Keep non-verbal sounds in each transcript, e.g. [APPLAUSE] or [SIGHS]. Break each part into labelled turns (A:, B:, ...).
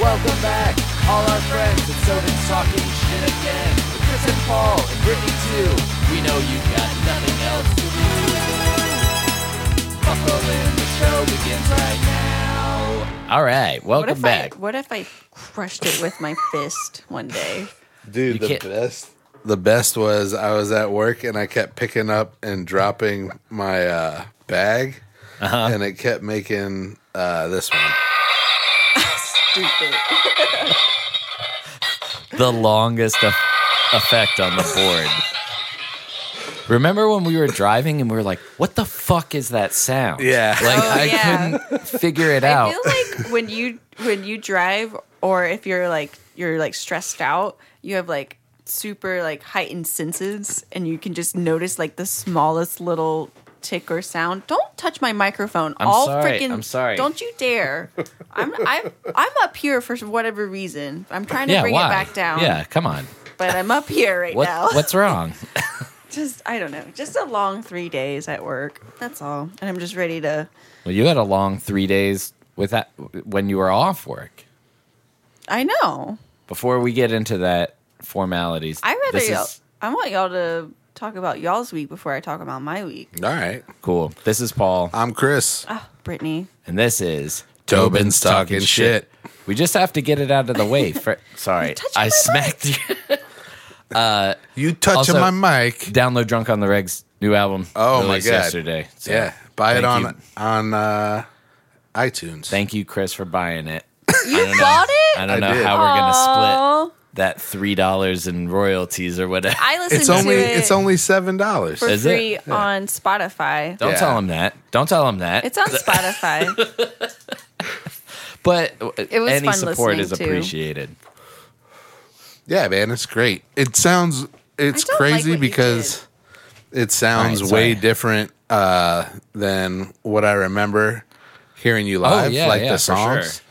A: welcome back all our friends. And so did talking shit again with Chris and Paul and Brittany too. We know you've got nothing else to do. Buckle in, the show begins right now. All right,
B: What
A: welcome
B: if
A: back.
B: I what if I crushed it with my fist one day?
A: You
C: Dude, the
A: can't-
C: best the best was I was at work and I kept picking up and dropping my uh, bag
A: Uh-huh.
C: and it kept making uh, this one.
B: Stupid.
A: the longest eff- effect on the board. Remember when we were driving and we were like, "What the fuck is that sound?"
C: Yeah.
A: like
B: Oh,
A: I
B: yeah.
A: couldn't figure it
B: I
A: out.
B: feel like when you when you drive or if you're like you're like stressed out, you have like super like heightened senses and you can just notice like the smallest little tick or sound. Don't touch my microphone.
A: I'm
B: All
A: sorry.
B: freaking
A: I'm sorry.
B: Don't you dare. I'm I'm I'm up here for whatever reason. I'm trying to
A: yeah,
B: bring
A: why?
B: it back down.
A: Yeah, come on.
B: But I'm up here right
A: What,
B: now.
A: What's wrong?
B: just I don't know. Just a long three days at work. That's all. And I'm just ready to
A: Well, you had a long three days with that when you were off work.
B: I know.
A: Before we get into that formalities,
B: I rather
A: this
B: y'all,
A: is
B: I want y'all to talk about y'all's week before I talk about my week.
C: All right.
A: cool. This is Paul,
C: I'm Chris.
B: Oh, Brittany.
A: and this is
C: Tobin's talking shit.
A: We just have to get it out of the
B: [LAUGHS]
A: way. fir- sorry,
B: touching
A: I
B: my
A: smacked you.
B: [LAUGHS]
C: You touching
A: Also-
C: my mic.
A: download Drunk on the Reg's new album.
C: Oh, my
A: released
C: God.
A: Yesterday, So,
C: yeah. Buy it
A: thank
C: on
A: you.
C: on uh, iTunes.
A: Thank you, Chris, for buying
C: [LAUGHS]
A: it.
B: You bought it?
A: I don't
C: I
A: know
C: did.
A: how we're gonna
B: Oh,
A: split that three dollars in royalties or whatever.
B: I listened
C: it's only
B: to it
C: it's only seven dollars.
B: for
A: Is it?
B: free on Spotify.
A: don't
C: Yeah.
A: tell him that. Don't tell him that. [LAUGHS]
B: It's on Spotify.
A: but
B: It was
A: any
B: fun
A: support is
B: listening to.
A: appreciated.
C: Yeah, man, it's great. It sounds it's
B: I don't like
C: crazy
B: what you
C: because it sounds
A: All right,
C: way
A: sorry.
C: different uh, than what I remember hearing you live,
A: Oh, yeah,
C: like
A: yeah,
C: the
A: for sure.
C: songs.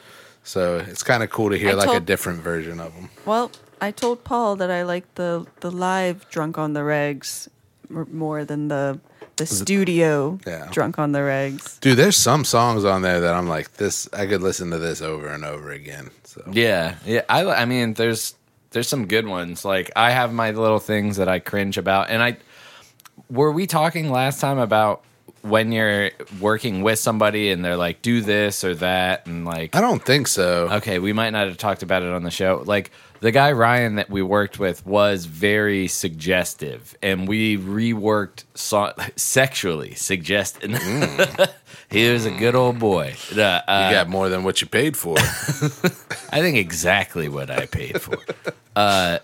C: So it's kind of cool to hear
B: I
C: like a
B: told-
C: different version of them.
B: well, I told Paul that I like the the live drunk on the regs m- more than the the studio
C: Yeah.
B: drunk on the regs.
C: Dude, there's some songs on there that I'm like, this I could listen to this over and over again. So
A: Yeah, yeah. I, I mean, there's there's some good ones. Like I have my little things that I cringe about, and I were we talking last time about when you're working with somebody and they're like, do this or that, and like,
C: I don't think so.
A: okay, we might not have talked about it on the show. Like the guy Ryan that we worked with was very suggestive, and we reworked so- [LAUGHS] sexually suggested.
C: Mm.
A: [LAUGHS] he was a good old boy. Uh, uh,
C: You got more than what you paid for. [LAUGHS]
A: I think exactly what I paid
C: [LAUGHS]
A: for. uh,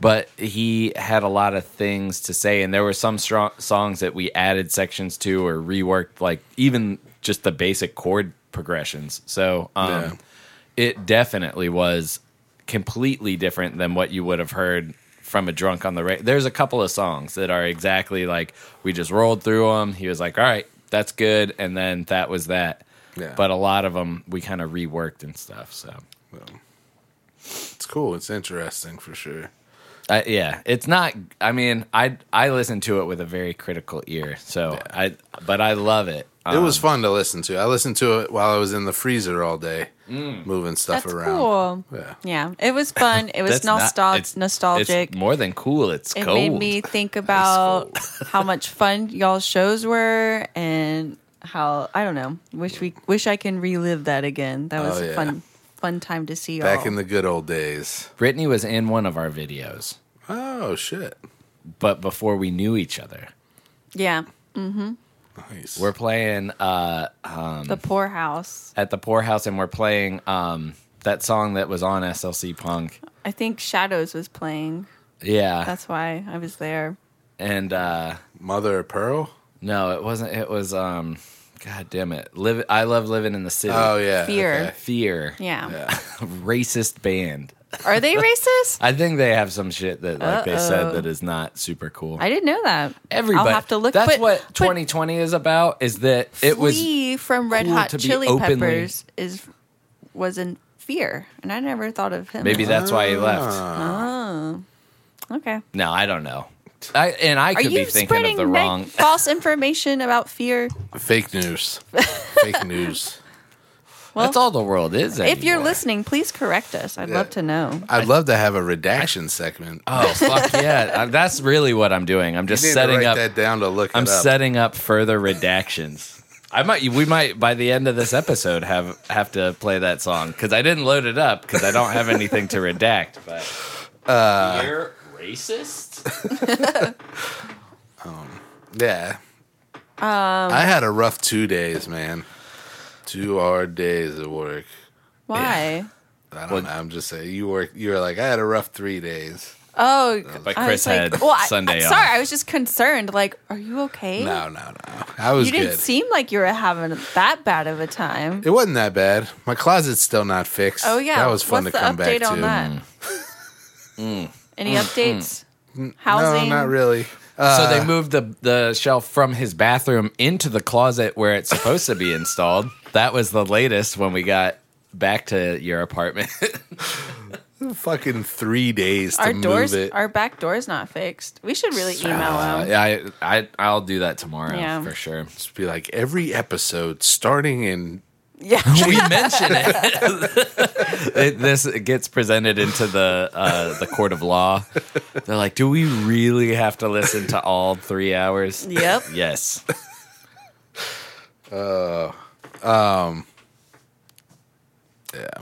A: but he had a lot of things to say, and there were some strong songs that we added sections to or reworked, like even just the basic chord progressions. So um,
C: Yeah.
A: it definitely was completely different than what you would have heard from a drunk on the radio. There's a couple of songs that are exactly like we just rolled through them. He was like, "All right, that's good," and then that was that.
C: Yeah.
A: But a lot of them we kind of reworked and stuff. So
C: it's cool. It's interesting for sure.
A: Uh, yeah, it's not. I mean, I I listen to it with a very critical ear. So I, but I love it.
C: It
A: Um,
C: was fun to listen to. I listened to it while I was in the freezer all day, moving stuff
B: That's
C: around.
B: cool.
C: Yeah.
B: Yeah, it was fun. It was
A: that's not-
B: nostal-
A: it's-
B: nostalgic.
A: It's more than cool. It's
B: it
A: cold. [LAUGHS]
B: made me think about how much fun y'all's shows were and how I don't know. Wish we wish I can relive that again. That was
C: Oh, yeah.
B: a fun fun time to see y'all.
C: Back in the good old days.
A: Brittany was in one of our videos,
C: Oh shit!
A: but before we knew each other,
B: yeah,
C: Nice.
A: we're playing uh,
B: the poor house.
A: at the poorhouse, and we're playing um, that song that was on SLC Punk.
B: I think Shadows was playing.
A: Yeah,
B: That's why I was there.
A: and uh,
C: Mother of Pearl.
A: no, it wasn't. It was um, God damn it, live. I love living in the city.
C: Oh yeah.
B: Fear.
C: okay.
A: Fear.
B: Yeah.
C: Yeah.
A: [LAUGHS] racist band. [LAUGHS]
B: Are they racist?
A: I think they have some shit that like they said
B: Uh-oh.
A: that is not super cool.
B: I didn't know that.
A: Everybody,
B: I'll have to look.
A: That's
B: but-
A: what
B: but
A: 2020 is about. Is that it was
B: Flea from Red
A: cool
B: Hot
A: to be
B: Chili
A: openly-
B: Peppers is was in fear, and I never thought of him.
A: maybe
B: as-
A: that's why he left.
C: Ah.
B: okay.
A: No, I don't know. I and I
B: Are
A: could be
B: you
A: thinking
B: spreading
A: of the [LAUGHS]
B: fake-
A: wrong.
B: false information about fear? [LAUGHS]
C: Fake news. Fake news.
B: Well,
A: That's all the world is.
B: if you're
A: anymore.
B: listening, please correct us. I'd love to know.
C: I'd love to have a redaction segment.
A: oh fuck
B: [LAUGHS]
A: yeah, I- that's really what I'm doing. I'm just
C: You need to
A: setting
C: write
A: up.
C: that down to look.
A: I'm
C: it up.
A: setting up further redactions. I might. We might by the end of this episode have have to play that song because I didn't load it up because I don't have anything to redact. But you're racist.
C: Yeah. Um, I had a rough two days, man. Two hard days of work.
A: [LAUGHS]
B: Why?
C: I don't know. I'm just saying. You work. You were like, I had a rough three days.
B: Oh,
A: Uh, But
B: I was
A: Chris
B: like-
A: had
B: well, I-
A: Sunday
B: I,
A: off.
B: Sorry, I was just concerned. Like, are you okay?
C: No, no, no. I was
B: You didn't
C: good.
B: seem like you were having that bad of a time.
C: it wasn't that bad. My closet's still not fixed.
B: Oh yeah,
C: that was fun
B: What's
C: to come
B: the
C: back
B: update
C: to.
B: on that?
A: Mm.
B: [LAUGHS] Any updates? Housing?
C: Mm. No, not really.
A: so they moved the the shelf from his bathroom into the closet where it's supposed to be installed. That was the latest when we got back to your apartment.
C: Fucking three days to
B: Our
C: move
B: doors,
C: it.
B: our back door's not fixed. We should really email
A: Uh,
B: them.
A: [LAUGHS] I I I'll do that tomorrow
B: Yeah.
A: for sure.
C: Just be like every episode starting in.
B: Yeah.
A: we mention it. [LAUGHS] It- This gets presented into the uh, the court of law. They're like, do we really have to listen to all three hours?
B: [LAUGHS]
C: [LAUGHS]
B: yep.
A: Yes.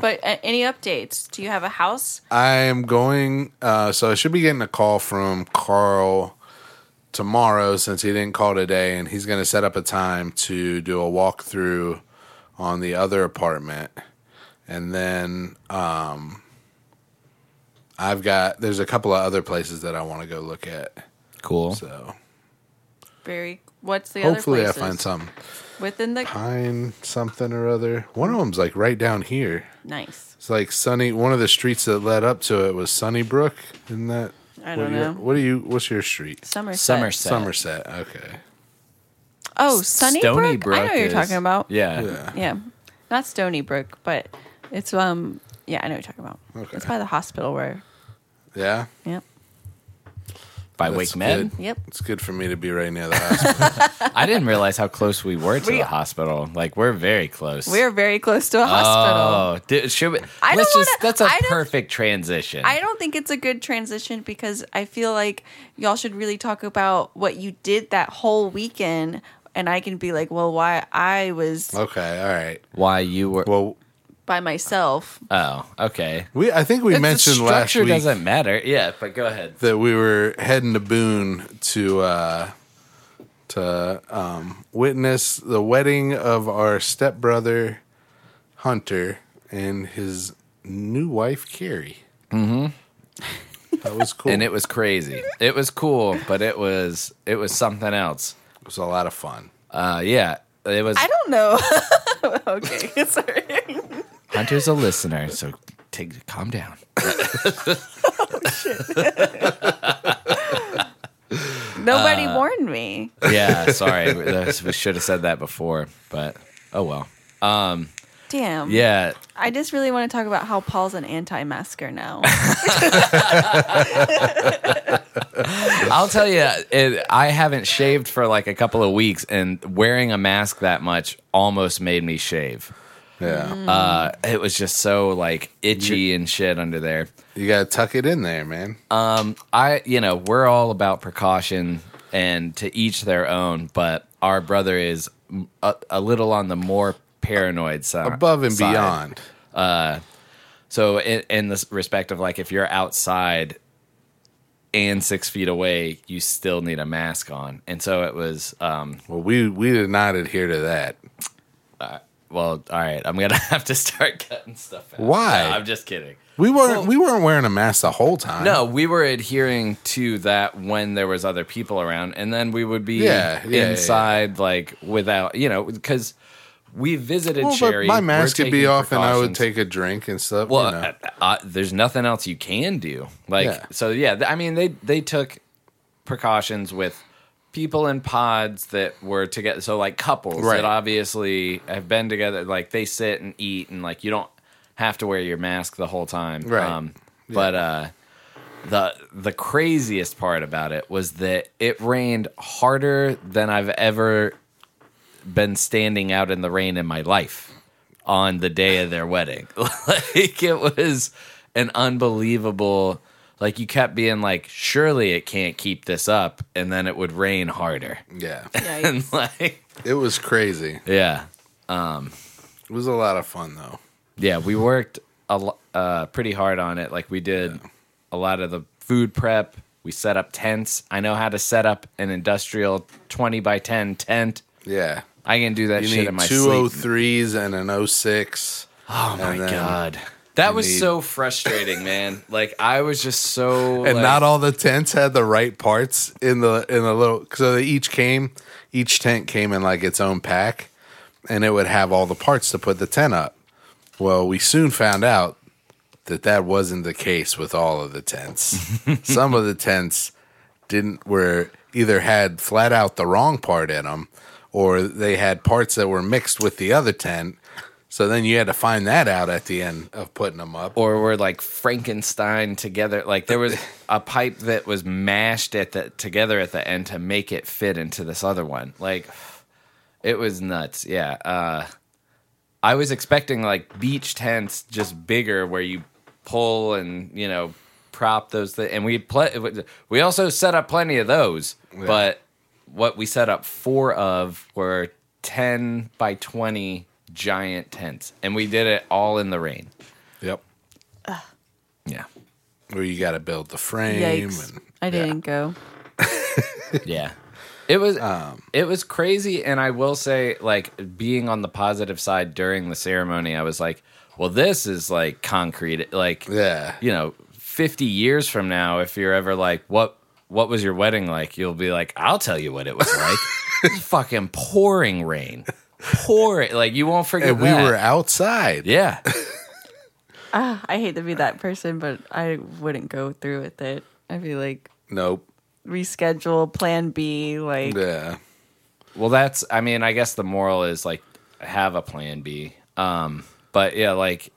B: But uh, any updates? Do you have a house?
C: I am going. Uh, so I should be getting a call from Carl tomorrow since he didn't call today, and he's going to set up a time to do a walkthrough on the other apartment, and then um, I've got there's a couple of other places that I want to go look at.
A: Cool.
C: So
B: Very. What's the
C: hopefully
B: other
C: I
B: places?
C: find something.
B: within the
C: Pine something or other. One of them's like right down here.
B: nice.
C: It's like Sunny. One of the streets that led up to it was Sunnybrook. Isn't that?
B: I
C: what
B: don't
C: are your-
B: know.
C: What are you? What's your street?
B: Somerset.
A: Somerset.
C: Somerset. Okay.
B: Oh, Sunnybrook.
A: Stony
B: I know what you're
A: is-
B: talking about.
A: Yeah.
C: Yeah.
B: Yeah. Not Stony Brook, but it's um. Yeah, I know what you're talking about.
C: Okay.
B: It's by the hospital where.
C: Yeah.
B: Yep.
A: By
C: That's
A: Wake Med.
C: good.
B: Yep.
C: It's good for me to be right near the hospital.
A: [LAUGHS] I didn't realize how close we were to
B: We-
A: the hospital. Like we're very close.
B: We're very close to a hospital.
A: Oh, dude, should we? let's
B: I don't
A: just.
B: wanna-
A: that's a
B: I don't-
A: perfect transition.
B: I don't think it's a good transition because I feel like y'all should really talk about what you did that whole weekend, and I can be like, well, why I was
C: okay. All right.
A: Why you were?
C: Well,
B: by myself.
A: Oh, okay.
C: we. I think we
A: It's- the
C: mentioned last
A: structure
C: week
A: doesn't matter. Yeah, but go ahead.
C: that we were heading to Boone to uh, to um, witness the wedding of our stepbrother Hunter and his new wife Carrie. Mm-hmm. That was cool.
A: and it was crazy. It was cool, but it was it was something else.
C: It was a lot of fun.
A: Uh, yeah, it was.
B: I don't [LAUGHS] know. okay, [LAUGHS] sorry.
A: Hunter's a listener, so take calm down.
B: Nobody
C: Uh,
B: warned me.
A: [LAUGHS] Yeah, sorry, we should have said that before, but oh well.
B: Damn.
A: Yeah,
B: I just really want to talk about how Paul's an anti-masker
C: [LAUGHS]
B: now.
A: I'll tell you, it, I haven't shaved for like a couple of weeks, and wearing a mask that much almost made me shave.
C: Yeah.
A: Uh, it was just so like itchy and shit under there.
C: You gotta tuck it in there, man.
A: Uh, I, you know, we're all about precaution and to each their own, but our brother is a, a little on the more paranoid side.
C: Above and
A: side.
C: beyond.
A: So, in, in the respect of like, if you're outside and six feet away, you still need a mask on. And so it was, um,
C: Well, we we did not adhere to that.
A: well, all right, I'm going to [LAUGHS] have to start cutting stuff out.
C: Why?
A: No, I'm just kidding.
C: We weren't we weren't wearing a mask the whole time.
A: No, we were adhering to that when there was other people around, and then we would be
C: Yeah, yeah, yeah, yeah.
A: inside like without you know because we visited
C: Well, but
A: Sherry.
C: my
A: we're
C: mask could be
A: taking
C: off, and I would
A: precautions.
C: take a drink and stuff.
A: Well,
C: you know.
A: uh, uh, there's nothing else you can do. Like
C: Yeah.
A: so, yeah. th- I mean, they they took precautions with people in pods that were together. So like couples
C: Right.
A: that obviously have been together. Like they sit and eat, and like you don't have to wear your mask the whole time.
C: Right.
A: But uh, the the craziest part about it was that it rained harder than I've ever been standing out in the rain in my life. on the day of their wedding. [LAUGHS] like it was an unbelievable like you kept being like surely it can't keep this up and then it would rain harder. [LAUGHS]
C: Yeah.
B: Yikes.
A: And like
C: It was crazy.
A: yeah.
C: It was a lot of fun though.
A: Yeah, we worked a lo- uh, pretty hard on it. Like we did a lot of the food prep. We set up tents. I know how to set up an industrial twenty by ten tent.
C: Yeah.
A: I can do that
C: You
A: shit
C: need
A: in my
C: two oh
A: sleep.
C: threes and an 06.
A: Oh my
C: and then
A: god, that was
C: need-
A: so frustrating, man. Like I was just so
C: And
A: like,
C: not all the tents had the right parts in the in the little so they each came each tent came in like its own pack and it would have all the parts to put the tent up. Well, we soon found out that that wasn't the case with all of the tents. Some of the tents didn't were either had flat out the wrong part in them or they had parts that were mixed with the other tent. So then you had to find that out at the end of putting them up.
A: or were like Frankenstein together. Like there was a pipe that was mashed at the together at the end to make it fit into this other one. Like it was nuts. Yeah. Uh, I was expecting like beach tents, just bigger, where you pull and you know prop those. Th- and we pl- we also set up plenty of those, but what we set up four of were ten by twenty giant tents, and we did it all in the rain.
C: Yep.
A: Yeah.
C: where you got to build the frame.
B: Yikes.
C: And,
B: I
C: yeah.
B: didn't go.
A: Yeah. It was
C: Um,
A: it was crazy and I will say like being on the positive side during the ceremony I was like, well this is like concrete like
C: Yeah.
A: you know 50 years from now if you're ever like what what was your wedding like you'll be like I'll tell you what it was like. It
C: [LAUGHS]
A: was fucking pouring rain. Pouring like you won't forget
C: And we
A: that.
C: were outside.
A: Yeah.
B: Ah, I hate to be that person, but I wouldn't go through with it. I'd be like,
C: Nope.
B: reschedule, plan B, like,
C: Yeah.
A: Well, that's. I mean, I guess the moral is like have a plan B. Um, but yeah, like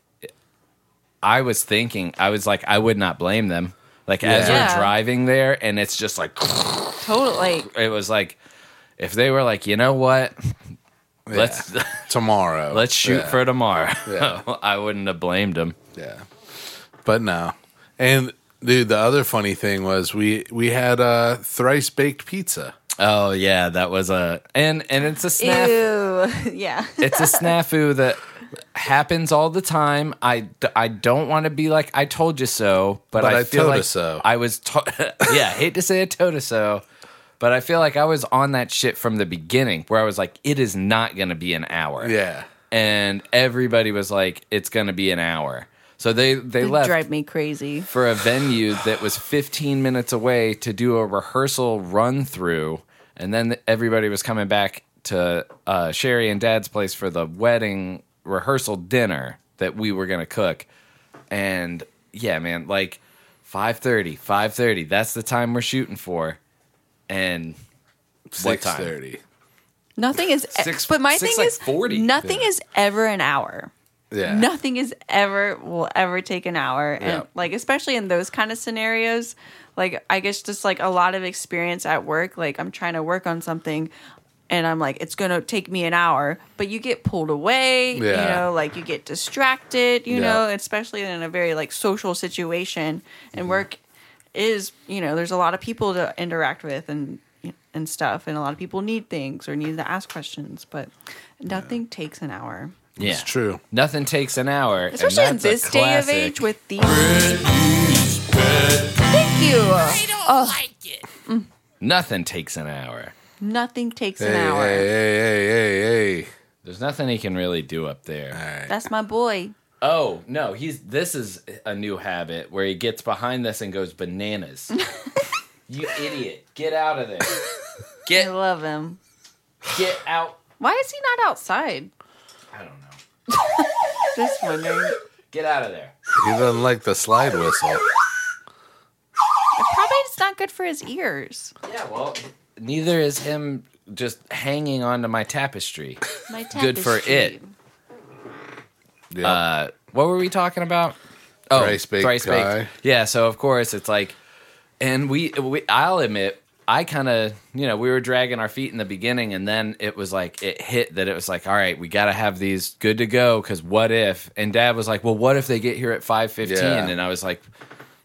A: I was thinking, I was like, I would not blame them. Like as we're
B: Yeah.
A: driving there, and it's just like [SNIFFS]
B: total, like,
A: it was like if they were like, you know what, let's [LAUGHS]
C: Tomorrow.
A: let's shoot
C: Yeah.
A: for tomorrow.
C: Yeah.
A: [LAUGHS] I wouldn't have blamed them.
C: Yeah. But no. And dude, the other funny thing was we we had uh, thrice baked pizza.
A: Oh yeah, that was a and and it's a snap.
B: ew. [LAUGHS] yeah.
A: it's a snafu that happens all the time. I, I don't want to be like I told you so, but,
C: But
A: I,
C: I
A: feel
C: told
A: like
C: us so.
A: I was to- [LAUGHS] yeah, hate to say I told you so, but I feel like I was on that shit from the beginning where I was like it is not going to be an hour.
C: Yeah.
A: And everybody was like it's going to be an hour. So they they
B: It
A: left
B: drive me crazy.
A: for a venue that was 15 minutes away to do a rehearsal run through. And then everybody was coming back to uh, Sherry and Dad's place for the wedding rehearsal dinner that we were going to cook. And yeah, man, like 5.30, 5.30, that's the time we're shooting for. And what
C: Six
A: time?
C: thirty.
B: Nothing is,
A: Six-
B: but my
A: six,
B: thing
A: like,
B: is,
A: 40.
B: nothing is ever an hour.
C: Yeah.
B: Nothing is ever will ever take an hour, and
C: Yeah.
B: like especially in those kind of scenarios, like I guess just like a lot of experience at work. Like I'm trying to work on something, and I'm like, it's gonna take me an hour, but you get pulled away. You
C: Yeah.
B: know, like you get distracted. You
C: Yeah.
B: know, especially in a very like social situation, and
C: Mm-hmm.
B: work is you know there's a lot of people to interact with and and stuff, and a lot of people need things or need to ask questions, but nothing takes an hour.
A: Yeah.
C: It's true.
A: Nothing takes an hour. and
B: Especially in
A: that's a
B: this day of
A: classic.
B: age with these. Thank you.
A: Nothing takes an hour.
B: Nothing takes
C: Hey,
B: an hour.
C: hey, hey, hey, hey, hey.
A: There's nothing he can really do up there.
C: All right.
B: That's my boy.
A: Oh no, he's this is a new habit where he gets behind this and goes [LAUGHS] bananas. you idiot! Get out of there!
B: I
A: Get
B: love him.
A: get out!
B: Why is he not outside?
A: I don't know.
B: Just wondering.
A: Get out of there!
C: He doesn't like the slide whistle.
B: Probably it's not good for his ears.
A: Yeah, well, neither is him just hanging onto my tapestry.
B: My
A: Good for
B: tapestry.
A: it.
C: Yeah.
A: Uh, what were we talking about? Oh,
C: Thrice baked guy.
A: Yeah, so of course it's like, and we, we I'll admit I kind of, you know, we were dragging our feet in the beginning, and then it was like it hit that it was like, all right, we got to have these good to go because what if? And Dad was like, well, what if they get here at five fifteen?
C: Yeah.
A: And I was like,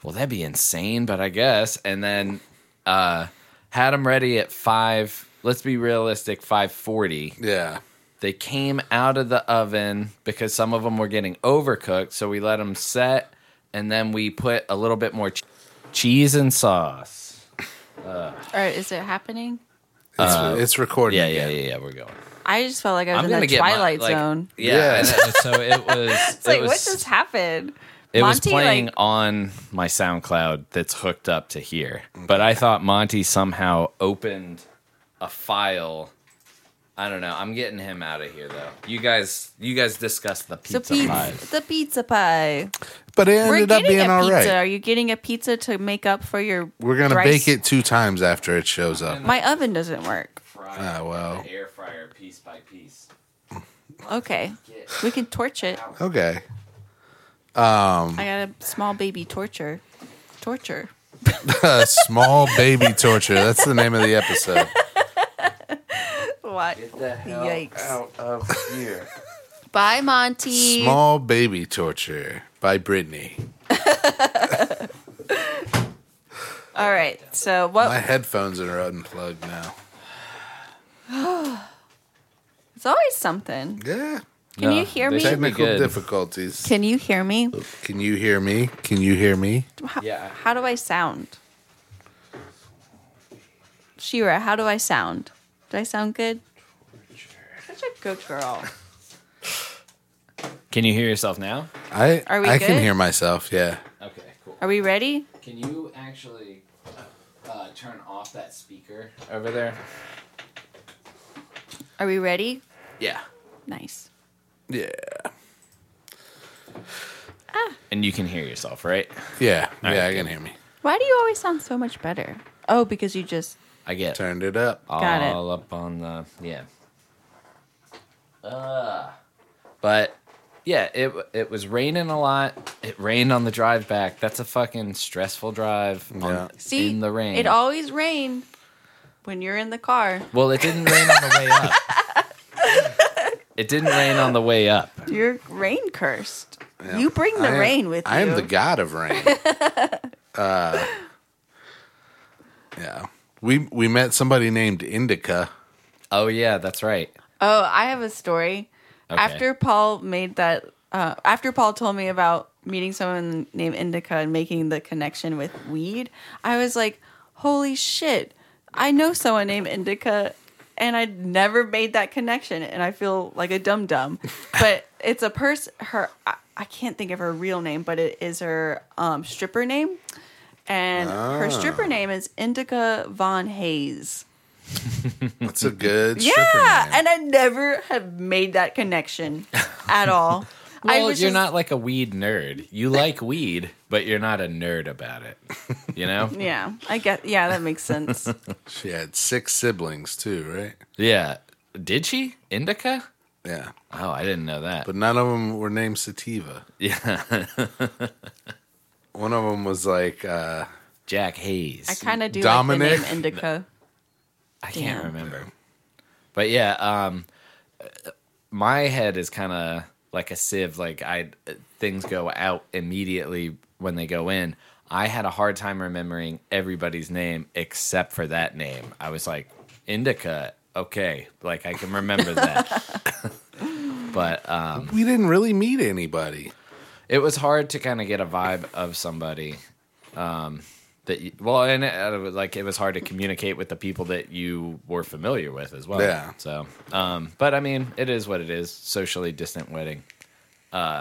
A: well, that'd be insane, but I guess. And then uh, had them ready at five. Let's be realistic, five forty.
C: Yeah.
A: They came out of the oven because some of them were getting overcooked, so we let them set, and then we put a little bit more ch- cheese and sauce.
B: Or is it happening?
C: It's, it's recording.
A: Uh, Yeah, yeah,
C: again.
A: yeah, yeah. We're going.
B: I just felt like I was in
A: gonna
B: the Twilight
A: my- like,
B: Zone.
A: Yeah.
C: Yeah.
A: and it- so
B: [LAUGHS]
A: it was.
B: It's like
A: it was,
B: what just happened?
A: it was
B: Monty,
A: playing
B: like-
A: on my SoundCloud that's hooked up to here. But I thought Monty somehow opened a file. I don't know. I'm getting him out of here though. You guys, you guys discuss the pizza
B: The pizza,
A: pie.
B: the pizza pie.
C: But it
B: We're
C: ended up
B: getting
C: being
B: a
C: all
B: pizza.
C: right.
B: Are you getting a pizza to make up for your?
C: We're gonna
B: rice?
C: bake it two times after it shows up.
B: My oven doesn't work.
C: Ah, well.
A: air fryer piece by piece.
B: Okay, we can torch it.
C: Okay.
B: I got a small baby torture. Torture.
C: Uh, small baby torture. That's the name of
B: [LAUGHS]
C: the episode.
B: What?
A: The hell
B: Yikes.
A: out of here.
B: Bye, Monty.
C: Small baby torture by Brittany.
B: All right. So what?
C: My headphones are unplugged now.
B: It's always something.
C: Yeah.
B: [LAUGHS] Can
A: No,
B: you hear
A: they
B: me?
A: should be
C: Technical
A: good.
C: difficulties.
B: Can you hear me?
C: Can you hear me? Can you hear me?
B: How,
A: Yeah.
B: How do I sound? Shira, how do I sound? Do I sound good? Such a good girl.
A: Can you hear yourself now?
C: I
B: Are we
C: I can
B: good?
C: hear myself. Yeah.
A: Okay, cool.
B: Are we ready?
A: Can you actually uh, turn off that speaker over there?
B: Are we ready?
A: Yeah.
B: Nice.
C: Yeah.
A: And you can hear yourself, right?
C: Yeah.
A: All
C: yeah,
A: right,
C: I can
A: good.
C: hear me.
B: Why do you always sound so much better? Oh, because you just
A: I get
C: Turned it up.
A: all
B: Got it.
A: up on the yeah. Uh, but yeah, it it was raining a lot. It rained on the drive back. That's a fucking stressful drive. on-
C: Yeah.
B: see
A: in the rain.
B: It always rained when you're in the car.
A: well, it didn't rain on the way up. It didn't rain on the way up.
B: You're rain cursed.
C: Yeah.
B: You bring the
C: I am-
B: rain with
C: I
B: you.
C: am the god of
B: [LAUGHS]
C: rain. uh, yeah. We we met somebody named Indica.
A: Oh yeah, that's right.
B: Oh, I have a story.
A: Okay.
B: After Paul made that, uh, after Paul told me about meeting someone named Indica and making the connection with weed, I was like, holy shit, I know someone named Indica and I'd never made that connection and I feel like a dum dum. but it's a person, her, I, I can't think of her real name, but it is her um, stripper name. And her stripper name is Indica Von Hayes.
C: That's a good stripper
B: Yeah,
C: name.
B: and I never have made
A: [LAUGHS]
B: that connection at all. I
A: Well, you're
B: was just-
A: not like a weed nerd. You like weed, but you're not a nerd about it. You
B: [LAUGHS]
A: know?
B: Yeah, I get. Yeah, that makes sense.
A: [LAUGHS]
C: She had six siblings too, right?
A: yeah. Did she? Indica?
C: Yeah.
A: Oh, I didn't know that.
C: But none of them were named Sativa.
A: yeah.
C: [LAUGHS] One of them was like, uh,
A: Jack Hayes.
B: I kind of do like
C: Dominic?
B: the name Indica.
A: I can't
B: Damn.
A: remember. But yeah, um, uh, my head is kind of like a sieve. Like I, uh, things go out immediately when they go in. I had a hard time remembering everybody's name except for that name. I was like, Indica. Okay, like I can remember that. but um,
C: we didn't really meet anybody.
A: it was hard to kind of get a vibe of somebody um that you, well and uh, it was like it was hard to communicate with the people that you were familiar with as well
C: Yeah.
A: so um but i mean it is what it is socially distant wedding uh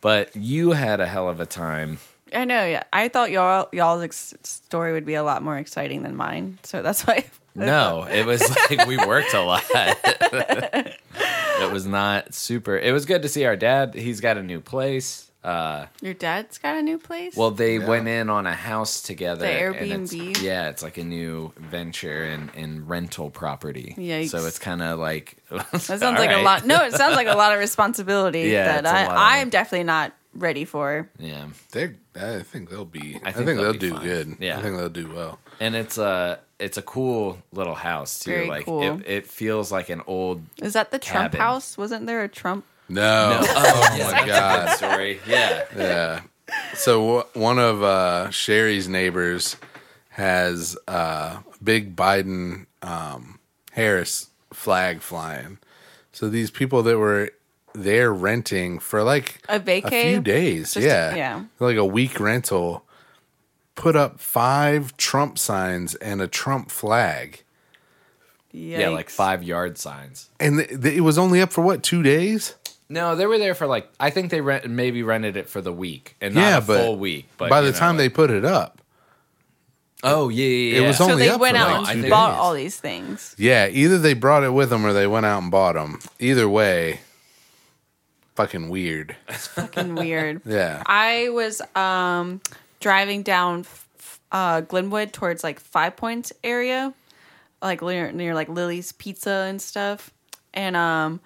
A: but you had a hell of a time
B: I know. Yeah, I thought y'all y'all's ex- story would be a lot more exciting than mine, so that's why. [LAUGHS]
A: no it was like we worked a lot [LAUGHS] it was not super it was good to see our dad he's got a new place uh
B: Your dad's got a new place.
A: Well, they went in on a house together.
B: The
A: and
B: Airbnb?
A: it's, yeah, it's like a new venture in, in rental property.
B: Yikes.
A: So it's kind of like [LAUGHS]
B: that sounds like a lot. No, it sounds like a lot of responsibility
A: Yeah,
B: that
A: it's a
B: I
A: lot of-
B: I am definitely not ready for.
A: Yeah.
C: They, I think they'll be. I
A: I think
C: think, they'll,
A: they'll be
C: do
A: fine.
C: good.
A: Yeah.
C: I think they'll do well.
A: And it's a it's a cool little house too.
B: Very
A: like
B: cool.
A: it, it feels like an old
B: Is that the Trump
A: Cabin.
B: house? Wasn't there a Trump?
C: No.
A: [LAUGHS] oh my
C: God.
A: story.
B: [LAUGHS]
A: Yeah.
C: yeah. So wh- one of uh, Sherry's neighbors has uh, big Biden um, Harris flag flying. So these people that were there renting for like
B: A vacay?
C: a few days,
B: Just-
C: yeah,
B: yeah.
C: like a week rental, put up five Trump signs and a Trump flag,
A: Yeah, like
B: Yikes.
A: five yard signs.
C: and th- th- it was only up for what two days.
A: No, they were there for like I think they rent maybe rented it for the week and not
C: Yeah,
A: a
C: but
A: full week. But
C: By
A: you
C: the
A: know,
C: time
A: like-
C: they put it up,
A: oh yeah, yeah, yeah.
C: was
B: So
C: only
B: they
C: up
B: went
C: for,
B: out
A: like,
B: and
A: two
B: bought
C: days.
B: all these things.
C: Yeah, either they brought it with them or they went out and bought them. Either way, fucking weird.
A: [LAUGHS]
B: Fucking weird.
C: Yeah.
B: I was um, driving down f- uh, Glenwood towards like Five Points area, like near, near like Lily's Pizza and stuff. And um,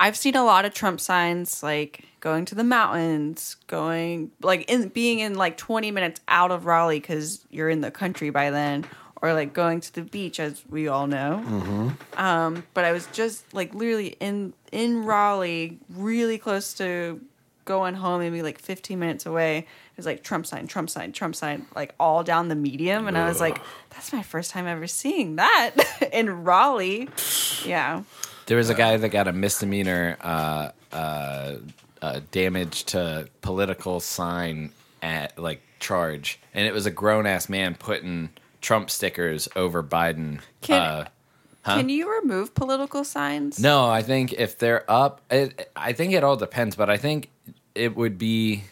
B: I've seen a lot of Trump signs, like going to the mountains, going like in being in like 20 minutes out of Raleigh because you're in the country by then, or like going to the beach, as we all know but I was just like literally in in Raleigh, really close to going home, maybe like 15 minutes away. It was like Trump sign, Trump sign, Trump sign, like all down the medium, and I was like, that's my first time ever seeing that [LAUGHS] in Raleigh. Yeah,
A: There was a guy that got a misdemeanor uh, uh, uh, damage to political sign at like charge, and it was a grown ass man putting Trump stickers over Biden.
B: Can-
A: uh,
B: can you remove political signs?
A: no, I think if they're up, it, I think it all depends, but I think it would be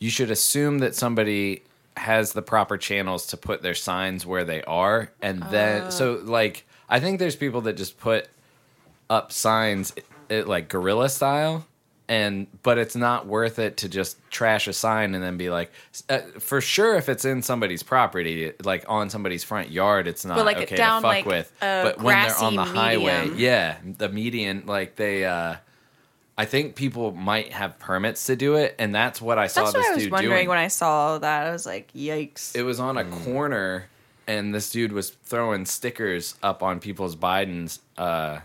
A: you should assume that somebody has the proper channels to put their signs where they are, and then so like I think there's people that just put up signs it, like guerrilla style and but it's not worth it to just trash a sign and then be like s- uh, for sure if it's in somebody's property like on somebody's front yard it's not
B: like,
A: okay
B: down,
A: to fuck
B: like,
A: with
B: a
A: but when they're
B: grassy
A: on the highway
B: medium.
A: yeah the median like they uh I think people might have permits to do it, and that's what I saw
B: that's
A: this
B: what I was
A: dude
B: wondering
A: doing
B: when I saw that. I was like, yikes.
A: it was on a
C: Hmm.
A: corner and this dude was throwing stickers up on people's biden's uh,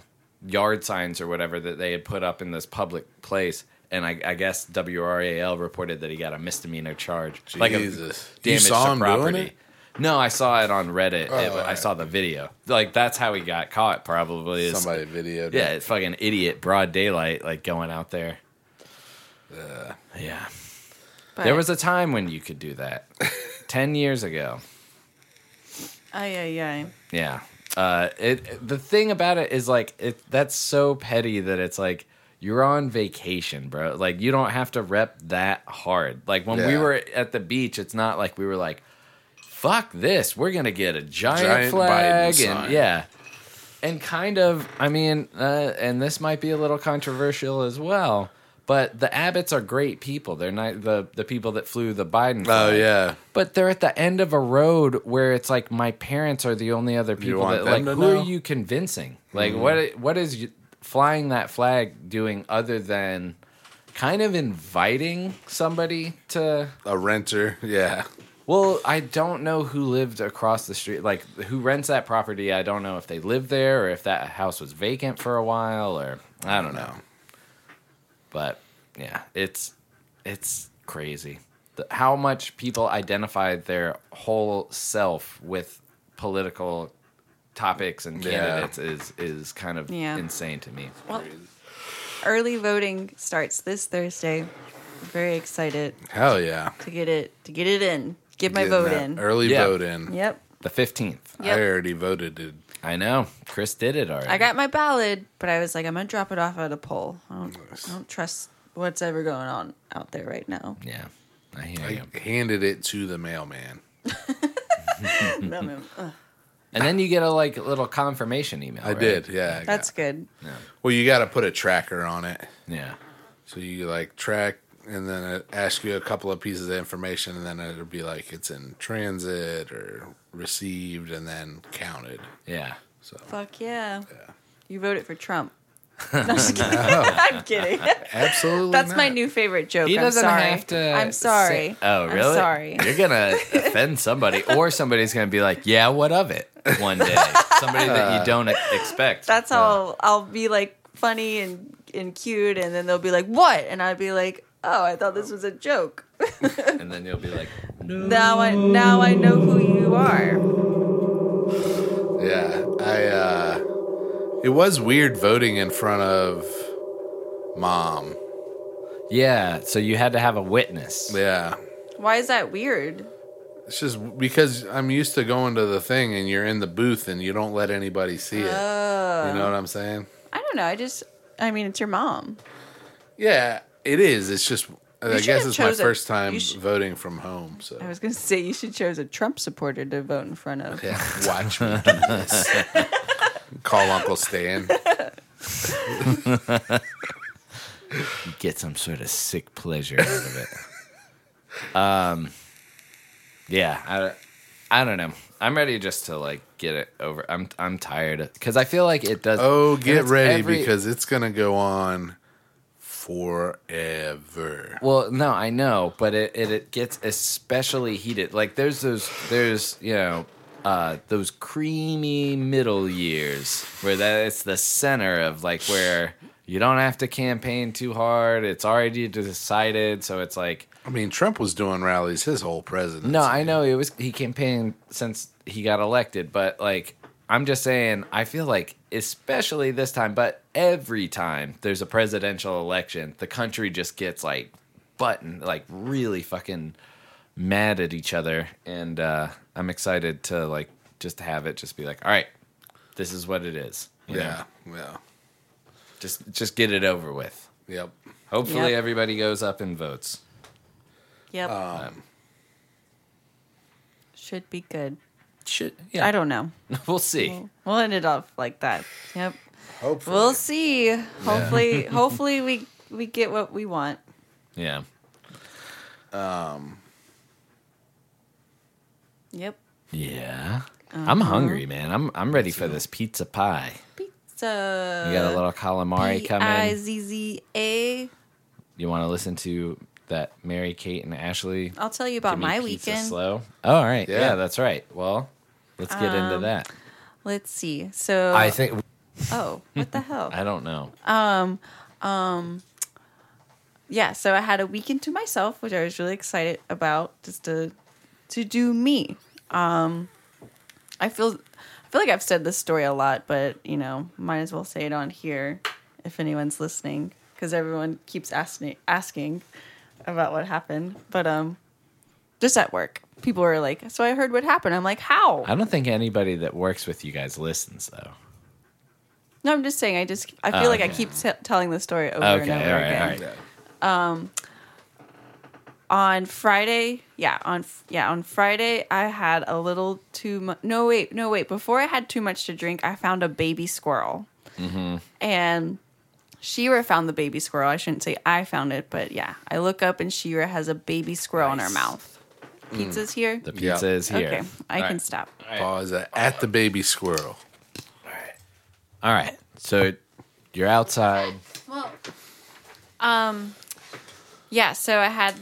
A: yard signs or whatever that they had put up in this public place and I, I guess WRAL reported that he got a misdemeanor charge, like a
C: Jesus. You
A: damage
C: saw
A: to
C: him doing
A: property.
C: it? Oh.
A: No, I saw it on Reddit. It-
C: all
A: I
C: right.
A: saw the video. Like that's how he got caught. Probably is
C: Somebody videoed
A: yeah,
C: it.
A: it's fucking idiot broad daylight, like going out there. yeah.
B: But,
A: There was a time when you could do
C: [LAUGHS]
A: that. Ten years ago.
B: ay, ay, ay.
A: Yeah. Uh, it the thing about it is like it that's so petty that it's like you're on vacation, bro. Like you don't have to rep that hard. Like when we
C: Yeah.
A: were at the beach, it's not like we were like, "Fuck this, we're gonna get a giant,
C: Giant Biden
A: flag." and
C: sign.
A: yeah, and kind of, I mean, uh, and this might be a little controversial as well. But the Abbotts are great people. They're not the the people that flew the Biden.
C: Oh
A: flag.
C: yeah.
A: But they're at the end of a road where it's like my parents are the only other people
C: want
A: that like.
C: them to
A: Who
C: know? Mm-hmm.
A: are you convincing? Like what? What is you, flying that flag doing other than kind of inviting somebody to?
C: A renter. Yeah.
A: Well, I don't know who lived across the street. Like who rents that property? I don't know if they lived there or if that house was vacant for a while or I don't know. But yeah, it's it's crazy the, how much people identify their whole self with political topics and
C: Yeah.
A: candidates is is kind of
B: Yeah.
A: insane to me.
B: Well, early voting starts this Thursday. I'm very excited.
C: Hell yeah.
B: to get it to get it in. Get my
C: Getting
B: vote
C: that
B: in.
C: Early
A: Yeah.
C: vote in.
B: Yep.
A: The fifteenth,
B: Yep.
C: I already voted. Dude.
A: I know Chris did it already.
B: I got my ballot, but I was like, I'm gonna drop it off at a poll. I don't, I don't trust what's ever going on out there right
C: [LAUGHS]
B: now.
A: yeah. I hear
C: I
A: you.
C: handed it to the mailman.
B: No,
A: Mm-hmm.
B: no, ugh.
A: And then you get a like little confirmation email.
C: I did. Yeah. I got-
B: That's good.
C: well, you got to put a tracker on it.
A: Yeah.
C: So you like track and then it asks you a couple of pieces of information and then it'll be like it's in transit or received and then counted.
A: Yeah.
C: So [LAUGHS]
B: Fuck yeah. You voted for Trump. No, I'm, just kidding. [LAUGHS] I'm kidding.
C: Absolutely.
B: That's my
C: not.
B: new favorite joke.
A: He doesn't
B: I'm sorry.
A: have to.
B: I'm sorry.
A: say- oh, really?
B: I'm sorry.
A: You're gonna offend somebody, or somebody's gonna be like, "Yeah, what of it?" One day, somebody that you don't e- expect.
B: That's how I'll, I'll be like funny and and cute, and then they'll be like, "What?" And I'll be like, "Oh, I thought this was a joke."
A: and then you'll be like,
B: Now I now I know who you are.
C: Yeah, I. uh It was weird voting in front of mom.
A: "Yeah." So you had to have a witness.
C: Yeah,
B: Why is that weird?
C: it's just because I'm used to going to the thing and you're in the booth and you don't let anybody see it. you
B: Oh.
C: know what I'm saying?
B: I don't know. I just I mean, it's your mom.
C: Yeah, it is. It's just. I
B: should
C: guess
B: have
C: it's my
B: chose a-
C: first time
B: you should-
C: voting from home. So
B: I was gonna [LAUGHS] say you should chose a Trump supporter to vote in front
A: [LAUGHS]
B: of.
C: Yeah, watch me do this. [LAUGHS] Call Uncle Stan.
A: You get some sort of sick pleasure out of it. um. Yeah, I, I don't know. I'm ready just to like get it over. I'm I'm tired because I feel like it does.
C: Oh,
A: and
C: get
A: it's
C: ready
A: every-
C: because it's gonna go on forever.
A: Well, no, I know, but it, it, it gets especially heated. Like there's those there's you know uh, those creamy middle years where that it's the center of like where you don't have to campaign too hard. It's already decided, so it's like
C: I mean, Trump was doing rallies his whole presidency.
A: no, I know it was he campaigned since he got elected, but like I'm just saying, I feel like especially this time, but every time there's a presidential election, the country just gets like button like really fucking mad at each other and uh I'm excited to like just have it just be like, "All right, this is what it is." you know?
C: yeah, yeah,
A: Just just get it over with.
C: yep.
A: Hopefully
B: Yep.
A: everybody goes up and votes.
B: Yep.
A: Um,
B: Should be good.
A: Should yeah.
B: I don't know.
A: [LAUGHS] we'll see.
B: We'll end it off like that. Yep.
C: Hopefully,
B: We'll see. Hopefully,
A: [LAUGHS]
B: hopefully we we get what we want.
A: Yeah.
B: Yep.
A: Yeah. I'm
B: Uh-huh.
A: hungry, man. I'm I'm ready for this pizza pie.
B: Pizza.
A: You got a little calamari
B: I
A: coming.
B: Z Z A.
A: You want to listen to that Mary Kate and Ashley
B: I'll tell you about
A: Give Me
B: my
A: Pizza
B: weekend.
A: slow? Oh, all right. Yeah.
C: Yeah.
A: that's right. Well, let's get
B: Um,
A: into that.
B: Let's see. So
A: I think
B: oh, what
A: [LAUGHS]
B: the hell?
A: I don't know.
B: Uh, yeah, so I had a weekend to myself, which I was really excited about, just to to do me. Um, I feel I feel like I've said this story a lot, but you know, might as well say it on here if anyone's listening, because everyone keeps asking asking about what happened. But um, just at work, people are like, "So I heard what happened." I'm like, "How?"
A: I don't think anybody that works with you guys listens though.
B: no, I'm just saying. I just I feel
A: Oh,
B: like I
A: okay.
B: keep t- telling the story over
A: okay.
B: and over
A: All right.
B: again.
A: All right.
C: yeah.
B: on Friday, yeah, on yeah, on Friday I had a little too much. No wait, no wait. Before I had too much to drink, I found a baby squirrel,
A: Mm-hmm.
B: and Shira found the baby squirrel. I shouldn't say I found it, but yeah, I look up and Shira has a baby squirrel in her
A: Nice. Mm.
B: mouth. Pizza's here.
A: The pizza
C: Yeah.
A: is here.
B: Okay, I
A: All
B: can
A: right.
B: stop.
C: Pause at, at the baby squirrel.
A: All right. So you're outside.
B: Well, um, yeah. So I had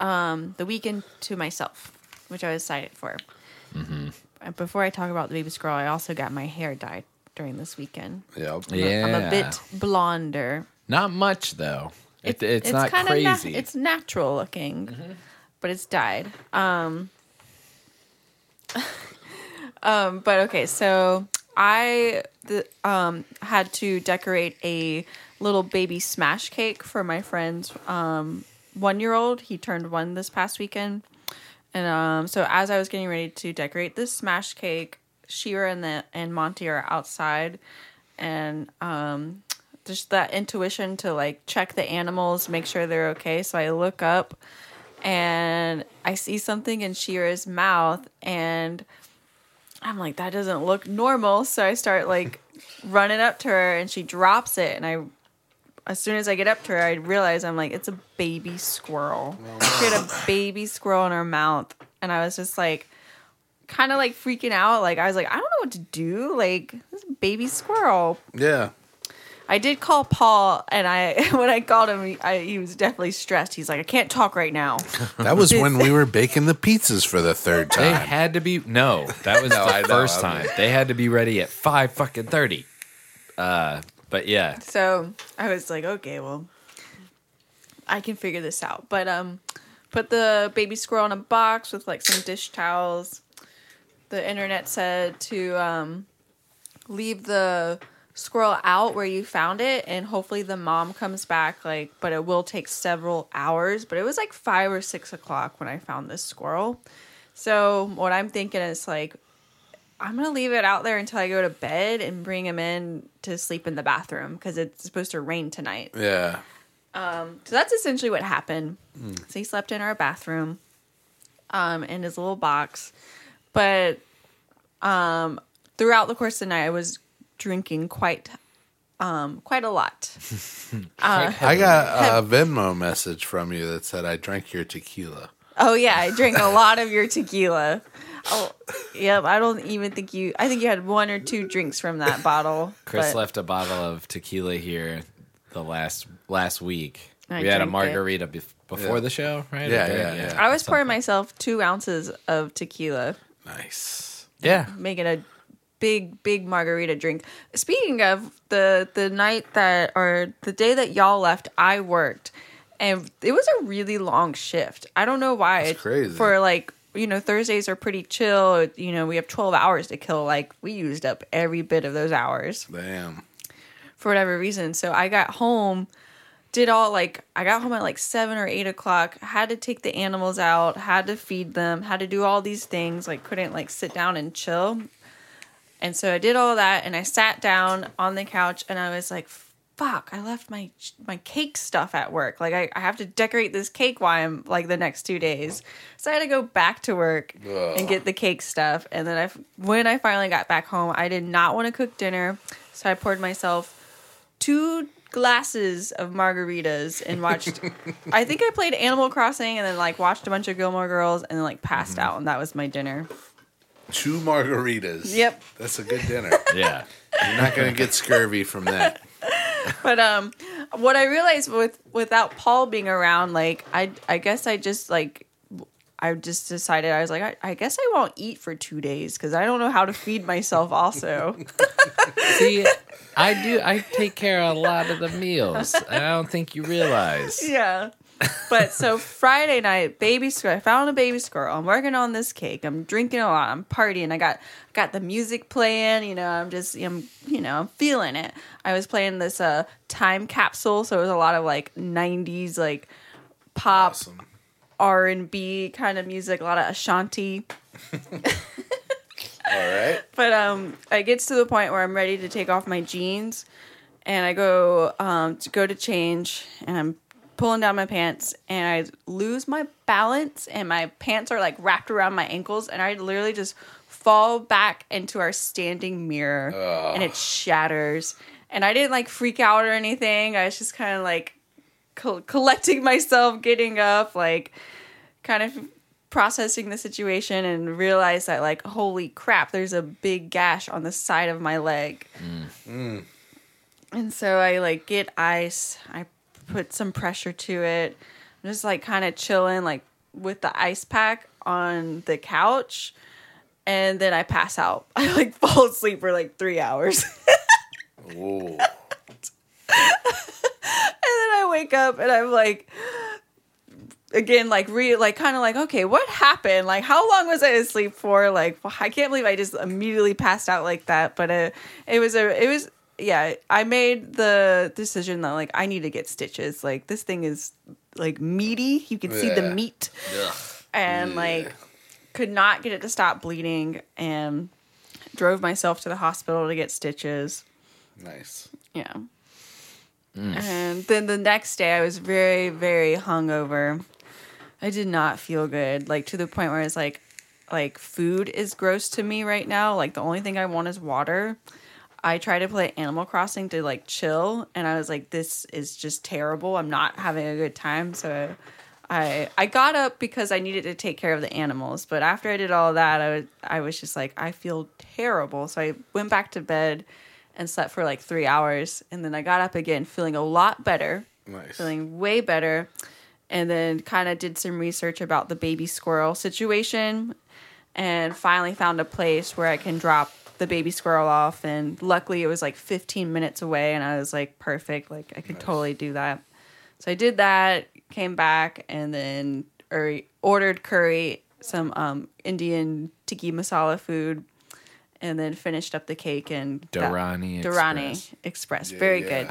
B: um the weekend to myself, which I was excited for. And Before I talk about the baby squirrel, I also got my hair dyed during this weekend.
C: Yep.
A: Yeah.
B: I'm a bit blonder.
A: Not much though. It, it's, not
B: kinda
A: crazy. Mm-hmm.
B: na- it's natural looking, but it's dyed. Um, [LAUGHS] um, but okay, so I the, um, had to decorate a little baby smash cake for my friend's um, one year old. He turned one this past weekend. And um, so as I was getting ready to decorate this smash cake, Shira and the and Monty are outside, and um, just that intuition to like check the animals, make sure they're okay. So I look up, and I see something in Shira's mouth, and I'm like, that doesn't look normal. So I start like running up to her, and she drops it, and I. As soon as I get up to her, I realize I'm like, it's a baby squirrel. She had a baby squirrel in her mouth, and I was just like, kind of like freaking out. Like I was like, I don't know what to do. Like this baby squirrel,
C: Yeah.
B: I did call Paul, and I [LAUGHS] when I called him, he, I, he was definitely stressed. He's like, I can't talk right now.
C: That was when we were baking the pizzas for the third
A: They
C: time.
A: had to be no.
C: [LAUGHS]
A: That was
C: I
A: the
C: know,
A: first
C: I'm-
A: time they had to be ready at five fucking thirty. Uh, but yeah,
B: So I was like, okay, well, I can figure this out. But um, put the baby squirrel in a box with like some dish towels. The internet said to um, leave the squirrel out where you found it, and hopefully the mom comes back. Like, but it will take several hours. But it was like five or six o'clock when I found this squirrel. So what I'm thinking is like I'm gonna leave it out there until I go to bed and bring him in to sleep in the bathroom because it's supposed to rain tonight.
C: yeah.
B: So that's essentially what happened.
A: Hmm.
B: So he slept in our bathroom, um, in his little box. But um, throughout the course of the night, I was drinking quite, um, quite a lot.
C: I got a Venmo message from you that said, I drank your tequila.
B: Oh yeah, I drank a lot of your tequila. Oh, yep. I don't even think you. I think you had one or two drinks from that bottle.
A: Chris
B: but-
A: left a bottle of tequila here the last last week.
B: I
A: we had a
B: drank it.
A: margarita bef- before
C: Yeah.
A: the show, right?
C: Yeah,
A: I think,
C: yeah, yeah.
B: I was pouring myself two ounces of tequila,
C: Nice.
A: Yeah.
B: making a big, big margarita drink. Speaking of the the night that or the day that y'all left, I worked, and it was a really long shift. I don't know why. It's
C: crazy.
B: for like you know Thursdays are pretty chill. You know we have twelve hours to kill. Like we used up every bit of those hours
C: Damn.
B: for whatever reason. So I got home, did all like I got home at like seven or eight o'clock, had to take the animals out, had to feed them, had to do all these things, like couldn't like sit down and chill. And so I did all that and I sat down on the couch and I was like, fuck, I left my my cake stuff at work. Like I, I have to decorate this cake while I'm like the next two days. So I had to go back to work and get the cake stuff. And then I f- when I finally got back home, I did not want to cook dinner. So I poured myself two glasses of margaritas and watched I think I played Animal Crossing and then like watched a bunch of Gilmore Girls and then like passed out and that was my dinner.
C: Two margaritas.
B: Yep.
C: That's a good dinner.
A: Yeah.
C: You're not going to get scurvy from that.
B: but um what i realized with without paul being around like i i guess i just like i just decided i was like i, I guess i won't eat for two days because i don't know how to feed myself also
A: See, I do. I take care of a lot of the meals. and I don't think you [LAUGHS] realize.
B: yeah but so friday night baby squirrel i found a baby squirrel i'm working on this cake i'm drinking a lot i'm partying i got got the music playing you know i'm just i'm you know i'm feeling it i was playing this uh time capsule so it was a lot of like 90s like pop
C: Awesome.
B: R and B kind of music, a lot of Ashanti.
C: All right.
B: But um, it gets to the point where I'm ready to take off my jeans, and I go um to go to change, and I'm pulling down my pants, and I lose my balance, and my pants are like wrapped around my ankles, and I literally just fall back into our standing mirror, and it shatters. And I didn't like freak out or anything. I was just kind of like col- collecting [LAUGHS] myself, getting up, like kind of processing the situation and realized that like holy crap there's a big gash on the side of my leg and so i like get ice i put some pressure to it i'm just like kind of chilling like with the ice pack on the couch and then i pass out [LAUGHS] i like fall asleep for like three hours
C: Whoa.
B: And then I wake up and I'm like, again, like re, like kind of like, okay, what happened? Like, how long was I asleep for? Like, wh- I can't believe I just immediately passed out like that. But uh, it was a, it was, yeah. I made the decision that like I need to get stitches. Like this thing is like meaty. You can see
C: Yeah.
B: the meat,
C: Ugh.
B: and like could not get it to stop bleeding, and drove myself to the hospital to get stitches.
C: Nice.
B: Yeah. And then the next day, I was very, very hungover. I did not feel good, like to the point where it's like, like food is gross to me right now. Like the only thing I want is water. I tried to play Animal Crossing to like chill, and I was like, this is just terrible. I'm not having a good time. So I I got up because I needed to take care of the animals. But after I did all that, I was I was just like, I feel terrible. So I went back to bed, and slept for like three hours. And then I got up again feeling a lot better,
C: Nice.
B: feeling way better. And then kind of did some research about the baby squirrel situation and finally found a place where I can drop the baby squirrel off. And luckily, it was like 15 minutes away. And I was like, perfect. Like, I could totally do that. So I did that, came back, and then er, ordered curry, some um, Indian tiki masala food, and then finished up the cake and that-
A: Durrani
B: Durrani
A: Express.
B: Express. Very
C: Yeah.
B: good.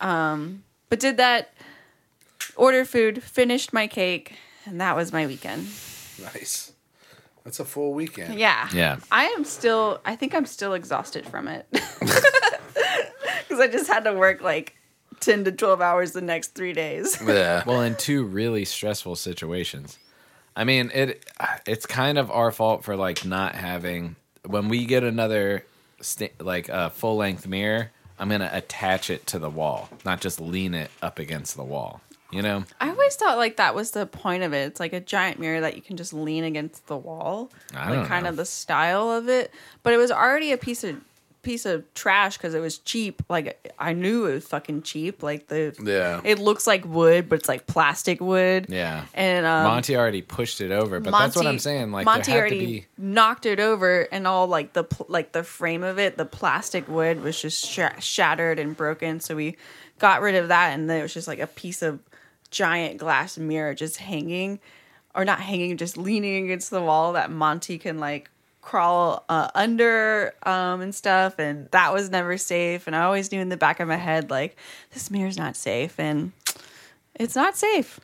B: Um, but did that, order food, finished my cake, and that was my weekend.
C: Nice. That's a full weekend.
B: Yeah.
A: Yeah.
B: I am still, I think I'm still exhausted from it. [LAUGHS] Because I just had to work like 10 to 12 hours the next three days.
C: Yeah.
A: well in two really stressful situations i mean it it's kind of our fault for like not having when we get another sta like a full length mirror i'm gonna attach it to the wall not just lean it up against the wall you know
B: [LAUGHS] I always thought like that was the point of it. It's like a giant mirror that you can just lean against the wall.
A: I
B: like
A: don't
B: kind
A: know.
B: of the style of it. But it was already a piece of piece of trash because it was cheap. Like I knew it was fucking cheap. Like the
C: Yeah.
B: it looks like wood, but it's like plastic wood.
A: yeah
B: And um,
A: monty already pushed it over but that's what i'm saying like
B: Monty
A: there had
B: already
A: to be
B: knocked it over, and all like the pl- like the frame of it, the plastic wood was just sha- shattered and broken. So we got rid of that, and then it was just like a piece of giant glass mirror just hanging, or not hanging, just leaning against the wall that Monty can like crawl uh, under um, and stuff. And that was never safe. And I always knew in the back of my head like this mirror's not safe, and it's not safe.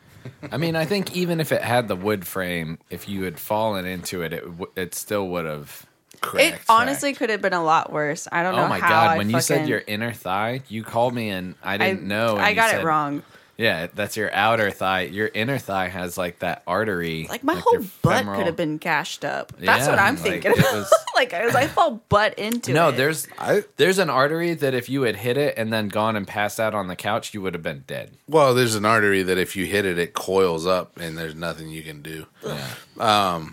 A: I mean, I think even if it had the wood frame, if you had fallen into it, it w- it still would have.
B: It honestly could have been a lot worse. I don't know.
A: Oh my
B: how
A: god!
B: I
A: When you said
B: fucking-
A: your inner thigh, you called me and I
B: I
A: didn't know. and
B: I
A: you
B: got
A: said-
B: it wrong.
A: Yeah, that's your outer thigh. Your inner thigh has like that artery.
B: Like my
A: your
B: whole butt
A: femoral-
B: could have been gashed up. That's what
A: Yeah,
B: I'm
A: like,
B: thinking.
A: it
B: About.
A: was-
B: [LAUGHS] like I was, I fall butt into
A: No,
B: it.
A: there's
C: I-
A: there's an artery that if you had hit it and then gone and passed out on the couch, you would have been dead.
C: Well, there's an artery that if you hit it, it coils up, and there's nothing you can do.
A: Yeah.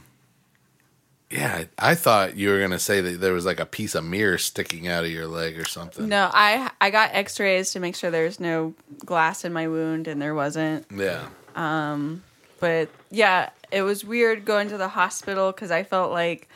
C: Yeah, I thought you were gonna say that there was like a piece of mirror sticking out of your leg or something.
B: no. I I got X-rays to make sure there's no glass in my wound, and there wasn't.
C: Yeah.
B: But yeah, it was weird going to the hospital because I felt like.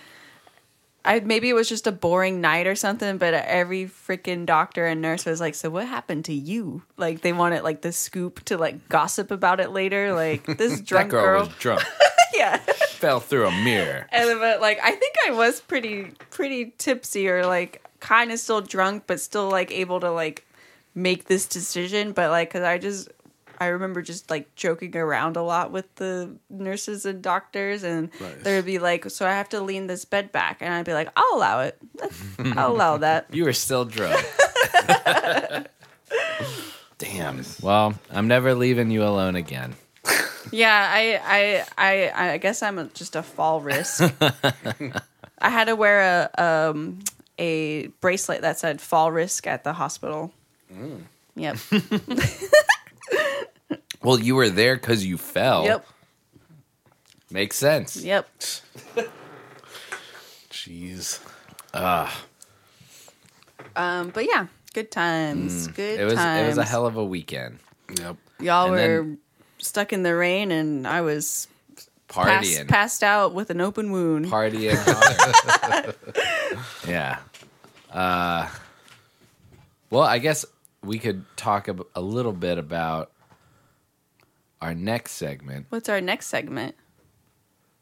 B: I, maybe it was just a boring night or something, but every freaking doctor and nurse was like, "So what happened to you?" Like they wanted like the scoop to like gossip about it later. Like
A: [LAUGHS]
B: this
A: That
B: drunk
A: girl,
B: girl,
A: was drunk,
B: [LAUGHS] yeah.
A: fell through a mirror.
B: [LAUGHS] And then, but like I think I was pretty pretty tipsy or like kind of still drunk, but still like able to like make this decision. But like, cause I just I remember just like joking around a lot with the nurses and doctors, and
C: Nice.
B: they would be like, "So I have to lean this bed back," and I'd be like, "I'll allow it. [LAUGHS] I'll allow that."
A: You were still drunk.
B: [LAUGHS]
C: Damn.
A: Well, I'm never leaving you alone again.
B: Yeah, I I I I guess I'm a, just a fall risk.
A: [LAUGHS]
B: I had to wear a um a bracelet that said fall risk at the hospital.
A: Mm. [LAUGHS]
B: Yep.
A: Well, you were there because you fell.
B: Yep.
A: Makes sense.
B: Yep.
C: Jeez.
B: Um but yeah, good times. Good
A: Mm. It was
B: times.
A: it was a hell of a weekend.
C: Yep.
B: Y'all
A: and
B: were
A: then-
B: stuck in the rain and I was pass,
A: Partying.
B: passed out with an open wound.
A: Partying hard.
B: [LAUGHS]
A: yeah. Uh well, I guess we could talk ab- a little bit about our next segment.
B: What's our next segment?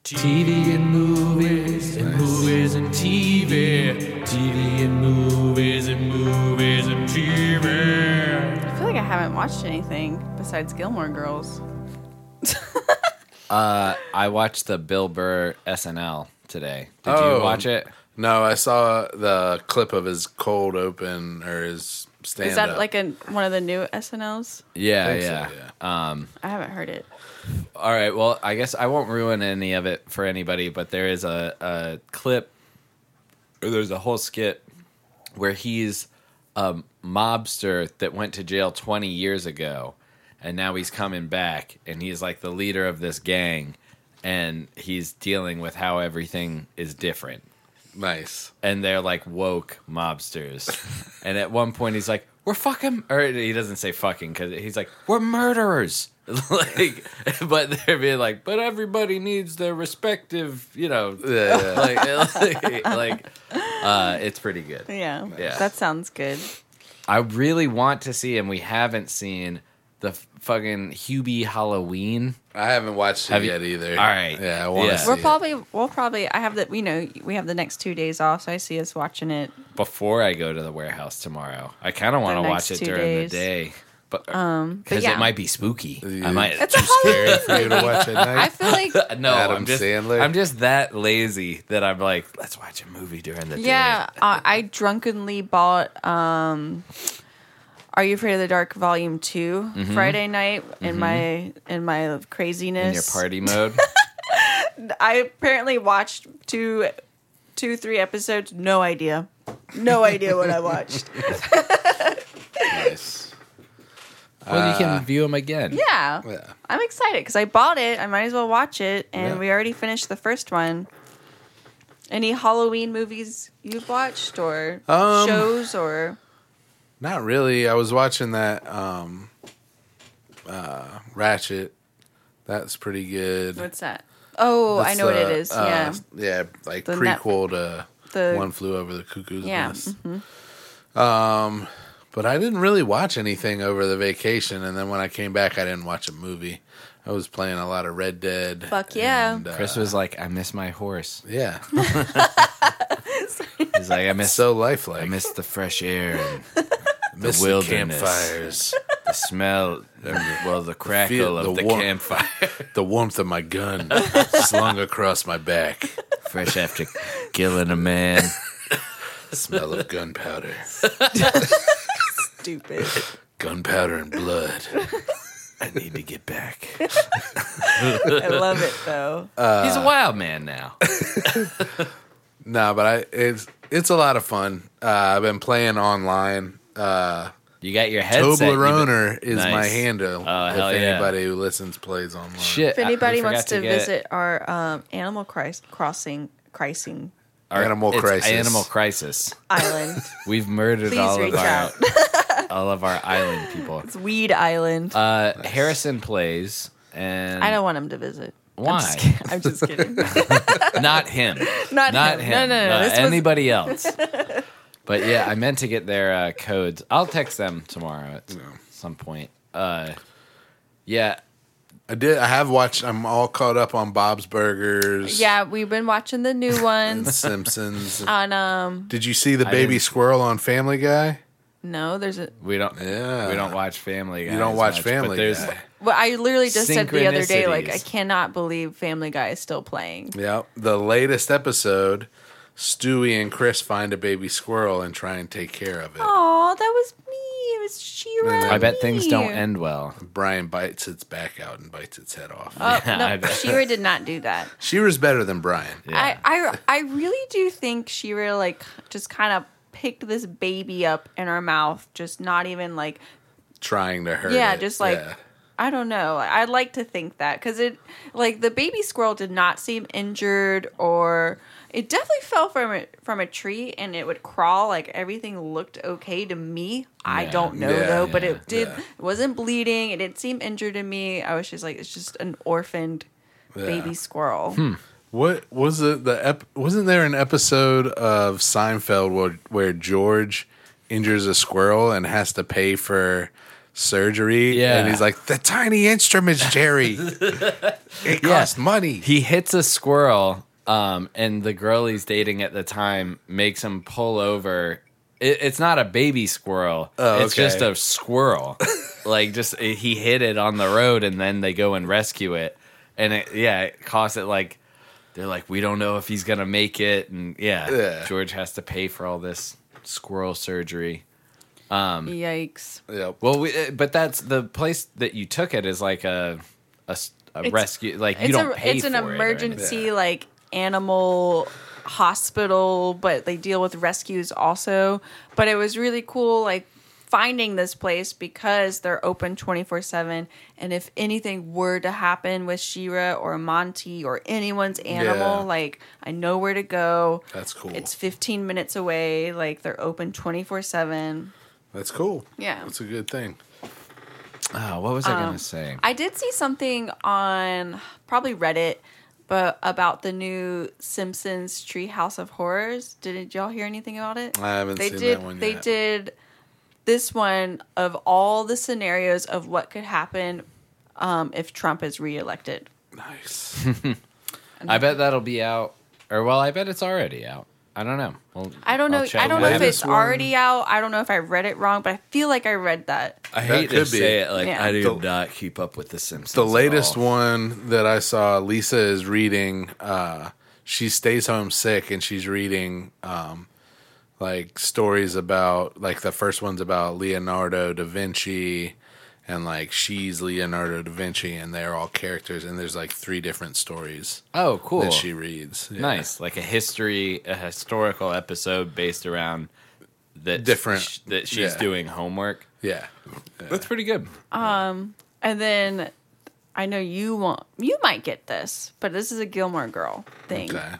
D: TV and movies and movies and TV. TV and movies and movies and TV.
B: I feel like I haven't watched anything besides Gilmore Girls.
A: I watched the Bill Burr SNL today. Did
C: Oh.
A: you watch it?
C: No, I saw the clip of his cold open or his stand.
B: Is that like a one of the new SNLs?
A: Yeah, Um,
C: yeah.
A: yeah.
B: I haven't heard it.
A: All right. Well, I guess I won't ruin any of it for anybody, but there is a, a clip, or there's a whole skit where he's a mobster that went to jail 20 years ago, and now he's coming back, and he's like the leader of this gang, and he's dealing with how everything is different.
C: Nice.
A: and they're like woke mobsters. and at one point, he's like, "We're fucking," or he doesn't say "fucking" because he's like, "We're murderers." [LAUGHS] like, but they're being like, "But everybody needs their respective," you know,
C: Yeah,
A: like, [LAUGHS] like, like, uh, it's pretty good.
B: Yeah.
A: Yeah.
B: That sounds [LAUGHS] good.
A: I really want to see, and we haven't seen the f- fucking Hubie Halloween.
C: I haven't watched it
A: Have you-
C: yet either.
A: All right.
C: Yeah, I want to
A: Yeah.
C: see
B: We're
C: it.
B: probably we'll probably I have that we know we have the next two days off, so I see us watching it.
A: before I go to the warehouse tomorrow. I kind of want to
B: next
A: watch it
B: two
A: during
B: days.
A: the day, but
B: Um, but
A: because
B: yeah,
A: it might be spooky,
C: Yeah.
A: I might.
B: it's a
C: Scary
B: Halloween.
C: for you to
A: [LAUGHS]
C: watch
B: [LAUGHS]
C: at
B: I
C: night.
B: feel like
A: no,
C: Adam
A: I'm just,
C: Sandler.
A: I'm just that lazy that I'm like, let's watch a movie during the
B: yeah, uh, I drunkenly bought um, Are You Afraid of the Dark Volume 2 Friday night in my in my
A: day in your
B: craziness. [LAUGHS]
A: party mode.
B: I apparently watched two two three episodes, no idea. No idea what I watched.
C: Nice.
A: well, you can view them again.
B: [LAUGHS] Yeah.
C: Yeah.
B: I'm excited because I bought it. I might as well watch it. And
C: Yeah.
B: we already finished the first one. Any Halloween movies you've watched or
C: Um,
B: shows or
C: Not really. I was watching that um uh Ratchet. That's pretty good.
B: what's that? Oh, I
C: That's
B: know what it
C: the,
B: is.
C: uh,
B: yeah.
C: Yeah, like
B: The net-
C: prequel to
B: the-
C: One Flew Over the Cuckoo's
B: Yeah, Mm-hmm.
C: Nest. Um but I didn't really watch anything over the vacation and then when I came back I didn't watch a movie. I was playing a lot of Red Dead.
B: Fuck yeah.
C: and, uh,
A: Chris was like, I miss my horse.
C: Yeah. [LAUGHS]
A: He's like, I miss,
C: so lifelike.
A: I miss the fresh air and
C: Miss
A: wilderness. [LAUGHS]
C: campfires.
A: the smell, and, well, the crackle
C: feel-
A: of
C: the
A: the,
C: warmth.
A: campfire,
C: the warmth of
A: [LAUGHS]
C: my gun slung across my back.
A: fresh after killing a man. [LAUGHS]
C: Smell of gunpowder.
B: Stupid.
C: Gunpowder and blood.
A: I need to get back.
B: I love it though.
A: [LAUGHS] He's a wild man now.
C: No, but I it's it's a lot of fun. Uh, I've been playing online. Uh,
A: You got your headset. you've been-
C: Toblerone is
A: Nice.
C: my handle.
A: Oh,
C: if
A: hell yeah.
C: anybody who listens plays online,
A: Shit.
B: If
A: I- we
B: anybody
A: forgot
B: wants to,
A: get
B: visit our um, Animal Cris- Crossing Crossing
A: our-
C: Animal
A: it's
C: Crisis.
A: Animal Crisis. [LAUGHS]
B: Island,
A: We've murdered
B: please
A: all
B: reach
A: of our
B: out.
A: [LAUGHS] all of our island people.
B: it's Weed Island.
A: Uh, Harrison plays, and
B: I don't want him to visit.
A: Why?
B: I'm just
A: [LAUGHS]
B: kidding. I'm just kidding.
A: not him,
B: Not
A: not
B: him.
A: him,
B: No, no, no, this was-
A: anybody
B: [LAUGHS]
A: else. But yeah, I meant to get their uh, codes. I'll text them tomorrow at some point. Uh, yeah,
C: I did. I have watched. I'm all caught up on Bob's Burgers.
B: yeah, we've been watching
A: [LAUGHS]
B: the new
C: and
B: ones [LAUGHS]
C: Simpsons.
B: on um
C: did you see the baby
A: didn't-
C: squirrel on Family Guy?
B: no, there's a
A: we don't.
C: Yeah.
A: we don't watch Family. Guy
C: You don't
A: as
C: watch
A: much, but
C: Family
A: there's-
C: Guy.
B: Well, I literally just said the other day, like, I
A: Synchronicities.
B: cannot believe Family Guy is still playing.
C: Yeah, the latest episode, Stewie and Chris find a baby squirrel and try and take care of it.
B: Oh, that was me. It was Shira.
A: I bet things don't end well.
C: Brian bites its back out and bites its head off.
A: [LAUGHS]
B: Oh,
A: Yeah, I
B: no,
A: bet.
B: Shira did not do that.
C: She was better than Brian.
A: [LAUGHS] Yeah.
B: I, I, I really do think Shira like just kind of picked this baby up in her mouth, just not even like
C: Trying to hurt.
B: yeah,
C: it.
B: just like
C: Yeah.
B: I don't know. I'd like to think that because it like the baby squirrel did not seem injured or it definitely fell from a, from a tree and it would crawl. Like everything looked okay to me. I
A: Yeah.
B: don't know
C: Yeah,
B: though, but
A: yeah,
B: it did.
C: yeah.
B: It wasn't bleeding. It didn't seem injured to me. I was just like, it's just an orphaned
C: Yeah. Hmm.
B: baby squirrel.
C: What was it? The ep- wasn't there an episode of Seinfeld where, where George injures a squirrel and has to pay for surgery?
A: Yeah.
C: and he's like, "The tiny instruments, Jerry. it costs money."
A: He hits a squirrel, um, and the girl he's dating at the time makes him pull over. It, it's not a baby squirrel.
C: Oh,
A: It's
C: okay.
A: just a
C: [LAUGHS]
A: squirrel. like just he hit it on the road, and then they go and rescue it. And it, yeah, it costs it like they're like we don't know if he's gonna make it, and yeah,
C: Yeah.
A: George has to pay for all this squirrel surgery.
B: Yikes!
C: Yep.
A: Well, we, uh, but that's the place that you took it is like a a, s- a rescue. Like you
B: It's
A: don't
B: a
A: pay.
B: it's an
A: for it or anything.
B: emergency like animal hospital, but they deal with rescues also. But it was really cool, like finding this place because they're open 24/7 and if anything were to happen with Shira or Monty or anyone's animal
C: Yeah.
B: like I know where to go.
C: That's cool.
B: It's 15 minutes away like they're open 24/7.
C: That's cool.
B: Yeah.
C: That's a good thing.
A: Oh, what was I gonna say?
B: Um, I did see something on probably Reddit but about the new Simpsons Treehouse of Horrors. Did y'all hear anything about it?
C: I haven't
B: they
C: seen
B: did
C: that one
B: they
C: yet.
B: did this one of all the scenarios of what could happen um, if Trump is reelected.
C: Nice.
A: I bet that'll be out, or well, I bet it's already out. I don't know. Well,
B: I don't know.
A: I'll check
B: I don't
A: when
B: know if
A: happens.
B: it's
C: This one-
B: already out. I don't know if I read it wrong, but I feel like I read that.
A: I hate
C: could
A: to
C: be.
A: say it. Like
B: Yeah.
A: I do
C: The-
A: not keep up with the Simpsons.
C: the
A: at
C: latest
A: all.
C: one that I saw, Lisa is reading. Uh, she stays home sick, and she's reading um, like stories about like the first one's about Leonardo da Vinci, and like she's Leonardo da Vinci, and they're all characters, and there's like three different stories
A: Oh, cool.
C: that she reads. Yeah.
A: Nice, like a history, a historical episode based around that
C: Different-
A: sh- that she's
C: yeah.
A: doing homework.
C: yeah.
A: That's pretty good.
B: And then I know you won't. You might get this, but this is a Gilmore Girl thing.
C: Okay.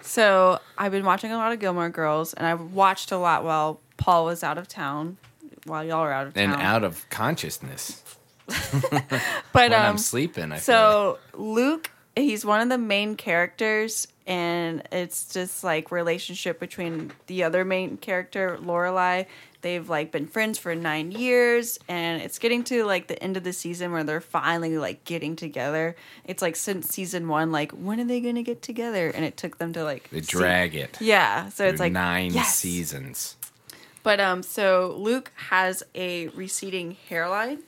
B: So I've been watching a lot of Gilmore Girls, and I watched a lot while Paul was out of town, while y'all were out of
A: And
B: town.
A: out of consciousness
B: but
A: when
B: um,
A: I'm sleeping. I feel like.
B: So Luke, he's one of the main characters, and it's just like relationship between the other main character, Lorelai. They've like been friends for nine years, and it's getting to like the end of the season where they're finally like getting together. It's like since season one, like when are they gonna get together? And it took them to like
A: they
B: se-
A: drag it.
B: Yeah, so it's
A: through
B: like
A: nine
B: yes.
A: seasons.
B: But um, so Luke has a receding hairline,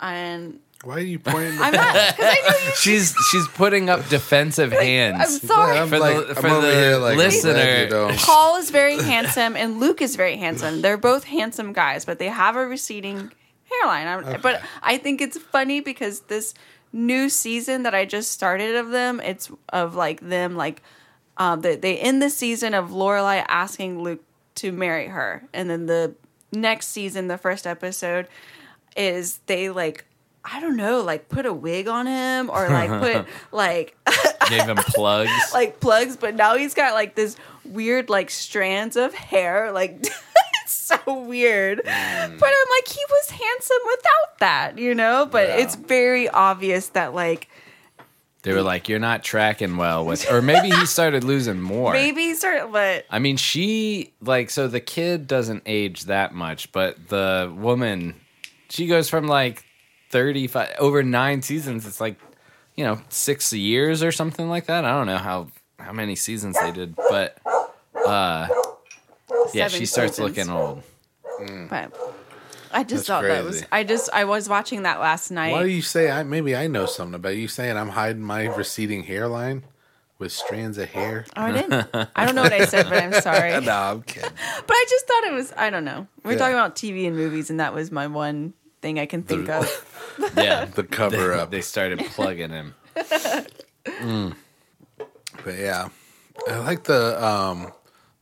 B: and
C: Why are you pointing?
B: I'm not because I know you.
A: She's she's putting up defensive [LAUGHS] hands.
B: [LAUGHS] I'm sorry.
C: I'm
A: for
C: like-
A: the,
C: I'm
A: for
C: over
A: the
C: here, like, I'm glad
A: listener,
C: you don't.
B: [LAUGHS] Paul is very handsome and Luke is very handsome. They're both handsome guys, but they have a receding hairline. I'm, But
C: Okay.
B: I think it's funny because this new season that I just started of them, it's of like them like um, they, they end the season of Lorelai asking Luke to marry her, and then the next season, the first episode is they like. I don't know, like put a wig on him or like put like
A: gave him plugs.
B: [LAUGHS] like plugs, but now he's got like this weird like strands of hair. Like [LAUGHS] it's so weird.
C: Mm.
B: But I'm like, he was handsome without that, you know? But
C: Yeah.
B: it's very obvious that like
A: they were like, "You're not tracking well with," or maybe
B: [LAUGHS]
A: he started losing more.
B: maybe certain but
A: I mean, she like so the kid doesn't age that much, but the woman, she goes from like thirty five over nine seasons. It's like you know six years or something like that. I don't know how how many seasons they did, but uh, yeah,
B: Seven
A: she starts
B: seasons.
A: looking old.
B: but I just
C: That's
B: thought that was
C: crazy.
B: I just I was watching that last night.
C: Why do you say I? Maybe I know something about you saying I'm hiding my receding hairline with strands of hair.
B: Oh, I didn't.
C: [LAUGHS]
B: I don't know what I said, but I'm sorry.
C: no, I'm kidding.
B: But I just thought it was. I don't know. We're
C: Yeah.
B: talking about TV and movies, and that was my one thing I can think of.
A: Yeah,
C: The cover up.
A: they started plugging him.
C: But yeah, I like the um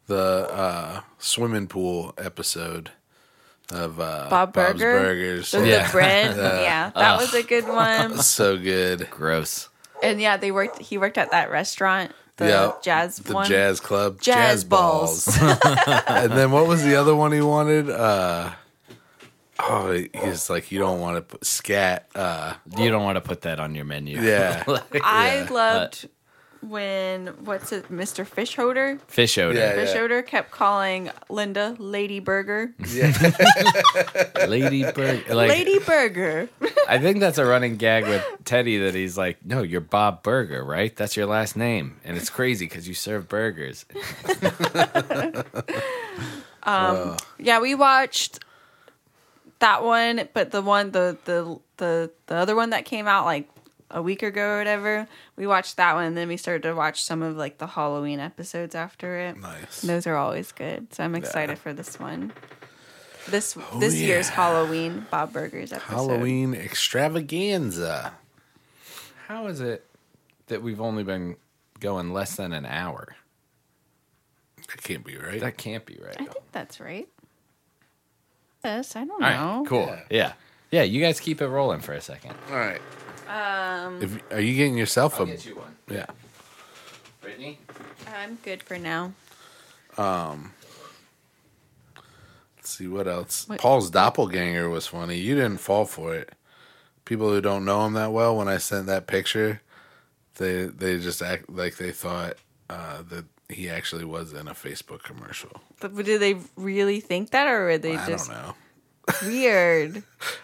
C: the uh swimming pool episode of uh
B: Bob
C: Bob's
B: Burger?
C: Burgers. Oh.
B: The,
A: Yeah.
B: the
C: [LAUGHS]
B: bread, yeah, that was a good one.
C: so good.
A: Gross.
B: And yeah, they worked. He worked at that restaurant, the
C: yeah,
B: jazz
C: the
B: one.
C: jazz club,
B: Jazz balls. [LAUGHS]
C: [LAUGHS] and then what was the other one he wanted? Uh Oh, he's like you don't want to put scat. Uh,
A: You don't want to put that on your menu.
C: Yeah.
A: [LAUGHS] Like,
B: I loved when what's it, Mr. Fish Holder?
A: fish odor,
C: Yeah,
B: Fish Holder kept calling Linda Lady Burger,
A: lady bird. Like,
B: Lady Burger.
A: I think that's a running gag with Teddy that he's like, "No, you're Bob Burger, right? That's your last name, and it's crazy because you serve burgers."
B: yeah, we watched that one, but the one the the the the other one that came out like a week ago or whatever, we watched that one. And then we started to watch some of like the Halloween episodes after it.
C: nice.
B: Those are always good. So I'm excited for this one. This this year's
C: Oh, yeah.
B: Halloween Bob Burgers episode.
C: Halloween extravaganza.
A: How is it that we've only been going less than an hour?
C: That can't be right. [LAUGHS]
A: That can't be right.
B: I think that's right. Yes, I don't
A: All right,
B: know.
A: cool. Yeah. yeah, You guys keep it rolling for a second.
C: All right. Um, if, are you getting yourself a?
A: you one,
C: yeah.
A: Brittany.
B: I'm good for now.
C: Let's see what else.
B: What-
C: Paul's doppelganger was funny. You didn't fall for it. People who don't know him that well, when I sent that picture, they they just act like they thought uh, that he actually was in a Facebook commercial.
B: But did they really think that, or were they
C: I
B: just
C: don't know. [LAUGHS]
B: weird?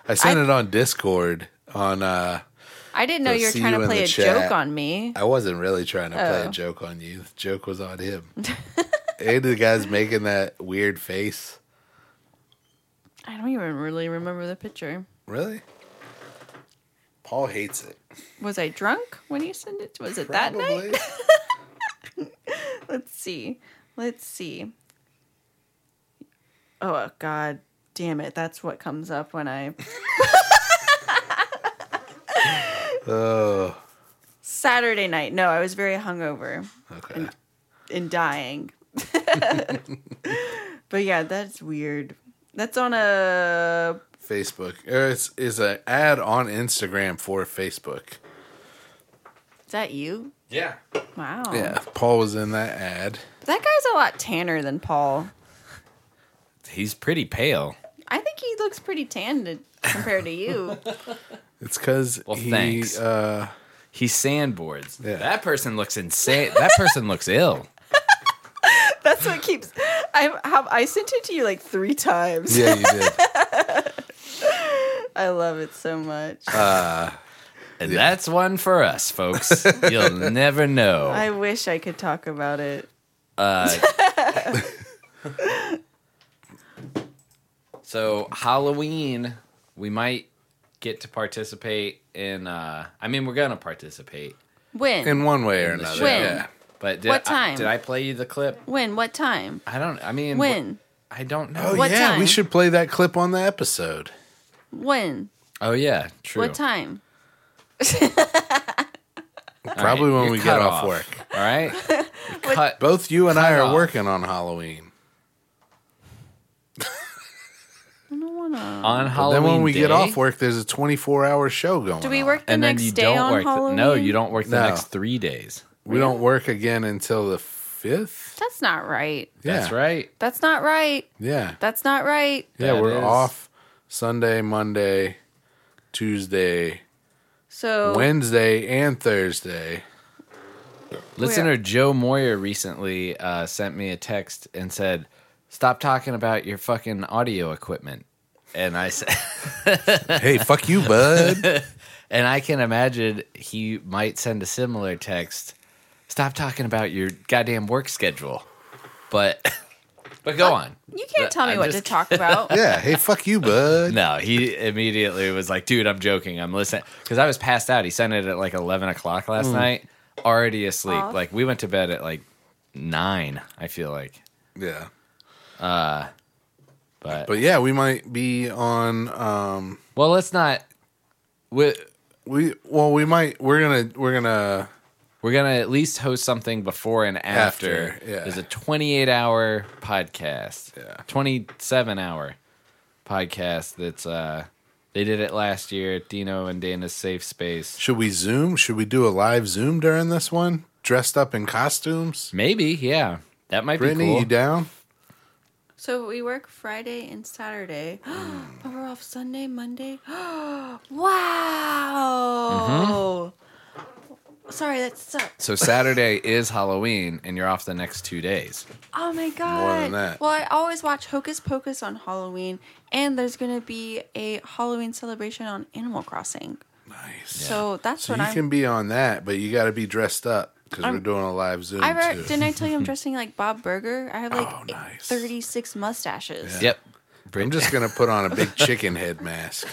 C: I sent it on Discord. On uh,
B: I didn't know
C: They'll
B: you were
C: see
B: trying
C: you
B: to
C: in the
B: play a
C: chat.
B: joke on me.
C: I wasn't really trying to play
B: Oh.
C: a joke on you. The joke was
B: [LAUGHS]
C: on him. and the guy's making that weird face.
B: I don't even really remember the picture.
C: Really? Paul hates it.
B: Was I drunk when you sent it? Was it that night? [LAUGHS] Let's see. Let's see. Oh god damn it. That's what comes up when
C: [LAUGHS]
B: I
C: Oh,
B: Saturday night. No, I was very hungover
C: okay.
B: and
C: [LAUGHS]
B: dying. but yeah, that's weird. That's on a
C: Facebook. Or it's is an ad on Instagram for Facebook.
B: Is that you?
A: Yeah.
B: Wow.
C: Paul was in that ad.
B: That guy's a lot tanner than Paul.
A: He's pretty pale.
B: I think he looks pretty tan to, compared
A: [LAUGHS]
B: to you. [LAUGHS]
C: It's because
A: Well,
C: he.
A: thanks.
C: Uh,
A: He sandboards.
C: Yeah.
A: That person looks insane. that person looks ill.
B: That's what keeps. I have. I sent it to you like three times.
C: yeah,
B: [LAUGHS]
C: you did.
B: I love it so much.
A: Uh, And that's one for us, folks. You'll never know.
B: I wish I could talk about it.
A: So Halloween, we might get to participate in. Uh, I mean, we're gonna participate.
B: When?
C: In one way or
A: the
C: another.
A: show. When?
C: Yeah.
A: But did
B: What
A: I-
B: time?
A: did I play you the clip?
B: when? What time?
A: I don't. I mean,
B: When?
A: wh- I don't know.
C: Oh
B: What
C: yeah, we
B: time?
C: should play that clip on the episode.
B: When?
A: Oh yeah, true.
B: What time?
A: All
C: Probably when
A: you're
C: we
A: cut
C: get off work.
A: All
B: [LAUGHS]
A: right. We cut.
C: Both you and I
A: Cut
C: are
A: off.
C: working on Halloween.
B: I don't wanna.
A: on
C: But
A: Halloween.
C: then when we
A: day,
C: get off work, there's a 24 hour show going.
B: Do we
C: on.
B: work the
A: and then
B: next
A: you
B: day
A: don't
B: on
A: work. The,
B: Halloween?
A: no, you don't work the
C: No.
A: next three days.
C: We don't work again until the fifth.
B: That's not right.
A: That's right.
B: That's not right.
C: Yeah,
B: That's not right.
C: yeah.
A: That
C: We're
A: is-
C: off Sunday, Monday, Tuesday,
B: So
C: Wednesday, and
A: [LAUGHS]
C: Thursday.
A: Listener Joe Moyer recently uh, sent me a text and said, "Stop talking about your fucking audio equipment." And I said,
C: hey, fuck you,
A: [LAUGHS]
C: bud.
A: and I can imagine he might send a similar text. Stop talking about your goddamn work schedule. But [LAUGHS] but go on.
B: you can't tell me
A: I'm
B: what
A: just-
B: to
A: [LAUGHS]
B: talk about.
C: yeah, hey, fuck you, bud.
A: No, he immediately was like, "Dude, I'm joking. I'm listening." Because I was passed out. He sent it at like 11 o'clock last night, already asleep.
B: Aw.
A: Like we went to bed at like nine. I feel like,
C: Yeah,
A: but,
C: but yeah, we might be on. um
A: well, let's not. We
C: We well, we might. We're gonna. We're gonna.
A: we're gonna at least host something before and after.
C: After, yeah.
A: There's a 28 hour podcast.
C: Yeah.
A: 27 hour podcast. That's uh, they did it last year at Dino and Dana's Safe Space.
C: Should we zoom? Should we do a live zoom during this one? Dressed up in costumes.
A: Maybe, yeah, that might
C: Brittany,
A: be cool.
C: you down?
B: So we work Friday and Saturday, [GASPS]
C: Mm.
B: but we're off Sunday, Monday. [GASPS] wow.
C: Mm-hmm.
B: Sorry, that sucks.
A: So Saturday is Halloween, and you're off the next two days.
B: Oh my god.
C: than that.
B: Well, I always watch Hocus Pocus on Halloween, and there's gonna be a Halloween celebration on Animal Crossing.
C: Nice.
B: So that's
C: So
B: what
C: you
B: I'm.
C: can be on that, but you got to be dressed up because we're doing a live Zoom
B: I re-
C: too.
B: didn't I tell you I'm
C: [LAUGHS]
B: dressing like Bob Burger? I have like
C: Oh, nice.
B: 36 mustaches.
A: Yep.
C: I'm just gonna put on a big chicken head mask.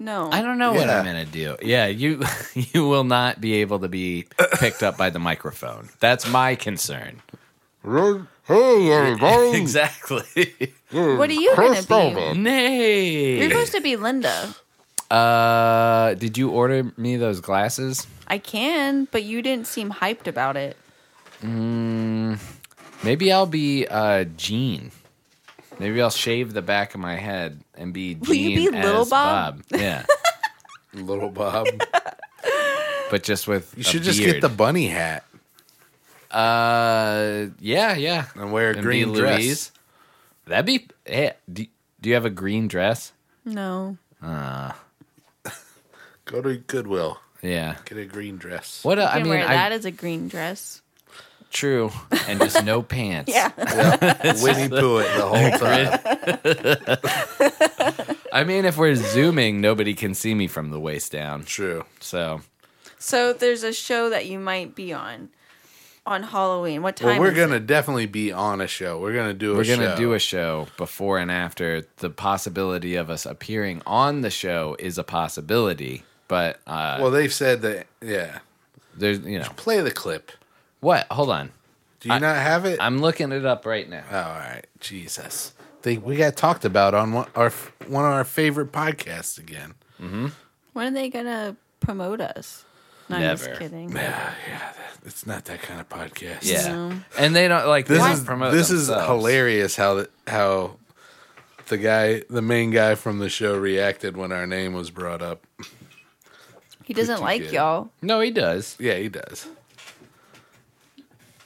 B: No,
A: I don't know what
C: Yeah.
A: I'm gonna do. Yeah, you [LAUGHS] you will not be able to be picked up by the microphone. That's my concern. [LAUGHS] exactly.
B: What are you gonna be? You're
A: Nay.
B: supposed to be Linda.
A: Uh, did you order me those glasses?
B: I can, but you didn't seem hyped about it.
A: Maybe I'll be uh Gene. Maybe I'll shave the back of my head and be Gene
B: Will you be
A: as
B: Little
A: Bob?
B: Bob?
A: Yeah,
C: Little Bob.
A: but just with
C: You should just get the bunny hat
A: uh yeah yeah
C: and wear a
A: And
C: green
A: be
C: dress.
A: Louise. That'd be hey, do, do you have a green dress?
B: No.
C: Go to Goodwill.
A: Yeah.
C: Get a green dress.
A: What a,
B: You
A: I
B: can
A: mean,
B: wear that [LAUGHS]
A: I,
B: as a green dress.
A: true, and just no pants. [LAUGHS]
C: Winnie Pooh it the whole time.
A: I mean, if we're zooming, nobody can see me from the waist down.
C: True.
A: So
B: [LAUGHS] So there's a show that you might be on on Halloween. What time?
C: Well, we're
B: is
C: gonna definitely be on a show. We're gonna do. A
A: we're gonna
C: show.
A: do a show before and after. The possibility of us appearing on the show is a possibility, but uh,
C: Well, they've said that. Yeah.
A: there's you know
C: Play the clip.
A: what? Hold on,
C: Do you not have it?
A: I'm looking it up right now.
C: Oh, all right. Jesus. They, we got talked about on one, our one of our favorite podcasts again.
B: it? When are they gonna promote us? No, I'm
A: Never.
B: just kidding.
C: It's not that kind of podcast.
A: Yeah,
B: No.
A: and they don't like
C: This
A: they
C: is
A: don't promote
C: this is
A: themselves.
C: hilarious how the, how the guy the main guy from the show reacted when our name was brought up.
B: He doesn't
C: Pretty
B: like
C: good.
B: y'all.
A: No, he does.
C: Yeah, he does.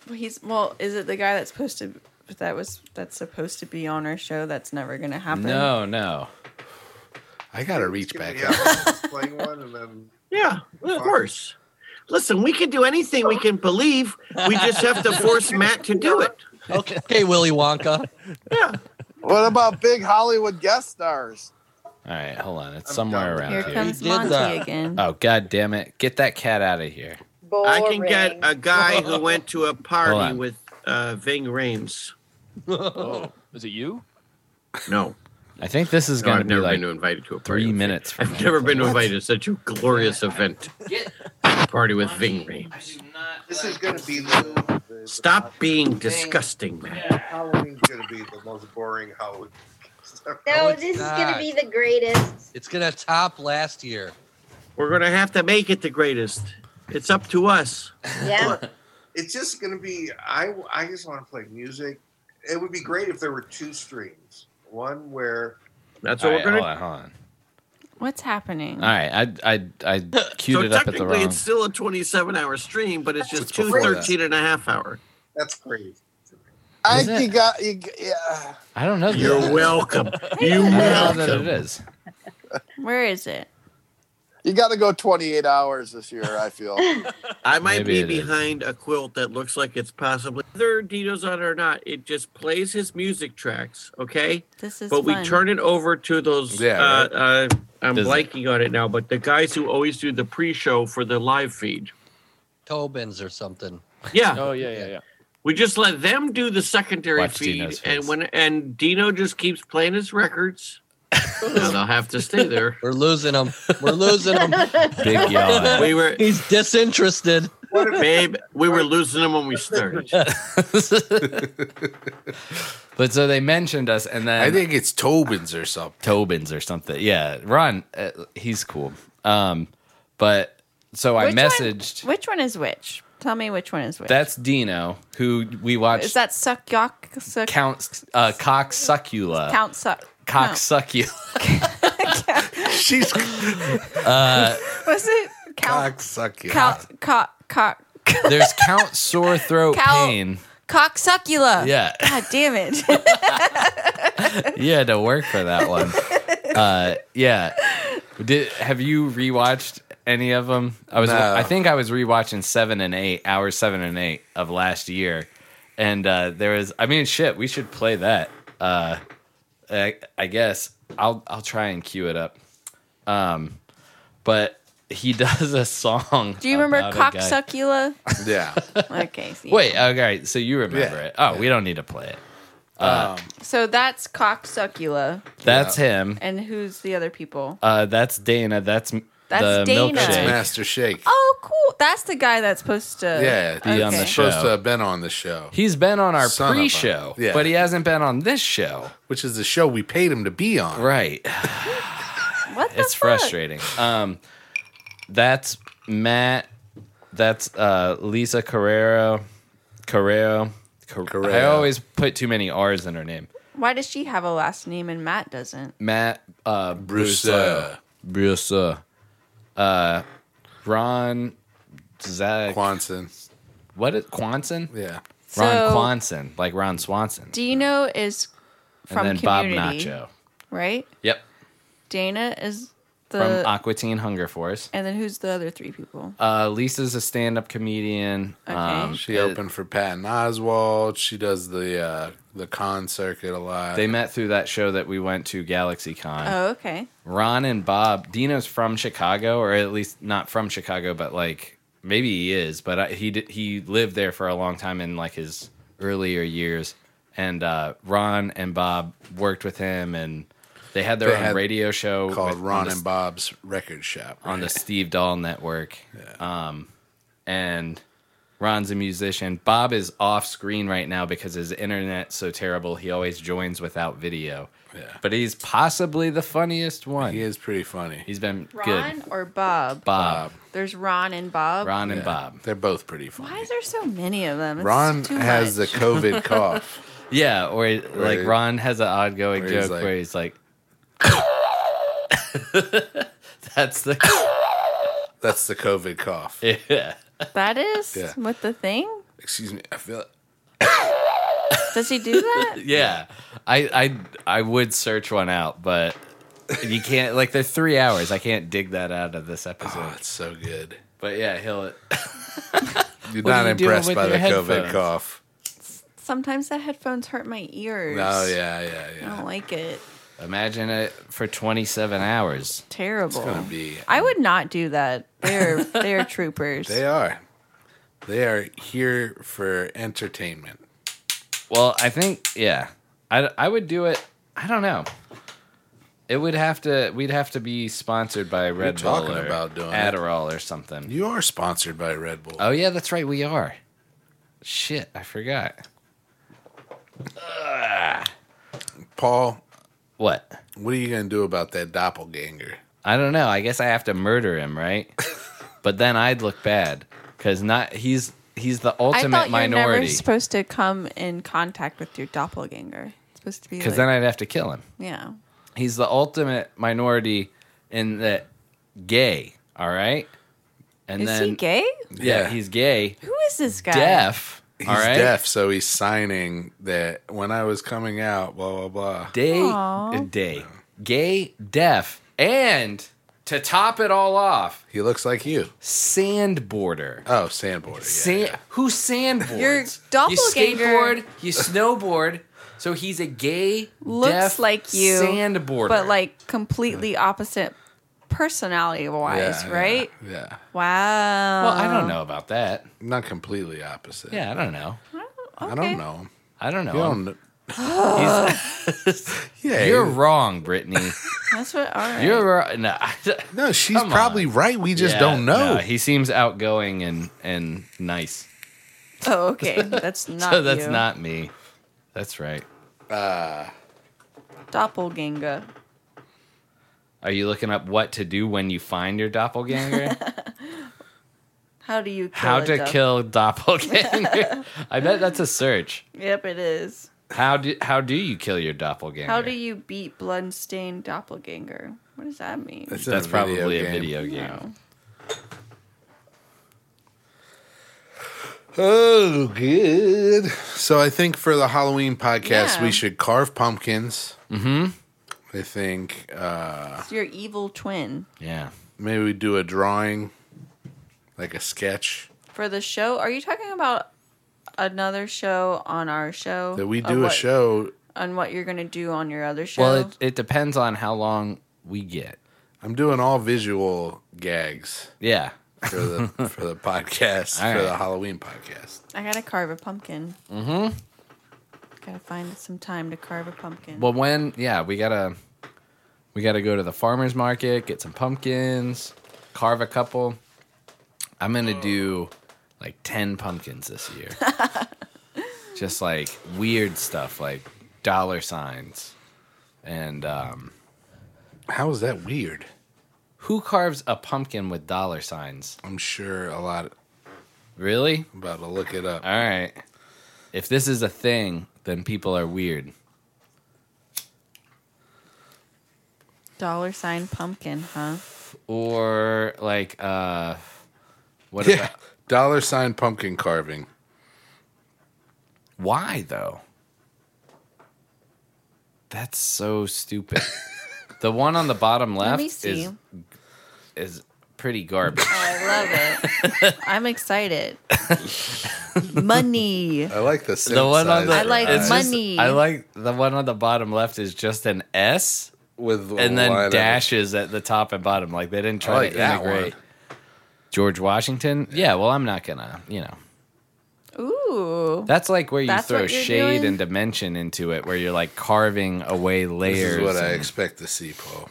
B: Well, He's well. Is it the guy that's supposed to that was that's supposed to be on our show? That's never gonna happen.
A: No, no.
C: I gotta reach back up.
E: Yeah, playing one and then
F: Yeah, well, of course. Listen, we can do anything we can believe. We just have to force Matt to do it.
G: Okay, Willy Wonka.
F: Yeah.
E: what about big Hollywood guest stars?
A: All right, hold on. It's somewhere
E: done.
A: around
B: Here
A: here.
B: comes
G: did
B: Monty
G: that.
B: again.
A: Oh god damn it! Get that cat out of
F: [LAUGHS]
A: here.
F: I can get a guy who went to a
A: Hold
F: party
A: on.
F: with uh, Ving Rames.
H: Is it you?
F: No,
A: I think this is
F: no
A: going
F: I've
A: to be
F: never
A: like
F: been invited to a party.
A: three
F: with Ving.
A: minutes.
F: [LAUGHS]
A: From
F: I've
A: now.
F: never been invited to such a glorious event. Party with Ving Rames.
E: This is going to be the, the
F: Stop being disgusting, Matt.
E: Halloween's going to be the most boring Halloween.
I: No,
G: it's
I: this is
G: not.
I: gonna be the
F: [LAUGHS]
I: greatest.
G: It's gonna top last year.
F: We're gonna have to make it the greatest. It's up to us.
I: Yeah.
E: It's just going to be. I I just want to play music. It would be great if there were two streams. One where
F: That's
A: All
F: what
A: right, oh,
F: we're gonna.
A: hold on, hold on.
B: What's happening?
A: All right, I I I queued
F: [LAUGHS] so
A: it up at the
F: technically,
A: wrong.
F: it's still a 27 hour stream, but it's just
C: It's
F: two
C: before that.
F: 13 and a half hour.
E: that's crazy.
A: Is
E: I
A: it?
E: you got you, g- yeah.
A: I don't know.
F: You're
A: that. [LAUGHS]
F: welcome. You
A: I don't know that it
F: welcome.
A: is.
B: Where is it?
E: You got to go 28 hours this year. I
J: [LAUGHS]
E: feel.
F: I might
A: Maybe
F: be
A: it is.
F: behind a quilt that looks like it's possibly whether Dino's on it or not. It just plays his music tracks, okay?
B: This is.
F: but we
B: fun.
F: turn it over to those.
C: Yeah,
F: uh, uh, I'm
A: Does it-
F: blanking on it now, but the guys who always do the pre-show for the live feed.
G: Tobin's or something.
F: Yeah,
H: Oh yeah, yeah, yeah.
F: We just let them do the secondary
A: Watch
F: feed,
A: Dino's face.
F: and when and Dino just keeps playing
A: [LAUGHS]
F: his records. Now they'll have to stay there.
G: We're losing him. We're losing
A: [LAUGHS]
G: him.
A: Big yawn. [LAUGHS]
F: [LAUGHS] We were,
G: He's disinterested.
E: What if,
F: babe, we were losing them when we started.
A: but so they mentioned us, and then
C: I think it's Tobin's or something.
B: [LAUGHS]
A: Tobin's or something. Yeah, Ron, uh, he's cool. Um, but so I
B: Which one-
A: messaged.
B: Which one is which? Tell me which one is which.
A: That's Dino, who we watched.
B: is that suck yuck suck
A: Count uh, Cocksuccula.
B: count suck count.
A: Cocksuccula.
C: She's
B: Was it count
C: [LAUGHS] cocksucking.
B: count cock cock
A: [LAUGHS] There's Count Sore Throat
B: Count-
A: Pain.
B: cocksuccula?
A: Yeah,
B: God damn
A: [LAUGHS]
B: it!
A: you had to work for that
B: [LAUGHS]
A: one. Uh, yeah. Did have you rewatched any of them? I was.
C: No.
A: I think I was rewatching seven and eight, hours seven and eight of last year, and uh, there was. I mean, shit. We should play that. Uh, I, I guess I'll I'll try and cue it up. Um, but he [LAUGHS] does a song.
B: Do you remember
A: about a guy-
B: cocksuccula?
C: Yeah.
B: Okay. See.
A: [LAUGHS] Wait, okay, so you remember
C: Yeah.
A: it. Oh, we don't need to play it.
B: So that's cocksuccula,
A: That's him.
B: and who's the
A: [LAUGHS]
B: other people?
A: Uh, that's Dana. That's, m-
B: That's
A: the
B: Dana.
C: It's
B: Shake.
A: milkshake.
C: Master Shake.
B: Oh, cool. That's the guy that's supposed to.
C: Yeah,
A: Be on the
B: Okay.
A: show.
C: Supposed to have been on the show,
A: He's been on our
C: Son of a-
A: pre-show,
C: Yeah.
A: but he hasn't been on this show.
C: which is the show we paid him to be on.
A: Right.
B: What the
A: It's
B: fuck?
A: frustrating. Um, that's Matt. That's uh, Lisa Carrero. Carrero. Car-
C: Carrero.
A: I always put too many R's in her name.
B: Why does she have a last name and Matt doesn't?
A: Matt uh,
C: Brusa.
A: Brusa. Uh, Ron Zach.
C: Quanson.
A: what is Quanson?
C: Yeah.
B: So-
A: Ron Quanson, like Ron Swanson,
B: Dino is from
A: and then
B: Community,
A: Bob Nacho.
B: right?
A: Yep,
B: Dana is the
A: from Aqua Teen Hunger Force.
B: and then who's the other three people?
A: Uh, Lisa's a stand-up comedian.
B: Okay.
A: Um,
C: She
A: uh,
C: opened for Patton Oswald. She does the uh, the con circuit a lot.
A: They met through that show that we went to, GalaxyCon.
B: Oh, okay.
A: Ron and Bob. Dino's from Chicago, or at least not from Chicago, but like maybe he is. But I, he did, he lived there for a long time in like his earlier years. And uh, Ron and Bob worked with him, and they had their
C: They
A: own
C: had-
A: radio show
C: called
A: with- on
C: Ron
A: the-
C: and Bob's Record Shop.
A: on the Steve Dahl Network. Um, and Ron's a musician. Bob is off screen right now because his internet's so terrible. He always joins without video.
C: Yeah.
A: But he's possibly the funniest one.
C: He is pretty funny.
A: He's been
B: Ron
A: good.
B: or Bob?
A: Bob.
B: There's Ron and Bob.
A: Ron and
C: Yeah.
A: Bob.
C: They're both pretty funny.
B: Why is there so many of them? It's
C: Ron
B: too
C: has
B: much.
A: [LAUGHS]
C: the COVID cough.
A: Yeah, or like
C: he-
A: Ron has an ongoing
C: where he's
A: joke
C: like-
A: where he's like, [LAUGHS] "That's the [LAUGHS]
C: That's the COVID cough.
A: yeah."
B: that is
C: Yeah.
B: with the thing.
C: Excuse me. I feel it.
B: Does he do
C: [LAUGHS]
B: that?
A: Yeah, I I I would search one out, but you can't. Like, they're three hours. I can't dig that out of this episode.
C: Oh, it's so good.
A: but yeah, he'll.
C: You're
A: What are
C: not
A: you doing
C: impressed
A: with
C: by the
A: your
C: COVID
A: headphones?
C: cough.
B: Sometimes the headphones hurt my ears.
C: Oh yeah, yeah, yeah.
B: I don't like it.
A: Imagine it for twenty seven hours.
B: Terrible.
C: It's gonna be.
B: I would not do that.
C: [LAUGHS]
B: They're they're troopers.
C: They are. They are here for entertainment.
A: Well, I think yeah, I I would do it. I don't know. It would have to. We'd have to be sponsored by Red Bull
C: talking
A: or
C: about doing it.
A: Adderall or something.
C: You are sponsored by Red Bull.
A: Oh yeah, that's right. We are. Shit, I forgot.
C: Paul,
A: What?
C: what are you gonna do about that doppelganger?
A: I don't know. I guess I have to murder him,
C: [LAUGHS]
A: right? but then I'd look bad because not he's he's the
B: I thought
A: ultimate
B: you're never
A: minority.
B: supposed to come in contact with your doppelganger. It's supposed to be
A: Because
B: like,
A: then I'd have to kill him.
B: yeah.
A: He's the ultimate minority in that gay. All right. And
B: Is
A: then
B: he gay?
A: Yeah,
C: Yeah.
A: he's gay.
B: Who is this guy?
A: Deaf.
C: He's
A: all right.
C: deaf, so he's signing that when I was coming out, blah blah blah.
A: Day
B: Aw.
A: day. Gay, deaf, and to top it all off,
C: He looks like you.
A: sandboarder.
C: Oh, sandboarder. Yeah,
A: Sand, Who sandboards?
B: Your doppelganger.
A: You skateboard. You snowboard. So he's a gay,
B: Looks
A: deaf
B: like you,
A: sandboarder,
B: But like completely opposite personality wise,
C: Yeah,
B: right?
C: yeah, yeah.
B: Wow.
A: Well, I
B: uh,
A: don't know about that.
C: not completely opposite.
A: Yeah, I don't know.
C: I don't know. him.
A: I don't know.
C: You don't. kn-
A: He's- [LAUGHS]
C: Yeah,
A: you're wrong,
C: [LAUGHS]
A: Brittany.
B: That's what. All right.
A: You're wrong. No, [LAUGHS]
C: no. She's
A: Come on.
C: probably right. We just
A: Yeah,
C: don't know.
A: no, he seems outgoing and and nice. [LAUGHS]
B: oh, okay. That's not.
A: so that's
B: you.
A: not me. That's right.
B: doppelganger.
A: Are you looking up what to do when you find your
B: [LAUGHS]
A: doppelganger?
B: How do you? Kill
A: How
B: a
A: to
B: doppel-
A: kill doppelganger? [LAUGHS] I bet that's a search.
B: Yep, it is.
A: How do how do you kill your doppelganger?
B: How do you beat bloodstained doppelganger? What does that mean?
C: It's in
A: That's
C: a
A: probably a
C: game.
A: video game.
C: Oh, good. So I think for the Halloween podcast,
B: Yeah.
C: we should carve pumpkins. Mm-hmm. I think uh,
B: It's your evil twin.
A: Yeah.
C: maybe we do a drawing, like a sketch.
B: For the show, are you talking about another show on our show?
C: That we
B: Of
C: do a
B: what-
C: show.
B: On what you're going to do on your other show?
A: Well, it, it depends on how long we get.
C: I'm doing all visual gags
A: Yeah. [LAUGHS]
C: for the for the podcast
A: All
C: for the
A: right.
C: Halloween podcast.
B: I got to carve a pumpkin. Mm
A: Mm-hmm.
B: hmm. Got to find some time to carve a pumpkin.
A: Well, when yeah, we gotta we gotta go to the farmers market, get some pumpkins, carve a couple. I'm
B: Oh.
A: gonna do like ten pumpkins this
B: [LAUGHS]
A: year. Just like weird stuff, like dollar signs, and um,
C: How is that weird?
A: who carves a pumpkin with dollar signs?
C: I'm sure a lot.
A: Really?
C: I'm about to look it up.
A: All right. If this is a thing, then people are weird.
B: Dollar sign pumpkin, huh?
A: or like uh, what
C: Yeah.
A: about
C: Dollar sign pumpkin carving.
A: why though? That's so stupid.
C: [LAUGHS]
A: the one on the bottom
B: Let
A: left
B: me see.
A: is is pretty
C: [LAUGHS]
A: garbage.
B: Oh, I love
A: [LAUGHS]
B: it. I'm excited. Money.
C: I like the
A: the one on the
B: I like
A: it's just-
B: money.
A: I like the one on the bottom left is just an S
C: with a
A: and
C: line
A: then
C: of-
A: dashes at the top and bottom. Like they didn't
C: I
A: try
C: like
A: to
C: that one.
A: integrate George Washington. Yeah, well, I'm not gonna. You know,
B: Ooh.
A: that's like where you
B: That's
A: throw
B: what you're
A: shade
B: doing?
A: and dimension into it, where you're like carving away layers.
C: This is what I
A: and-
C: expect to see, Paul.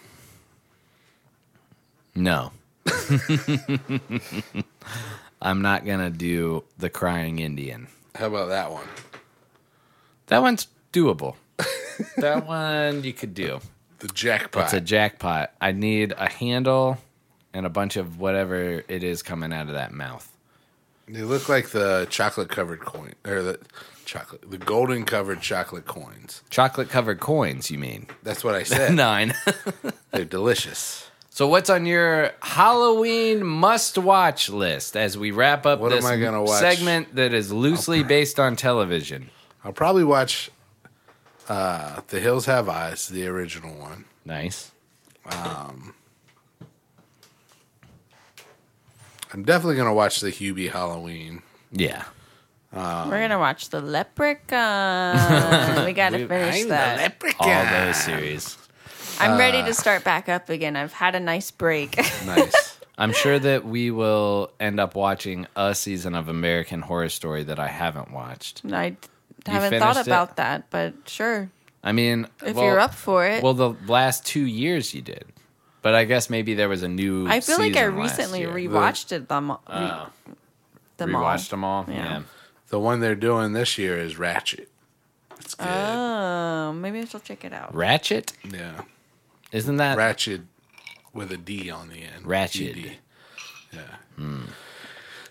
A: No. [LAUGHS] I'm not gonna do the crying Indian.
C: How about that one?
A: That one's
C: [LAUGHS]
A: doable. that one you could do.
C: The
A: It's
C: jackpot.
A: a jackpot. I need a handle and a bunch of whatever it is coming out of that mouth.
C: they look like the chocolate covered coin or the chocolate, the golden covered chocolate coins.
A: Chocolate covered coins, you mean?
C: That's what I
A: [LAUGHS]
C: said.
A: Nine.
C: They're delicious.
A: so, what's on your Halloween must watch list as we wrap up
C: What am
A: this
C: I gonna watch?
A: segment that is loosely based on television?
C: I'll probably watch uh, The Hills Have Eyes, the original one.
A: Nice.
C: I'm definitely gonna watch the Hubie Halloween. [LAUGHS]
A: Yeah.
B: We're gonna watch the Leprechaun. we gotta finish that.
A: All those series.
B: I'm ready to start back up again. I've had a nice break. [LAUGHS]
C: Nice.
A: I'm sure that we will end up watching a season of American Horror Story that I haven't watched.
B: I d- haven't thought
A: finished it?
B: about that, but sure,
A: I mean,
B: if
A: well-
B: you're up for it.
A: Well, the last two years you did, but I guess maybe there was a new.
B: I feel like I
A: season last
B: recently
A: year. Oh.
B: rewatched it. Them, re- them all.
A: rewatched them all.
B: Yeah.
A: Yeah.
C: the one they're doing this year is Ratchet. It's good.
B: Oh, maybe I shall check it out.
A: Ratchet,
C: yeah.
A: isn't that
C: Ratchet with a D on the end.
A: Ratchet.
C: ED. Yeah.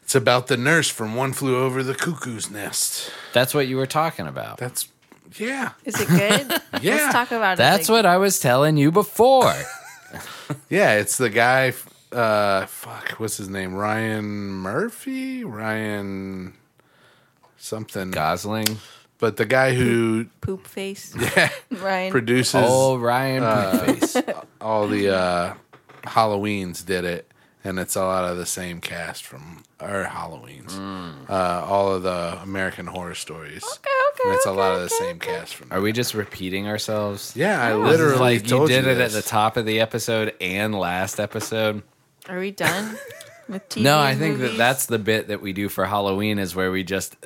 C: It's about the nurse from One Flew Over the Cuckoo's Nest.
A: that's what you were talking about?
C: That's yeah,
B: Is it
A: [LAUGHS]
B: good?
C: Yeah.
B: Let's talk about it.
A: that's what I was telling you
C: [LAUGHS]
A: before.
C: yeah. It's the guy. Uh, fuck, what's his name? Ryan Murphy. Ryan something.
A: Gosling.
C: But the guy who [LAUGHS]
B: Poop face.
C: yeah,
B: [LAUGHS] Ryan.
C: produces
A: Oh, Ryan
C: uh,
A: Poopface.
C: all the uh, Halloweens did it, and it's a lot of the same cast from our Halloweens.
A: Hmm.
C: Uh, all of the American Horror Stories.
B: okay,
C: And it's a
B: okay,
C: lot of the
B: okay, Oh,
C: same cast from.
A: Are we just repeating ourselves?
C: Yeah, I
A: This is
C: literally
A: like you
C: told
A: did it at
C: this.
A: the top of the episode and last episode.
B: Are we [LAUGHS] done with TV?
A: No, I think that
B: movies?
A: that's the bit that we do for Halloween is where we just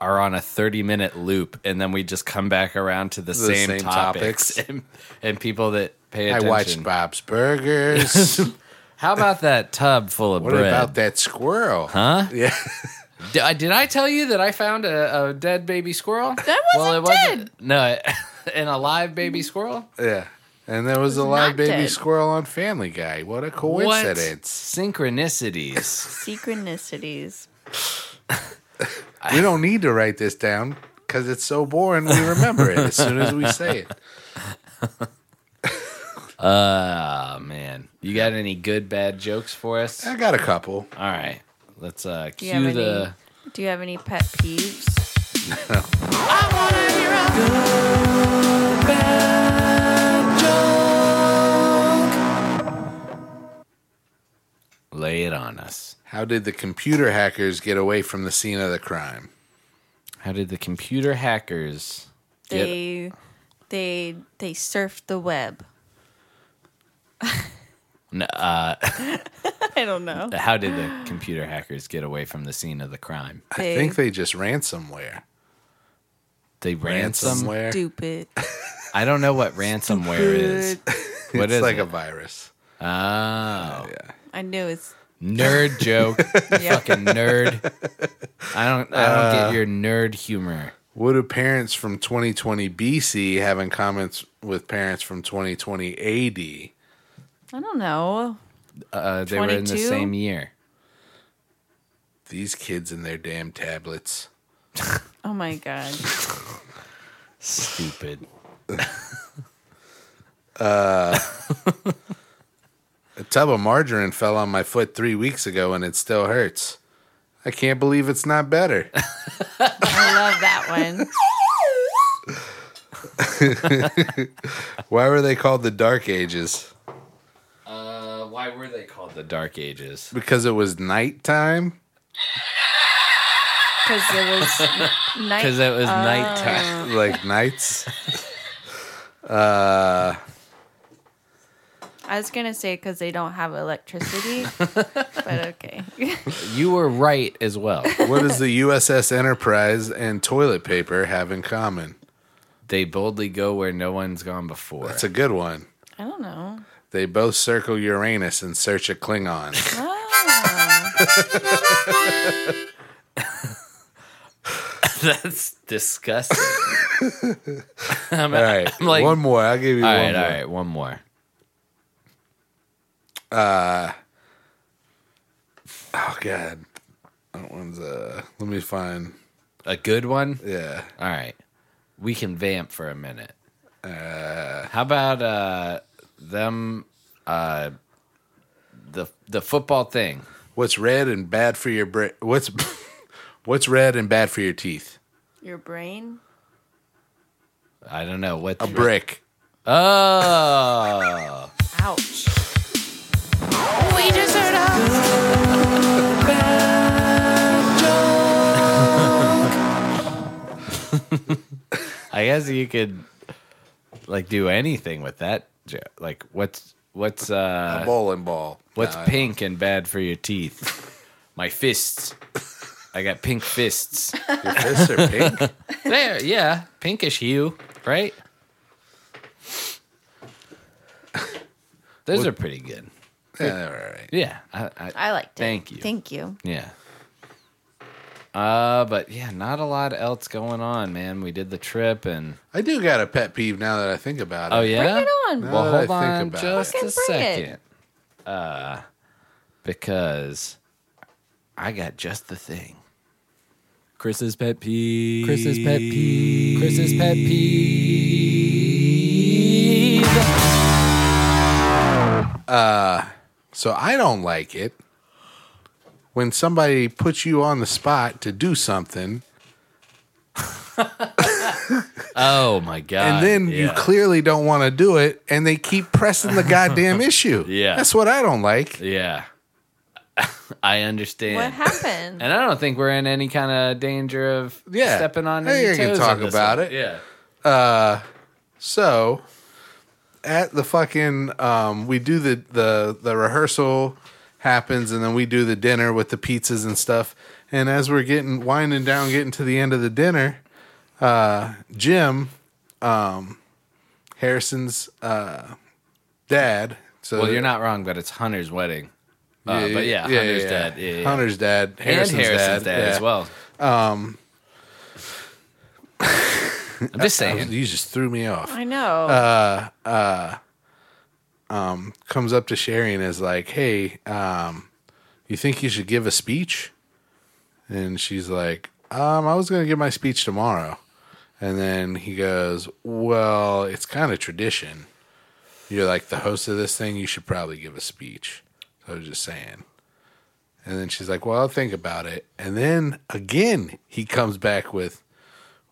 A: are on a 30 minute loop and then we just come back around to the, same,
C: same
A: topics, [LAUGHS]
C: topics.
A: And, and people that pay
C: I
A: attention.
C: watched
A: [LAUGHS]
C: Bob's Burgers.
A: How about that tub full of
C: what
A: bread?
C: about that squirrel?
A: Huh?
C: Yeah.
A: Did I, uh, did I tell you that I found a, a dead baby squirrel? That
B: wasn't
A: No, [LAUGHS] it- and a live baby squirrel?
C: yeah. And there was a live
B: not
C: baby
B: dead.
C: squirrel on Family Guy. What a
A: What
C: coincidence.
A: synchronicities?
B: synchronicities.
C: We don't need to write this down because it's so boring. We remember it as
B: [LAUGHS]
C: soon as we say it.
A: oh man, you got any good bad jokes for us?
C: I
A: All
C: got a couple.
A: right, let's uh,
B: Do you have
A: cue
B: any?
A: the.
B: Do you have any pet peeves?
A: Lay it on us.
C: How did the computer hackers get away from the scene of the crime?
A: How did the computer hackers get-
B: They, they, they surfed the web.
A: N- uh,
B: [LAUGHS] I don't know.
A: how did
B: [GASPS]
A: the computer hackers get away from the scene of the crime?
C: I think they just ransomware.
A: They ransom.
C: Ransomware.
B: stupid.
A: I don't know what ransomware
C: [LAUGHS]
A: is. What
C: it's
A: is
C: like
A: it?
C: a virus.
A: Oh,
B: I knew it's
A: nerd joke.
B: yeah.
A: Fucking nerd. I don't. I don't
C: Uh,
A: get your nerd humor.
C: What do parents from 2020 BC have in comments with parents from 2020 AD?
B: I don't know.
A: Uh, they were in the
B: 22?
A: same year.
C: These kids and their damn tablets.
B: Oh my god.
A: Stupid.
C: tub of margarine fell on my foot three weeks ago and it still hurts. I can't believe it's not [LAUGHS] better.
B: I love that one.
C: Why were they called the Dark Ages?
A: Uh, why were they called the Dark Ages?
C: Because it was nighttime?
B: Because
A: [LAUGHS]
B: it was night.
A: Because it was
B: Uh,
A: nighttime.
C: [LAUGHS] Like nights? Uh,
B: I was gonna say because they don't
A: [LAUGHS]
B: have electricity, but okay. [LAUGHS]
A: You were right as well.
C: What does the USS Enterprise and toilet paper have in common?
A: they boldly go where no one's gone before.
C: That's a good one.
B: I don't know.
C: They both circle Uranus in search of Klingons.
B: Oh,
A: [LAUGHS] That's
C: [LAUGHS]
A: disgusting. [LAUGHS] I'm,
C: [LAUGHS] All right,
A: I'm like,
C: one more. I'll give you
A: all
C: one
A: right,
C: more.
A: all right, one more.
C: Oh god, that one's uh. Let me find.
A: A good one.
C: Yeah,
A: All right, we can vamp for a minute. Uh, How about uh, them? Uh, the the football thing.
C: what's red and bad for your bra- What's [LAUGHS] what's red and bad for your teeth?
B: your brain.
A: I don't know what.
C: A brick.
A: Oh,
B: Ouch. We just heard a
A: I guess you could like do anything with that. Jo- Like what's what's uh
C: A bowling ball.
A: What's
C: No, I-
A: pink and bad for your teeth? My fists. I got pink fists.
C: your fists are pink? [LAUGHS]
A: There, yeah, pinkish hue, right? Those are pretty good.
C: yeah, all right.
A: Yeah, I, I,
B: I liked it.
A: Thank you.
B: Thank you.
A: yeah. Uh, but yeah, not a lot else going on, man. We did the trip and
C: I do got a pet peeve now that I think about it.
A: oh yeah,
B: Bring it on.
C: No.
A: Well,
C: Now that
A: hold
C: I think
A: on
C: about
A: just
B: it.
A: a
B: Fucking bring it.
A: second. Uh, because I got just the thing. Chris's pet peeve. Chris's pet peeve. Chris's pet peeve.
C: So I don't like it when somebody puts you on the spot to do something,
A: Oh my god!
C: and then you
A: Yeah.
C: clearly don't want to do it, and they keep
A: [LAUGHS]
C: pressing the goddamn issue.
A: Yeah.
C: that's what I don't like.
A: yeah. [LAUGHS] I understand.
B: What happened?
A: And I don't think we're in any kind of danger of
C: Yeah.
A: stepping on
C: I
A: any
C: think I can
A: toes
C: talk
A: on this
C: about
A: one.
C: it.
A: Yeah.
C: So at the fucking um we do the the the rehearsal happens and then we do the dinner with the pizzas and stuff. And as we're getting winding down getting to the end of the dinner, uh Jim um Harrison's uh dad so
A: Well, you're not wrong, but it's Hunter's wedding. Uh, but yeah, Hunter's dad. Yeah, yeah.
C: Hunter's dad, Harrison's,
A: and Harrison's dad,
C: yeah.
A: as well. Um, I'm just saying.
C: You just threw me off.
B: I know.
A: Uh,
C: comes up to Sherry and is like, "Hey, um, you think you should give a speech?" And she's like, "Um, I was going to give my speech tomorrow." And then he goes, "Well, it's kind of tradition. You're like the host of this thing. You should probably give a speech." So I was just saying. And then she's like, "Well, I'll think about it." And then again, he comes back with,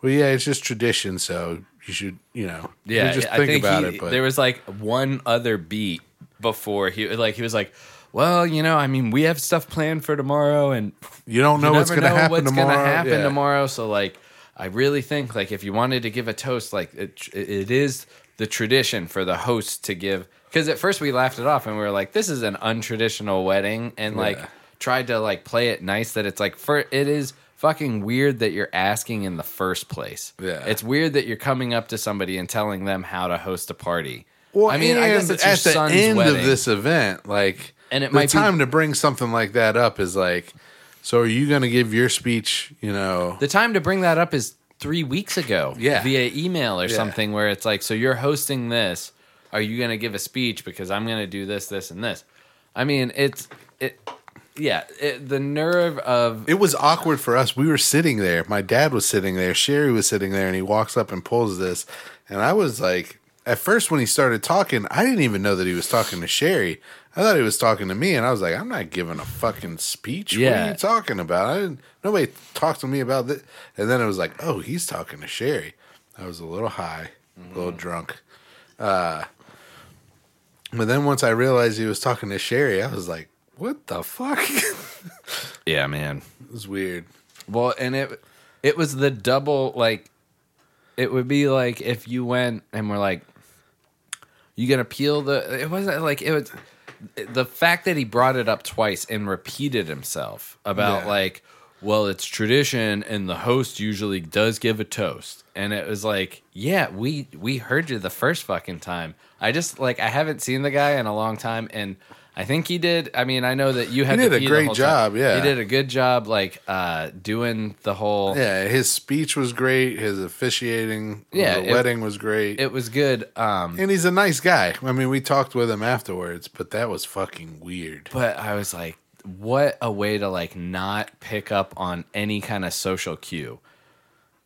C: "Well, yeah, it's just tradition, so you should, you know, you
A: Yeah,
C: just
A: I
C: think, about
A: he-
C: it." But
A: there was like one other beat before he like he was like, well, you know, I mean, we have stuff planned for tomorrow, and
C: you don't know
A: you
C: what's
A: never
C: going to
A: know
C: happen
A: what's
C: tomorrow.
A: gonna happen
C: Yeah.
A: tomorrow. So like, I really think like if you wanted to give a toast, like it, it is the tradition for the host to give. Because at first we laughed it off and we were like, this is an untraditional wedding, and like tried to like play it nice that it's like for it is fucking weird that you're asking in the first place.
C: Yeah.
A: it's weird that you're coming up to somebody and telling them how to host a party.
C: Well,
A: I mean, I guess
C: and
A: it's your
C: at the
A: son's
C: end
A: wedding.
C: of this event, like,
A: And it
C: the
A: might be-
C: time to bring something like that up is like, so are you going to give your speech? You know,
A: The time to bring that up is three weeks ago.
C: Yeah.
A: Via email or
C: Yeah.
A: something where it's like, so you're hosting this. Are you going to give a speech? Because I'm going to do this, this, and this. I mean, it's, it, yeah, it, the nerve of,
C: it was awkward for us. We were sitting there. My dad was sitting there. Sherry was sitting there, and he walks up and pulls this, and I was like, at first when he started talking, I didn't even know that he was talking to Sherry. I thought he was talking to me, and I was like, I'm not giving a fucking speech. What are
A: Yeah.
C: you talking about? I didn't, nobody talked to me about this. And then it was like, oh, he's talking to Sherry. I was a little high, a little drunk. Uh, but then once I realized he was talking to Sherry, I was like, what the fuck? [LAUGHS] it
A: Yeah, man.
C: was weird.
A: Well, and it it was the double like it would be like if you went and were like you gonna peel the it wasn't like it was the fact that he brought it up twice and repeated himself about
C: Yeah.
A: like well it's tradition and the host usually does give a toast and it was like yeah we we heard you the first fucking time i just like i haven't seen the guy in a long time and i think he did i mean i know that you had to
C: did a
A: pee the
C: great
A: whole time.
C: job, yeah.
A: he did a good job like uh doing the whole
C: Yeah, his speech was great. His officiating,
A: Yeah,
C: the
A: it-
C: wedding was great.
A: it was good um
C: and he's a nice guy. I mean, we talked with him afterwards, but that was fucking weird.
A: but I was like, what a way to like not pick up on any kind of social cue.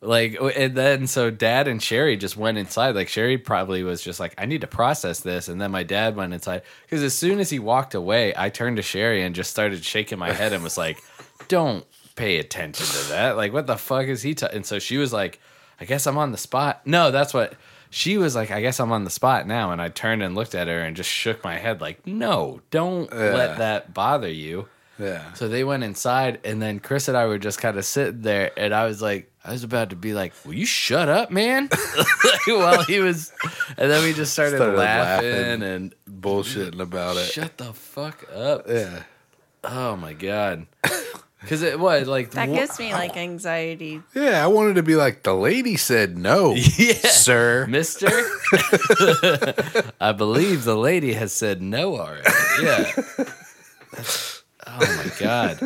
A: Like, w- and then so dad and Sherry just went inside. Like, Sherry probably was just like, I need to process this. And then my dad went inside because as soon as he walked away, I turned to Sherry and just started shaking my head and was like, don't pay attention to that. Like, what the fuck is he? ta-" and so she was like, I guess I'm on the spot. No, that's what she was like. I guess I'm on the spot now. And I turned and looked at her and just shook my head, like, no, don't
C: Yeah.
A: let that bother you.
C: Yeah.
A: So they went inside, and then Chris and I were just kind of sitting there, and I was like, I was about to be like, "Will you shut up, man?" [LAUGHS] Like, While he was, and then we just started,
C: Started
A: laughing,
C: laughing.
A: and
C: Bullshitting about it.
A: shut the fuck up.
C: Yeah.
A: Oh my god, because it was like
B: That
A: wha-
B: gives me like anxiety.
C: Yeah, I wanted to be like, the lady said no,
A: [LAUGHS] Yeah.
C: sir. [LAUGHS]
A: Mister, I believe the lady has said no already. Yeah. That's- oh my god.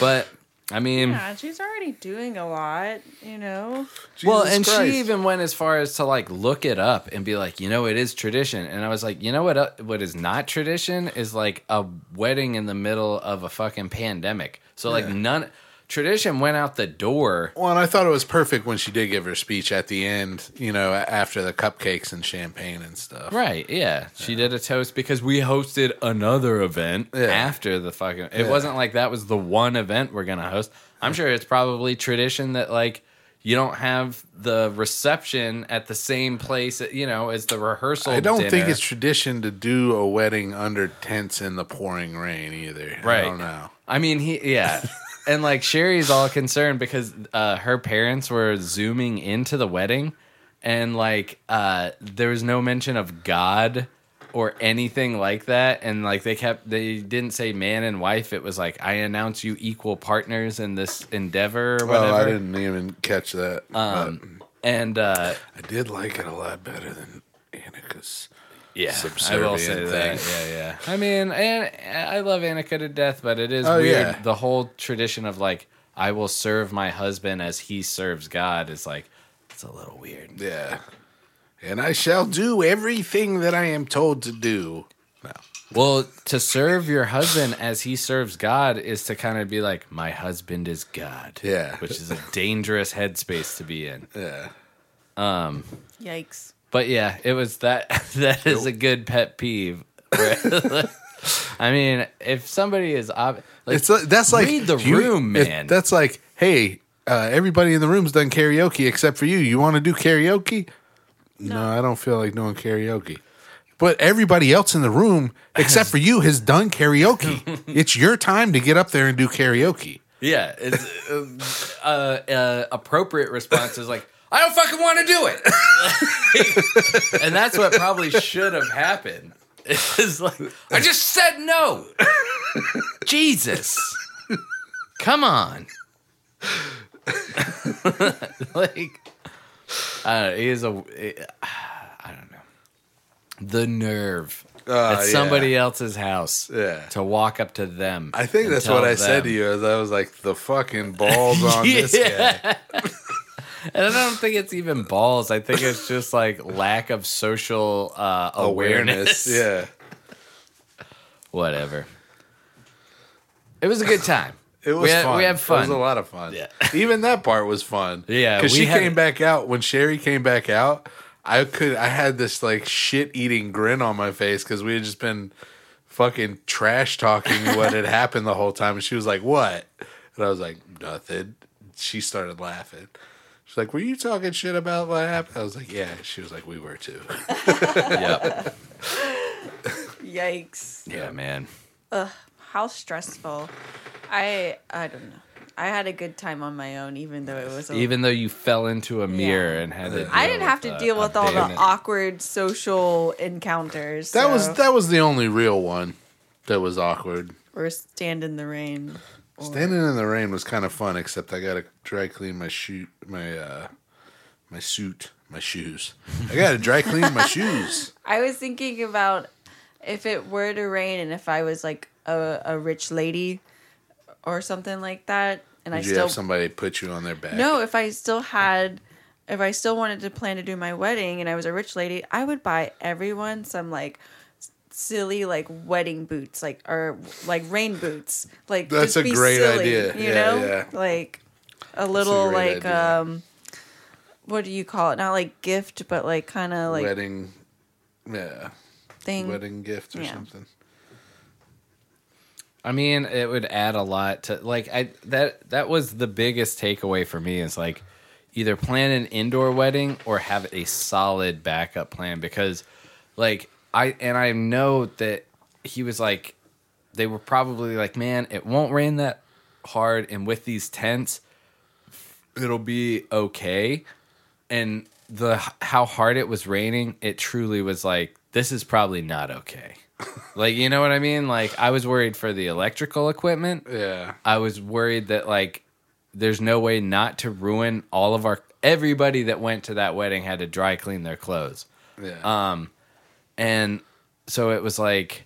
A: But I mean,
B: Yeah, she's already doing a lot, you know.
A: well,
C: Jesus
A: and
C: Christ.
A: she even went as far as to like look it up and be like, you know, it is tradition. And I was like, you know what? Uh, what is not tradition is like a wedding in the middle of a fucking pandemic. So like none tradition went out the door.
C: Well, and I thought it was perfect when she did give her speech at the end, you know, after the cupcakes and champagne and stuff.
A: Right? Yeah, she did a toast because we hosted another event
C: Yeah.
A: after the fucking. It wasn't like that was the one event we're gonna host. I'm sure it's probably tradition that like. You don't have the reception at the same place, you know, as the rehearsal.
C: I don't think
A: dinner.
C: it's tradition to do a wedding under tents in the pouring rain either. I
A: Right.
C: don't know.
A: I mean, he
C: [LAUGHS]
A: yeah. and like Sherry's all concerned because uh, her parents were zooming into the wedding, and like uh, there was no mention of God or anything like that. And like they kept they didn't say man and wife. It was like I announce you equal partners in this endeavor or whatever.
C: Well, Oh, I didn't even catch that.
A: Um, and uh,
C: but I did like it a lot better than Anika's.
A: yeah, I
C: Subservient
A: will say that. Yeah, yeah. I mean, and I love Annika to death, but it is
C: Oh,
A: weird.
C: yeah.
A: The whole tradition of like, I will serve my husband as he serves God is like, it's a little weird.
C: Yeah. And I shall do everything that I am told to do.
A: Well, to serve your husband as he serves God is to kind of be like, my husband is God.
C: Yeah.
A: Which is a dangerous headspace to be in.
C: Yeah.
B: Yikes.
A: But yeah, it was that. [LAUGHS] That is a good pet peeve. [LAUGHS] I mean, if somebody is ob- like,
C: It's like, that's like
A: read the
C: you-
A: room,
C: it-
A: man.
C: that's like, hey, uh, everybody in the room's done karaoke except for you. You want to do karaoke? No. I don't feel like doing karaoke. But everybody else in the room except for you has done karaoke.
A: [LAUGHS]
C: it's your time to get up there and do karaoke.
A: Yeah, it's, um, uh, uh, appropriate response is like, I don't fucking want to do it, [LAUGHS] and that's what probably should have happened. It's like I just said no. Jesus, come on. [LAUGHS] like, I don't know, he is a. I don't know. The nerve
C: Ah,
A: at somebody else's house
C: Yeah.
A: to walk up to them.
C: I think
A: and
C: that's what
A: tell
C: I said to
A: them.
C: you. As I was like, the
A: [LAUGHS]
C: fucking balls on this
A: Yeah.
C: guy.
A: And I don't think it's even balls. I think it's just like lack of social uh, awareness.
C: Awareness. [LAUGHS] Yeah.
A: [LAUGHS] Whatever. It was a good time.
C: It was
A: We had-
C: fun.
A: we had
C: It was
A: fun.
C: a lot of fun.
A: Yeah.
C: Even that part was fun.
A: Yeah,
C: Because
A: we
C: she
A: had-
C: came back out when Sherry came back out. I could I had this like shit eating grin on my face because we had just been fucking trash talking what had [LAUGHS] happened the whole time. And she was like, What? And I was like, Nothing. She started laughing. She's like, Were you talking shit about what happened? I was like, Yeah. She was like, We were too.
A: Yep.
B: Yikes.
A: Yeah, man.
B: How stressful. I I don't know. I had a good time on my own, even though it was a
A: Even though you fell into a mirror
B: Oh. Yeah.
A: and had to.
B: I didn't have to deal with all the
A: abandonment.
B: awkward social encounters.
C: That
B: so
C: was that was the only real one that was awkward.
B: Or stand in the rain. or-
C: Standing in the rain was kind of fun, except I gotta dry clean my shoe, my uh, my suit, my shoes. I gotta dry clean
B: [LAUGHS]
C: my shoes.
B: I was thinking about if it were to rain and if I was like a, a rich lady or something like that, and I
C: Did you
B: still
C: have somebody put you on their back?
B: no, if I still had, if I still wanted to plan to do my wedding and I was a rich lady, I would buy everyone some like s- silly like wedding boots, like or like rain boots, like
C: That's
B: just
C: a
B: be
C: great
B: silly,
C: idea.
B: You
C: Yeah,
B: know,
C: yeah.
B: like a little
C: great
B: like
C: idea.
B: um, what do you call it? Not like gift, but like kind of like
C: wedding, yeah,
B: thing.
C: wedding gift or
B: Yeah.
C: something.
A: I mean, it would add a lot to like I that that was the biggest takeaway for me is like either plan an indoor wedding or have a solid backup plan because like I and I know that he was like they were probably like, man, it won't rain that hard and with these tents it'll be okay. And the how hard it was raining, it truly was like this is probably not okay. Like, you know what I mean? Like, I was worried for the electrical equipment.
C: Yeah,
A: I was worried that, like, there's no way not to ruin all of our. Everybody that went to that wedding had to dry clean their clothes.
C: yeah.
A: And so it was like,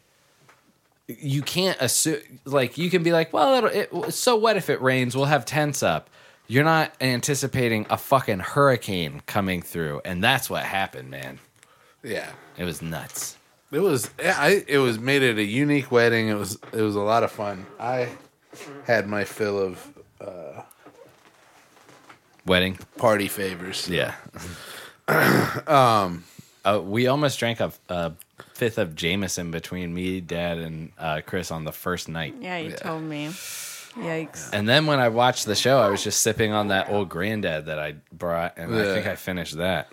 A: you can't assume, like, you can be like, well, it'll, it, so what if it rains? We'll have tents up. You're not anticipating a fucking hurricane coming through. And that's what happened, man.
C: yeah.
A: It was nuts.
C: It was I it was made it a unique wedding. It was it was a lot of fun. I had my fill of
A: Wedding
C: party favors.
A: Yeah. um, uh, we almost drank a, a fifth of Jameson between me, Dad, and uh, Chris on the first night.
B: Yeah, you told me. Yikes.
A: And then when I watched the show, I was just sipping on that old granddad that I brought, and I
C: Yeah.
A: think I finished that.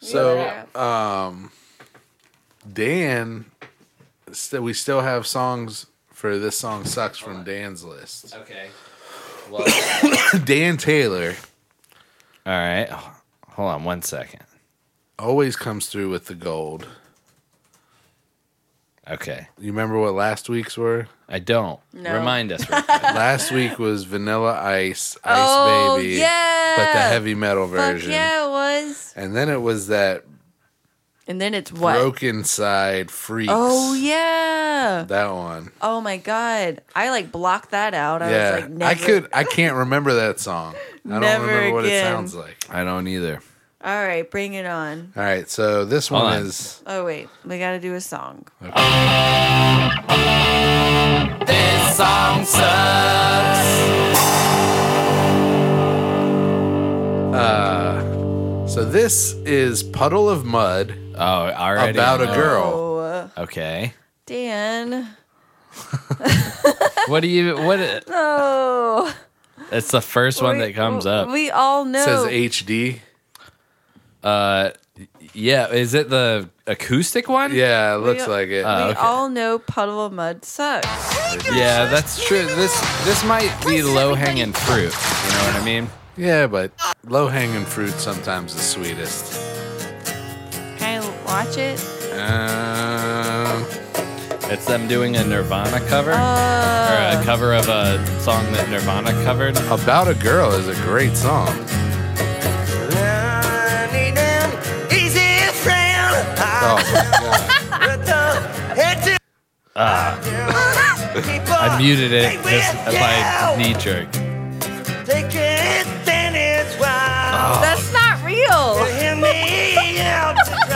C: So um Dan st- we still have songs for this song sucks from Dan's list. [LAUGHS]
A: Okay. Well, [COUGHS]
C: Dan Taylor
A: all right. Hold on one second.
C: always comes through with the gold.
A: Okay.
C: You remember what last week's
B: [LAUGHS]
C: were?
A: I don't.
B: No.
A: Remind us. real quick.
C: last week was Vanilla Ice, Ice
B: Oh,
C: Baby,
B: yeah.
C: but the heavy metal
B: Fuck
C: version.
B: yeah, it was.
C: And then it was that
B: And then it's what?
C: Broken Side Freaks.
B: Oh yeah.
C: That one.
B: Oh my god. I like blocked that out. I
C: yeah.
B: was like never.
C: I could
B: [LAUGHS]
C: I can't remember that song. I don't
B: Never
C: remember what it
B: again.
C: sounds like.
A: I don't either.
B: All right, bring it on.
C: All right, so this
A: Hold
C: one
A: on.
C: is
B: Oh wait, we got to do a song.
A: This song sucks.
C: so this is Puddle of Mud
A: Oh, already.
C: about a girl.
B: Oh, uh,
A: Okay.
B: Dan.
A: What do you? What?
B: Oh.
A: It's the first one that comes
B: we,
A: up.
B: We all know.
C: It says HD.
A: Uh, yeah. Is it the acoustic one?
C: Yeah, it looks
B: We-
C: like it.
B: we
A: Oh, okay.
B: all know puddle of mud sucks.
A: Yeah, that's true. This this might be low hanging fruit. You know what I mean?
C: yeah, but low hanging fruit sometimes the sweetest.
B: Can I watch it?
C: Um,
A: It's them doing a Nirvana cover or a
B: Uh,
A: cover of a song that Nirvana covered.
C: about a girl is a great song. Oh,
A: [LAUGHS] I muted it just by knee jerk.
B: that's not real. [LAUGHS]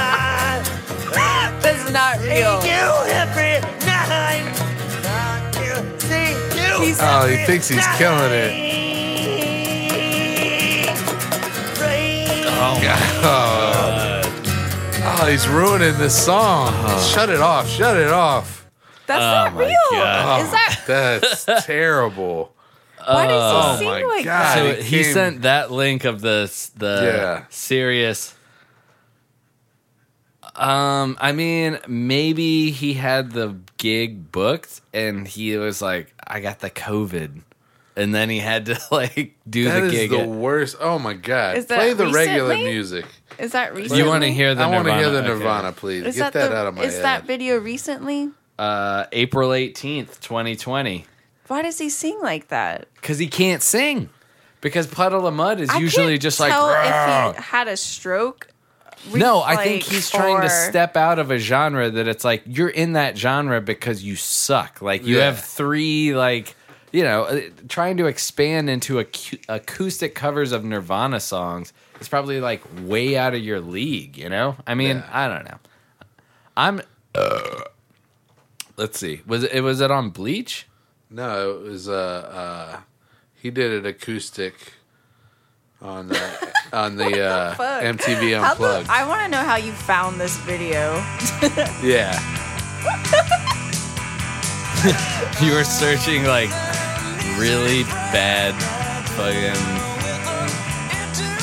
B: That's not real. He's
C: oh, he thinks he's killing it.
A: Oh
C: [LAUGHS]
A: Uh-huh.
C: Oh, oh he's ruining this song. Shut it off. Shut it off.
B: That's not real.
A: God.
B: Is that
C: That's
A: [LAUGHS]
C: terrible.
B: why does
C: Oh
B: he
C: my
B: sing like
C: God.
B: that?
A: So
C: it
A: he
C: came-
A: sent that link of the s- the
C: Yeah.
A: serious. Um, I mean, maybe he had the gig booked and he was like, "I got the COVID," and then he had to [LAUGHS] like do
C: That
A: the
C: is
A: gig.
C: the worst. Oh my god!
B: Is that
C: Play the regular
B: recently?
C: music.
B: Is that recently?
A: you want to hear the
C: I want
A: Nirvana?
C: to hear the
A: okay.
C: Nirvana, please.
B: Is
C: Get that,
B: that, the,
C: out of my
B: Is
C: head.
B: that video recently?
A: Uh, April eighteenth, twenty twenty,
B: Why does he sing like that?
A: because he can't sing. Because puddle of mud is
B: I
A: usually
B: can't
A: just like
B: tell
A: "Rah."
B: if he had a stroke.
A: No, I think
B: reflex,
A: he's trying
B: or-
A: to step out of a genre that it's like you're in that genre because you suck. Like you
C: Yeah.
A: have three like you know uh, trying to expand into acu- acoustic covers of Nirvana songs is probably like way out of your league. You know, I mean,
C: Yeah.
A: I don't know. I'm. uh, let's see. Was it was it on Bleach?
C: No, it was uh, uh he did it acoustic on
B: [LAUGHS]
C: the on the, uh,
B: fuck?
C: MTV
B: How the-
C: Unplugged.
B: I want to know how you found this video.
C: yeah,
A: You were searching like really bad fucking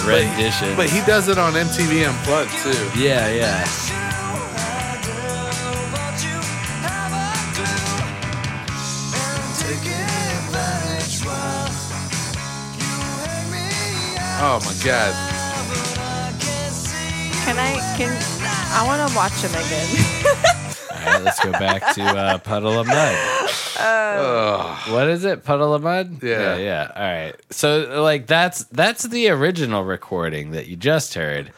A: rendition.
C: but he does it on MTV Unplugged too.
A: Yeah, yeah. [LAUGHS]
C: Oh my god!
B: Can I? Can I want to watch him again?
A: All right, let's go back to uh, Puddle of Mud.
C: Ugh.
A: What is it? Puddle of Mud? yeah.
C: Yeah.
A: yeah. All right. So like that's that's the original recording that you just heard.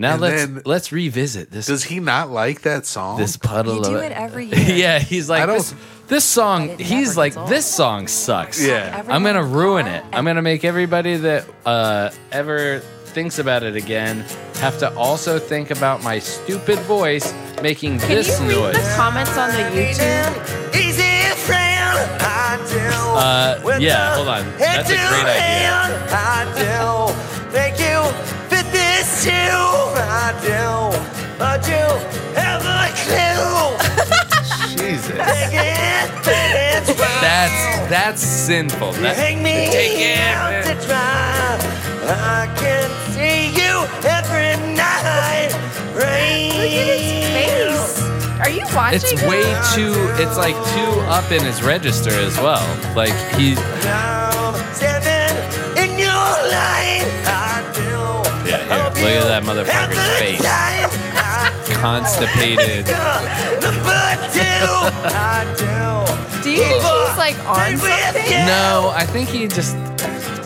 A: Now
C: And
A: let's
C: then-
A: let's revisit this
C: Does he not like that song?
A: this puddle
B: you do
A: of
B: it
A: [LAUGHS]
B: every year.
A: yeah, he's like
C: I don't-
A: this, this song
B: It
A: he's
B: never
A: like
B: gets old.
A: this song sucks. [LAUGHS]
C: yeah,
B: Every-
A: I'm going to ruin it. I'm going to make everybody that uh, ever thinks about it again have to also think about my stupid voice making
B: Can
A: this
B: you read
A: noise.
B: the comments on the YouTube?
A: Uh, yeah, hold on. That's a great idea.
C: Jesus.
A: That's that's sinful. That's,
B: Look at his face. Are you watching?
A: it's way
B: him?
A: too. It's like too up in his register as well. Like he. Yeah, here, look at that motherfucker's face. Constipated.
B: Do you think he's like on something?
A: No, I think he just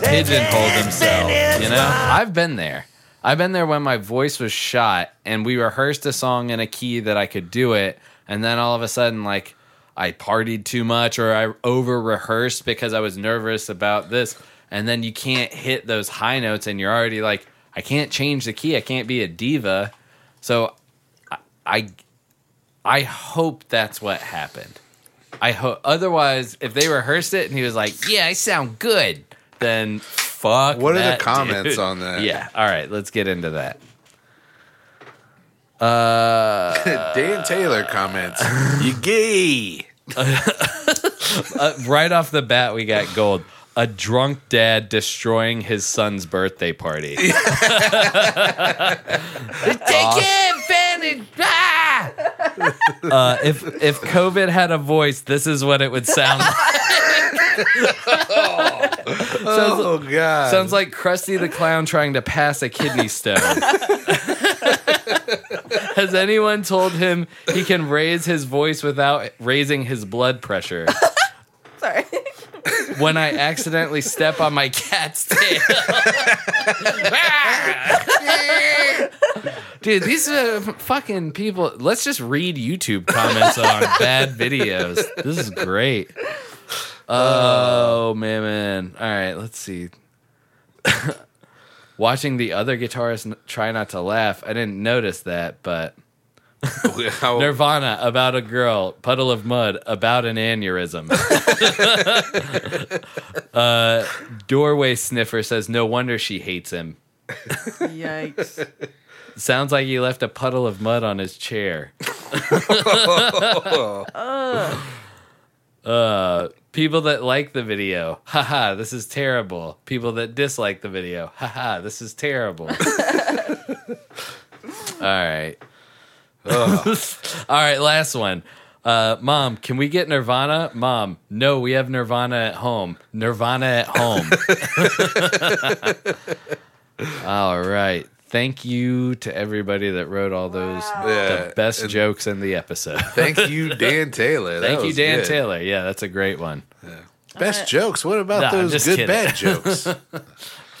A: pigeonholed himself. You know, I've been there. I've been there when my voice was shot and we rehearsed a song in a key that I could do it, and then all of a sudden, like, I partied too much or I over rehearsed because I was nervous about this, and then you can't hit those high notes, and you're already like, I can't change the key, I can't be a diva. So, I, I, I hope that's what happened. I hope. Otherwise, if they rehearsed it and he was like, "Yeah, I sound good," then fuck.
C: What are the
A: that, [LAUGHS]
C: comments
A: dude.
C: on that?
A: Yeah. All right. Let's get into that.
C: [LAUGHS]
A: Uh,
C: Dan Taylor comments.
A: [LAUGHS] You gay. uh, right off the bat, we got gold. A drunk dad destroying his son's birthday party. [LAUGHS] Take it, Fanny. Ah! Uh, if if COVID had a voice, this is what it would sound [LAUGHS] like.
C: oh god!
A: Sounds like Krusty the Clown trying to pass a kidney stone. [LAUGHS] Has anyone told him he can raise his voice without raising his blood pressure?
B: Sorry.
A: When I accidentally step on my cat's tail. [LAUGHS] Dude, these uh, fucking people. Let's just read YouTube comments on bad videos. This is great. Oh man, man. All right, let's see. [LAUGHS] Watching the other guitarist n- try not to laugh, I didn't notice that, but
C: [LAUGHS] How-
A: Nirvana about a girl, puddle of mud about an aneurysm. uh, doorway sniffer says, "No wonder she hates him." [LAUGHS]
B: Yikes.
A: Sounds like he left a puddle of mud on his chair. Uh, people that like the video, haha, this is terrible. People that dislike the video, haha, this is
C: [LAUGHS]
A: terrible. [LAUGHS] All right. All right, last one. Uh, mom, can we get Nirvana? Mom, no, we have Nirvana at home. Nirvana at
C: [LAUGHS]
A: home. all right. Thank you to everybody that wrote all those
C: Yeah.
A: the best
C: Uh, and
A: jokes in the episode.
C: Thank
A: [LAUGHS]
C: you, Dan Taylor. That
A: Thank you,
C: was
A: Dan
C: good.
A: Taylor. Yeah, that's a great one.
C: Best jokes. What about
A: Nah, I'm
C: those
A: just
C: good
A: kidding. [LAUGHS]
C: bad jokes?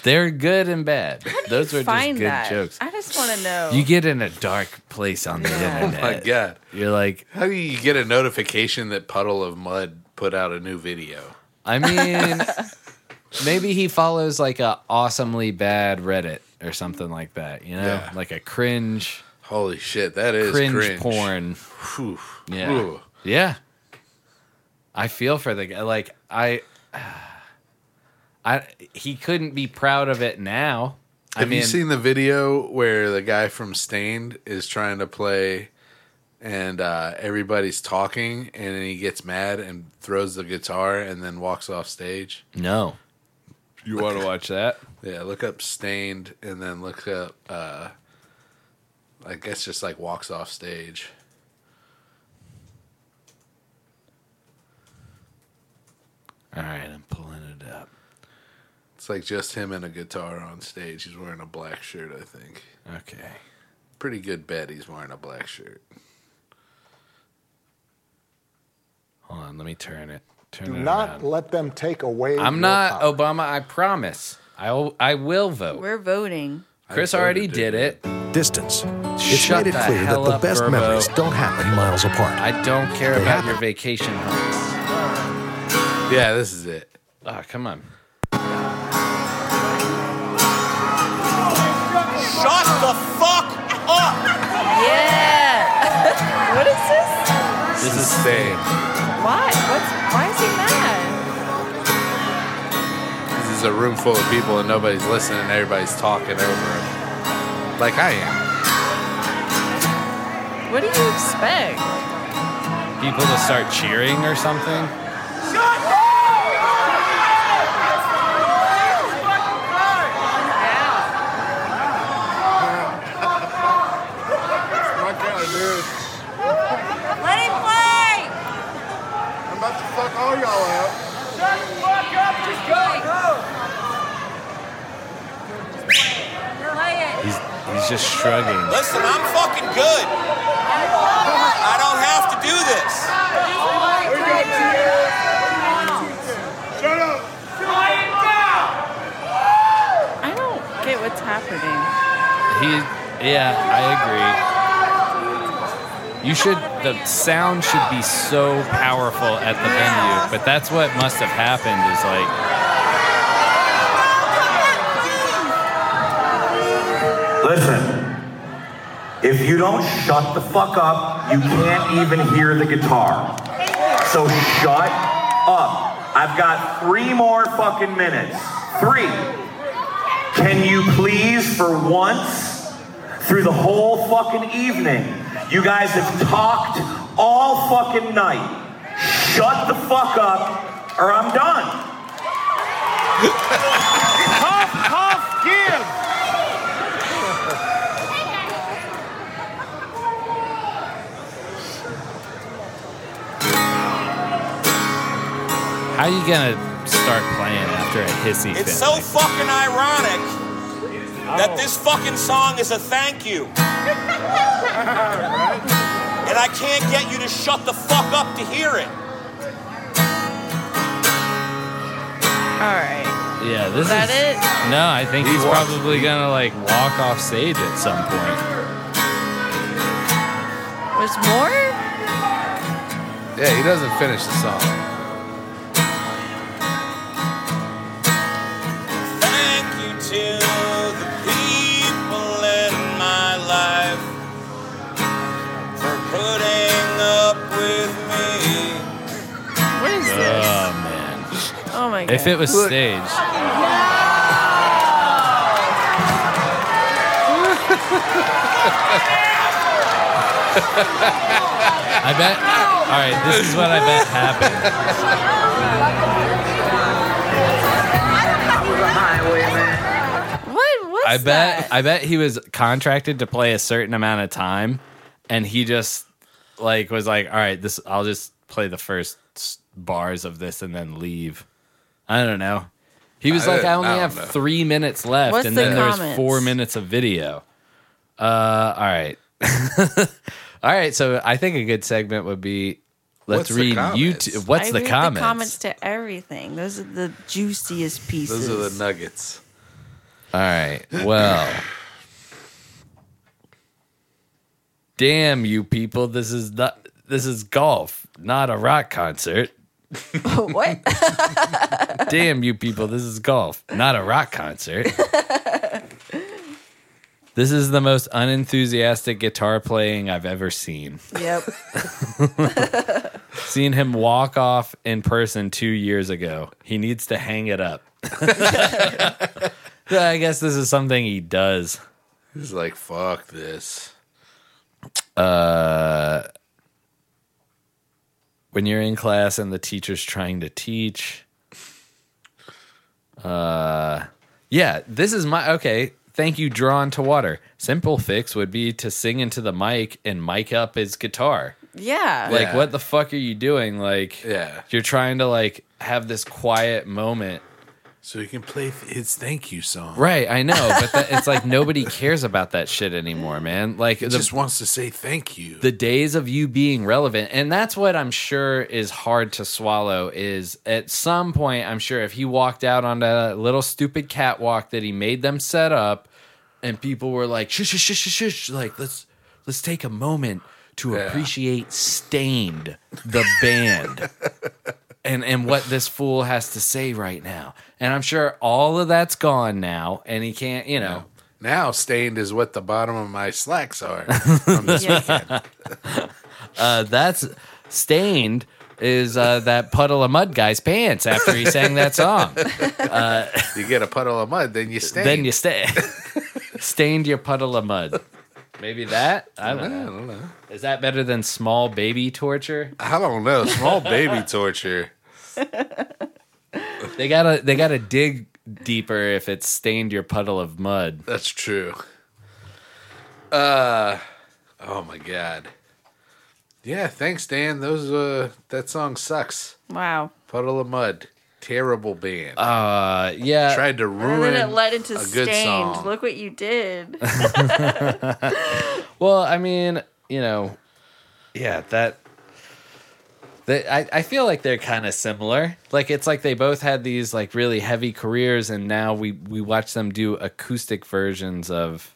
A: They're good and bad. Those are just
B: Find
A: good
B: that.
A: jokes.
B: I just want to know.
A: You get in a dark place on the
B: Yeah.
C: [LAUGHS] oh
A: internet.
C: my god!
A: You're like,
C: How do you get a notification that Puddle of Mud put out a new video?
A: I
C: [LAUGHS]
A: mean, maybe he follows like a awesomely bad Reddit or something like that. You know,
C: Yeah.
A: like a cringe,
C: Holy shit! That is
A: cringe,
C: cringe,
A: porn.
C: Phew.
A: Yeah,
C: Ooh.
A: yeah. I feel for the guy. Like I, I he couldn't be proud of it now.
C: Have
A: I mean,
C: you seen the video where the guy from Stained is trying to play and uh, everybody's talking and then he gets mad and throws the guitar and then walks off stage?
A: no. You want to watch that?
C: Yeah, look up Stained and then look up, uh, I guess just like walks off stage.
A: All right, I'm pulling it up.
C: It's like just him and a guitar on stage. He's wearing a black shirt, I think.
A: Okay.
C: Pretty good bet he's wearing a black shirt.
A: Hold on, let me turn it. Turn
K: Do
A: it
K: not
A: around.
K: let them take away.
A: I'm
K: your
A: not
K: power.
A: Obama. I promise. I'll. I will vote.
B: We're voting.
A: Chris
C: I voted,
A: already
C: dude.
A: did it.
J: Distance. It's
A: Shut
J: made it
A: the
J: clear
A: hell
J: that the
A: up,
J: best
A: Verbo.
J: memories don't happen miles apart.
A: I don't care about your vacation home.
C: Yeah, this is it.
A: Ah, come on.
B: Yeah. [LAUGHS] what is this?
A: This is
C: Stained.
B: Why? What's? Why is he mad?
C: This is a room full of people and nobody's listening. Everybody's talking over them, like I am.
B: What do you expect?
A: people to start cheering or something.
E: Fuck out, dude.
B: Let him play.
E: I'm about to fuck all y'all out.
A: He's he's just shrugging.
D: Listen, I'm fucking good. I don't have to do this.
E: Shut up.
B: I don't get what's happening.
A: He yeah, I agree. You should the sound should be so powerful at the venue, but that's what must have happened is like
J: Listen, if you don't shut the fuck up, you can't even hear the guitar. So shut up. I've got three more fucking minutes. Three. Can you please, for once, through the whole fucking evening, you guys have talked all fucking night. Shut the fuck up, or I'm done.
A: how you gonna start playing after a hissy fit?
D: It's so fucking ironic that this fucking song is a thank you. and I can't get you to shut the fuck up to hear it.
B: All right.
A: yeah, this
B: Is that
A: is
B: it?
A: No, I think he's probably gonna like walk off stage at some point.
B: There's more?
C: Yeah, he doesn't finish the song.
D: Thank you to the people in my life for putting up with me.
B: What is
A: Oh
B: this?
A: man.
B: Oh my god.
A: If it was staged. [LAUGHS] I bet I right, this is what I bet happened.
B: What was
A: I bet
B: that?
A: I bet he was contracted to play a certain amount of time, and he just like was like, "All right, this I'll just play the first s- bars of this and then leave." I don't know. He was
C: I
A: like,
C: don't-
A: "I only
C: I don't
A: have
C: know.
A: three minutes left,
B: What's
A: and
B: the
A: then there's
B: comments?
A: four minutes of video." Uh, all right, [LAUGHS] all right. So I think a good segment would be let's
C: What's the
A: read
C: comments?
A: YouTube. What's
B: I
A: the
B: read
A: comments?
B: The comments to everything. Those are the juiciest pieces. [LAUGHS]
C: Those are the nuggets.
A: All right. Well. Damn you people, this is not this is golf, not a rock concert.
B: what?
C: [LAUGHS]
A: Damn you people, this is golf, not a rock concert. this is the most unenthusiastic guitar playing I've ever seen.
B: yep.
A: Seen him walk off in person 2 years ago. He needs to hang it up. [LAUGHS] So I guess this is something he does.
C: He's like, fuck this.
A: when you're in class and the teacher's trying to teach. Uh, yeah, this is my okay. Thank you, Drawn to Water. Simple fix would be to sing into the mic and mic up his guitar.
B: Yeah.
A: Like,
C: Yeah.
A: what the fuck are you doing? Like,
C: Yeah.
A: you're trying to like have this quiet moment.
C: So he can play his thank you song.
A: Right, I know, but that, it's like [LAUGHS] nobody cares about that shit anymore, man. Like,
C: He
A: the,
C: just wants to say thank you.
A: the days of you being relevant and that's what i'm sure is hard to swallow is at some point i'm sure if he walked out on that little stupid catwalk that he made them set up and people were like shush shush shush shush, shush like let's let's take a moment to
C: Yeah.
A: appreciate stained the
C: [LAUGHS]
A: band and and what this fool has to say right now and i'm sure all of that's gone now and he can't you know
C: now stained is what the bottom of my slacks are. from this
B: Yeah.
C: [LAUGHS] weekend.
A: Uh, that's stained is uh, that puddle of mud guy's pants after he sang that [LAUGHS] song.
C: You get a puddle of mud, [LAUGHS] then you stain.
A: then you stay [LAUGHS] stained your puddle of mud. Maybe that I don't know. Is that better than small baby torture?
C: I don't know. Small baby [LAUGHS] torture.
A: They gotta they gotta dig deeper if it's stained your puddle of mud.
C: That's true. Uh oh my god. Yeah, thanks, Dan. Those uh that song sucks.
B: Wow.
C: Puddle of Mud. Terrible band.
A: Uh, yeah,
C: Tried to ruin
B: And then it led into
C: a good
B: stained.
C: song.
B: Look what you
C: [LAUGHS]
B: did.
A: Well, I mean, you know, yeah, that. That I, I feel like they're kind of similar. Like it's like they both had these like really heavy careers, and now we we watch them do acoustic versions of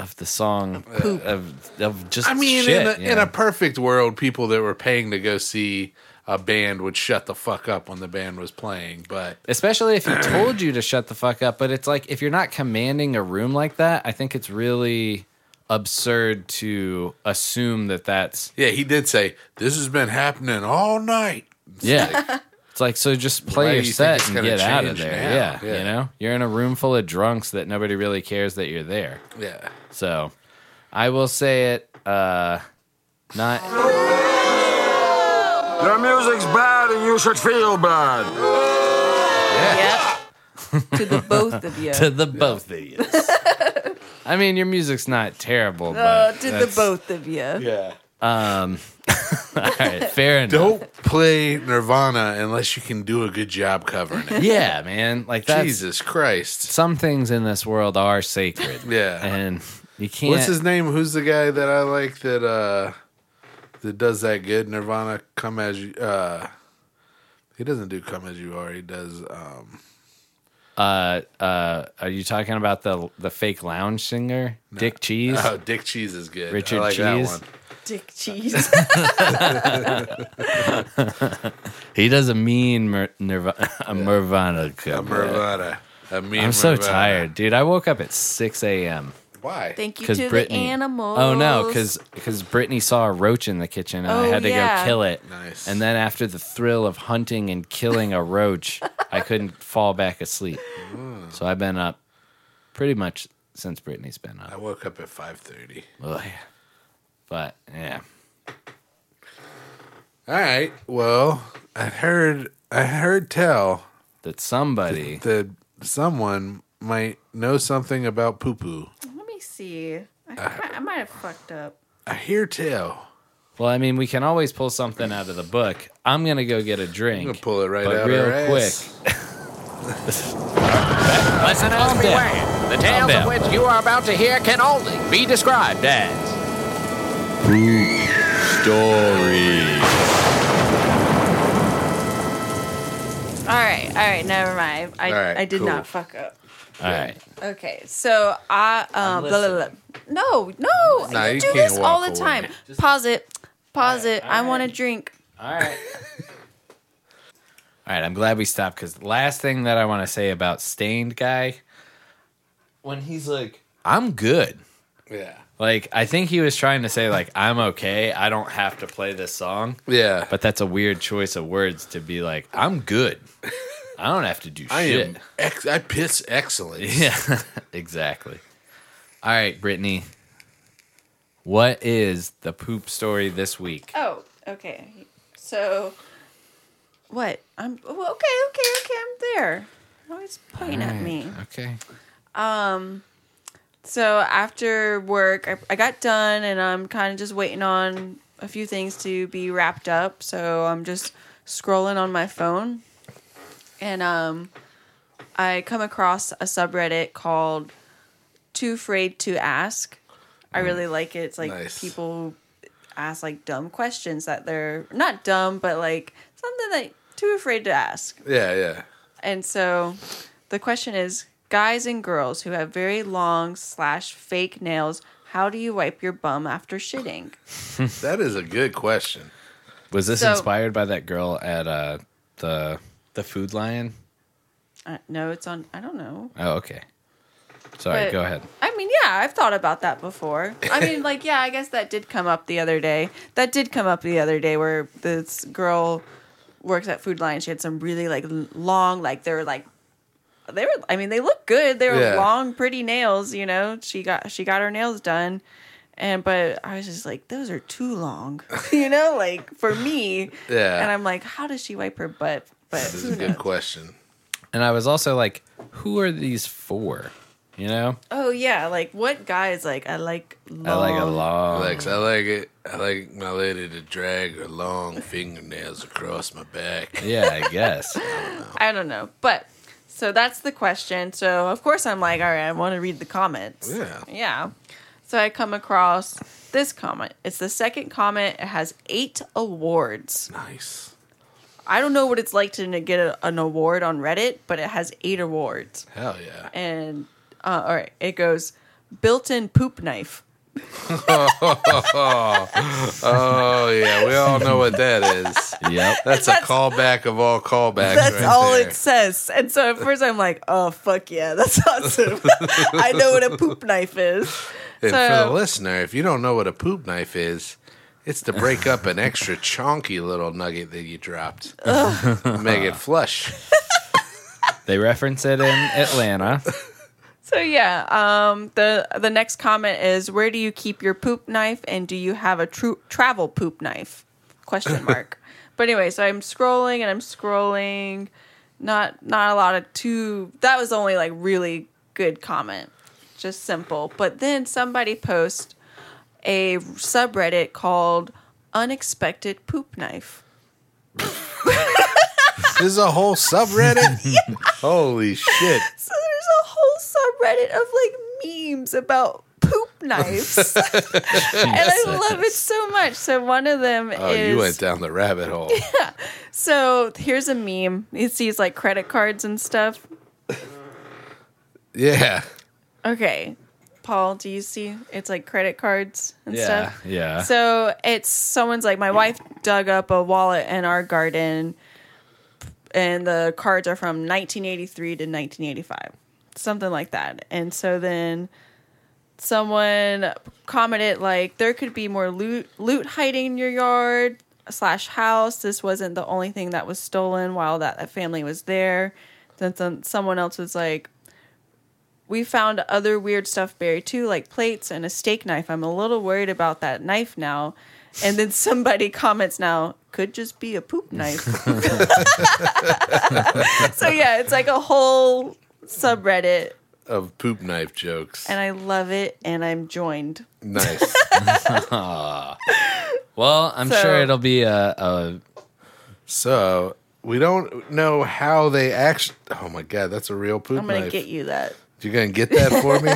A: of the song of of, just.
C: I mean,
A: shit,
C: in, a,
A: you
C: in
A: know?
C: a perfect world, people that were paying to go see a band would shut the fuck up when the band was playing. But
A: especially if he told you to shut the fuck up. But it's like if you're not commanding a room like that, I think it's really absurd to assume that that's
C: yeah, he did say this has been happening all night.
A: [LAUGHS] Yeah. it's like, so just
C: Why
A: play
C: do
A: your
C: you think
A: set
C: it's
A: and
C: gonna
A: get out of
C: change
A: there.
C: now?
A: Yeah,
C: Yeah.
A: You know, you're in a room full of drunks that nobody really cares that you're there.
C: Yeah,
A: So I will say it, uh, not
D: Your music's bad and you should feel bad.
B: yep. to [LAUGHS] the both of
A: [LAUGHS]
B: you.
A: to the both of you. I mean, your music's not terrible,
B: Uh,
A: but
B: to the both of you.
C: yeah.
A: all right,
B: [LAUGHS]
A: fair enough.
C: Don't play Nirvana unless you can do a good job covering it.
A: Yeah, man. Like that's
C: Jesus Christ.
A: some things in this world are
C: [LAUGHS]
A: sacred.
C: Yeah.
A: and you can't.
C: What's his name? Who's the guy that I like that uh that does that good? Nirvana come as you uh he doesn't do come as you are, he does um [LAUGHS]
A: Uh, uh, are you talking about the the fake lounge singer, Dick Cheese?
C: Oh, Dick Cheese is good.
A: Richard
C: I like
A: Cheese?
C: that one.
B: Dick cheese. [LAUGHS]
A: He does a mean Nirvana. [LAUGHS] A Nirvana cover.
C: A Nirvana. A mean
A: I'm so
C: Nirvana.
A: tired, dude. I woke up at 6 a.m.
C: Why?
B: Thank you
A: because
B: to
A: Brittany.
B: the animals.
A: Oh no, because because Brittany saw a roach in the kitchen and I
B: Oh,
A: had to
B: yeah.
A: go kill it.
C: Nice.
A: And then after the thrill of hunting and killing a
B: [LAUGHS]
A: roach, I couldn't fall back asleep.
C: Mm.
A: So I've been up pretty much since Brittany's been
C: I
A: up.
C: woke up at five thirty.
A: Ugh. But yeah,
C: All right. Well, I heard I heard tell
A: That somebody.
C: that someone might know something about poo poo.
B: Let me see. I,
C: Uh,
B: I might have fucked up.
C: I hear tell.
A: Well, I mean, we can always pull something out of the book. I'm gonna go get a drink.
C: I'm gonna pull it right
A: but
C: out
A: real
C: her
A: quick.
C: ass.
A: [LAUGHS]
K: Listen and beware. The tales
A: Bell.
K: of which you are about to hear can only be described as.
B: All right, all right, never mind. I,
C: All right,
B: I did
C: cool.
B: not fuck up.
A: All right.
B: Okay, so I um blah, blah, blah. no no
C: Nah,
B: you,
C: you
B: do
C: can't
B: this all
C: walk
B: the
C: away.
B: time. Pause it, pause it. I want a drink.
A: All right. All right. I'm glad we stopped because last thing that I want to say about stained guy, when he's like, "I'm good."
C: Yeah.
A: Like I think he was trying to say like, "I'm okay. I don't have to play this song."
C: Yeah.
A: But that's a weird choice of words to be like, "I'm good. I don't have to do
C: I
A: shit."
C: am. Ex- I piss excellent.
A: Yeah, [LAUGHS] exactly. All right, Brittany. What is the poop story this week?
B: Oh, okay. So what? I'm oh, okay, okay, okay. I'm there. Always pointing at me.
A: Okay.
B: So after work, I, I got done and I'm kind of just waiting on a few things to be wrapped up. So I'm just scrolling on my phone. And um, I come across a subreddit called Too Afraid to Ask. I really like it. It's like
C: Nice.
B: people ask like dumb questions that they're not dumb, but like something that too afraid to ask.
C: Yeah. Yeah.
B: And so the question is guys and girls who have very long slash fake nails, how do you wipe your bum after shitting?
C: That is a good question.
A: Was this
B: So-
A: inspired by that girl at uh the the Food Lion?
B: Uh, no, it's on, I don't know.
A: Oh, okay. Sorry,
B: But-
A: go ahead.
B: I mean, yeah, I've thought about that before.
A: [LAUGHS]
B: I mean, like, yeah, I guess that did come up the other day. That did come up the other day where this girl works at Food Lion. She had some really like l- long, like they were like they were. I mean, they look good. They were
C: Yeah.
B: long, pretty nails. You know, she got she got her nails done, and but I was just like, those are too
A: [LAUGHS]
B: long. [LAUGHS] you know, like for me.
C: Yeah.
B: And I'm like, how does she wipe her butt? But
C: This
B: who
C: is a
B: knows?
C: good question.
A: And I was also like, who are these for? You know?
B: oh yeah, like what guy is like? I like long.
A: I like a long
C: Lex, I like it. I like my lady to drag her long fingernails across my back.
A: Yeah, I [LAUGHS] guess.
B: I don't know. But so that's the question. So of course I'm like, all right, I want to read the comments.
C: Yeah.
B: Yeah. So I come across this comment. It's the second comment. It has eight awards.
C: Nice.
B: I don't know what it's like to n- get a, an award on Reddit, but it has eight awards.
C: Hell yeah.
B: And uh, all right, it goes built-in poop knife.
C: [LAUGHS] Oh yeah, we all know what that
B: [LAUGHS]
C: is.
A: yep.
C: That's, a
B: That's-
C: callback of all callbacks.
B: That's
C: right
B: all
C: there.
B: it says. And so at first I'm like, oh fuck yeah, that's [LAUGHS]
C: [LAUGHS]
B: awesome. I know what a poop knife is.
C: And for the
B: so-
C: listener, if you don't know what a poop knife is, it's to break up
B: [LAUGHS]
C: an extra chonky little nugget that you dropped, make it flush.
A: They reference it in
B: [LAUGHS]
A: Atlanta.
B: So yeah, um, the the next comment is where do you keep your poop knife and do you have a true travel poop knife? Question mark. but anyway, so I'm scrolling and I'm scrolling. Not not a lot of too. That was the only like really good comment, just simple. But then somebody posts a subreddit called unexpected poop knife.
C: This is a
B: [LAUGHS]
C: whole subreddit. Holy shit!
B: So there's a whole subreddit of like memes about poop knives. and I love it so much. So one of them
C: Oh,
B: is
C: you went down the rabbit
B: [LAUGHS]
C: hole.
B: so here's a meme. It sees like credit cards and stuff.
C: Yeah,
B: Okay. Paul, do you see? It's like credit cards and
A: Yeah.
B: stuff.
A: Yeah.
B: So it's someone's like, my wife dug up a wallet in our garden, and the cards are from 1983 to 1985, something like that. And so then someone commented like, there could be more loot loot hiding in your yard slash house. This wasn't the only thing that was stolen while that, that family was there. Then some, someone else was like, we found other weird stuff buried too, like plates and a steak knife. I'm a little worried about that knife now. And then [LAUGHS] somebody comments now, could just be a poop
C: [LAUGHS]
B: knife. [LAUGHS] so yeah, it's like a whole subreddit
C: of poop knife jokes.
B: and I love it and I'm joined. [LAUGHS]
C: Nice.
A: well, I'm
B: So-
A: sure it'll be a, a
C: so we don't know how they actually. Oh my god, that's a real poop
B: I'm gonna
C: knife.
B: get you that.
C: You're gonna get that for
B: [LAUGHS]
C: me?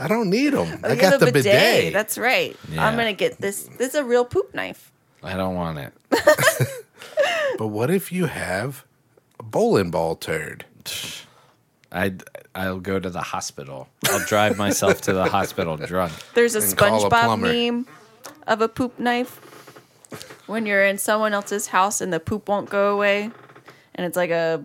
C: I don't need them.
B: Oh,
C: I
B: you
C: got
B: have
C: the
B: a
C: bidet.
B: That's right.
A: Yeah.
B: I'm gonna get this. This is a real poop knife.
A: I don't want it.
C: But what if you have a bowling ball turd?
A: I I'll go to the hospital. I'll drive myself to the hospital drunk.
B: There's a
C: And call a
B: SpongeBob
C: plumber.
B: meme of a poop knife when you're in someone else's house and the poop won't go away, and it's like a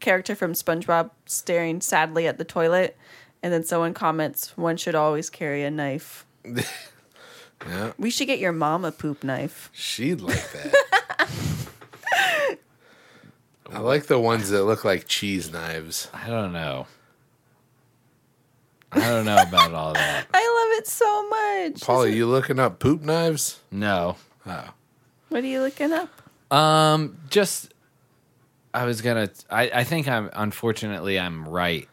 B: character from SpongeBob staring sadly at the toilet, and then someone comments, "One should always carry a knife."
C: [LAUGHS] Yeah,
B: We should get your mom a poop knife.
C: she'd like that. [LAUGHS] I like the ones that look like cheese knives.
A: I don't know. I don't know about all that.
B: I love it so much.
C: Paula, you looking up poop knives?
A: No.
C: Oh,
B: What are you looking up?
A: Um, just I was gonna. I I think I'm unfortunately I'm right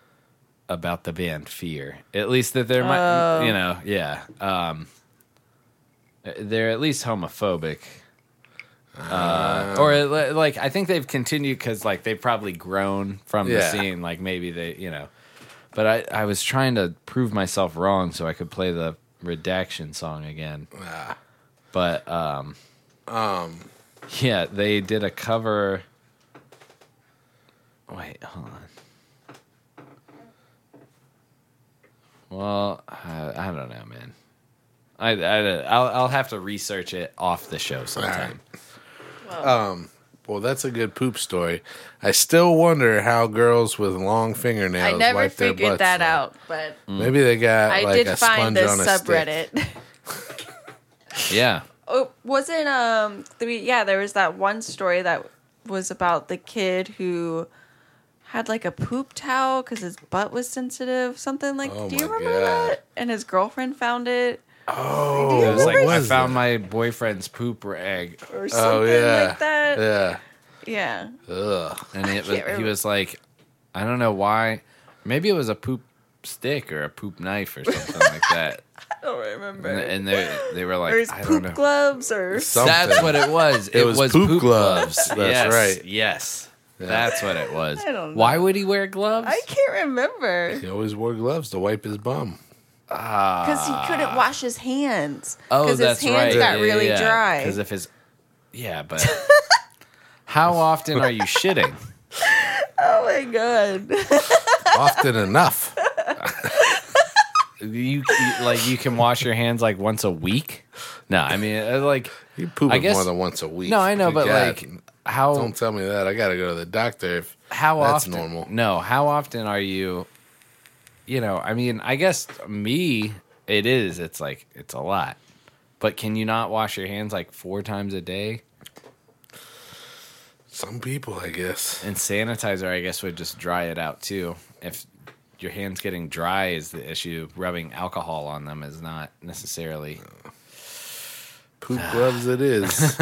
A: about the band Fear. At least that they're my, you know yeah. Um, they're at least homophobic. Uh, or li- like I think they've continued because like they've probably grown from the
C: Yeah.
A: scene. Like maybe they you know. But I, I was trying to prove myself wrong so I could play the redaction song again. But um, yeah, they did a cover. Wait, hold on. Well, I, I don't know, man. I, I I'll, I'll have to research it off the show sometime.
C: well, that's a good poop story. I still wonder how girls with long fingernails
B: I never
C: wipe their
B: figured
C: butts
B: that
C: up. Mm.
B: out, but
C: Maybe they got
B: I
C: like a
B: did find
C: sponge
B: this
C: on a stick.
B: subreddit.
A: Yeah.
B: Oh, wasn't um three? Yeah, there was that one story that was about the kid who had like a poop towel because his butt was sensitive, something like.
C: Oh
B: do you
C: my
B: remember
C: God.
B: that? And his girlfriend found it
C: Oh,
A: It was like
C: what
A: I
C: was
A: found my boyfriend's poop rag,
B: or
C: that?
B: something
C: yeah,
B: like that. Yeah.
C: yeah. Ugh.
A: and it was, he
B: remember.
A: was like, I don't know why. Maybe it was a poop stick or a poop knife or something like that.
B: I don't remember.
A: And, and they they were like,
B: or his
A: I don't know.
B: poop gloves, or
C: Something.
A: That's what it was. It,
C: was poop gloves.
A: yes,
C: That's right.
A: Yes. That's what it was.
B: I don't know.
A: Why would he wear gloves?
B: I can't remember
C: He always wore gloves to wipe his bum.
B: because he couldn't wash his hands.
A: oh,
B: 'Cause
A: that's
B: his hands
A: right.
B: got really dry.
A: Because if his, yeah,
B: [LAUGHS]
A: but how often are you shitting?
B: oh my god!
C: Often enough.
A: You, you- like you can wash your hands like once a week. No, I mean uh, like
C: You poop
A: I guess-
C: more than once a week.
A: no, I know,
C: Good
A: but
C: God.
A: like how
C: don't tell me that. I gotta go to the doctor. If
A: Oh. how
C: that's
A: often
C: normal.
A: no how often are you you know i mean i guess me it is it's like it's a lot but can you not wash your hands like four times a day
C: Some people,
A: [LAUGHS]
C: I guess.
A: and sanitizer i guess would just dry it out too if your hands getting dry is the issue rubbing alcohol on them is not necessarily [LAUGHS]
C: Poop gloves it is.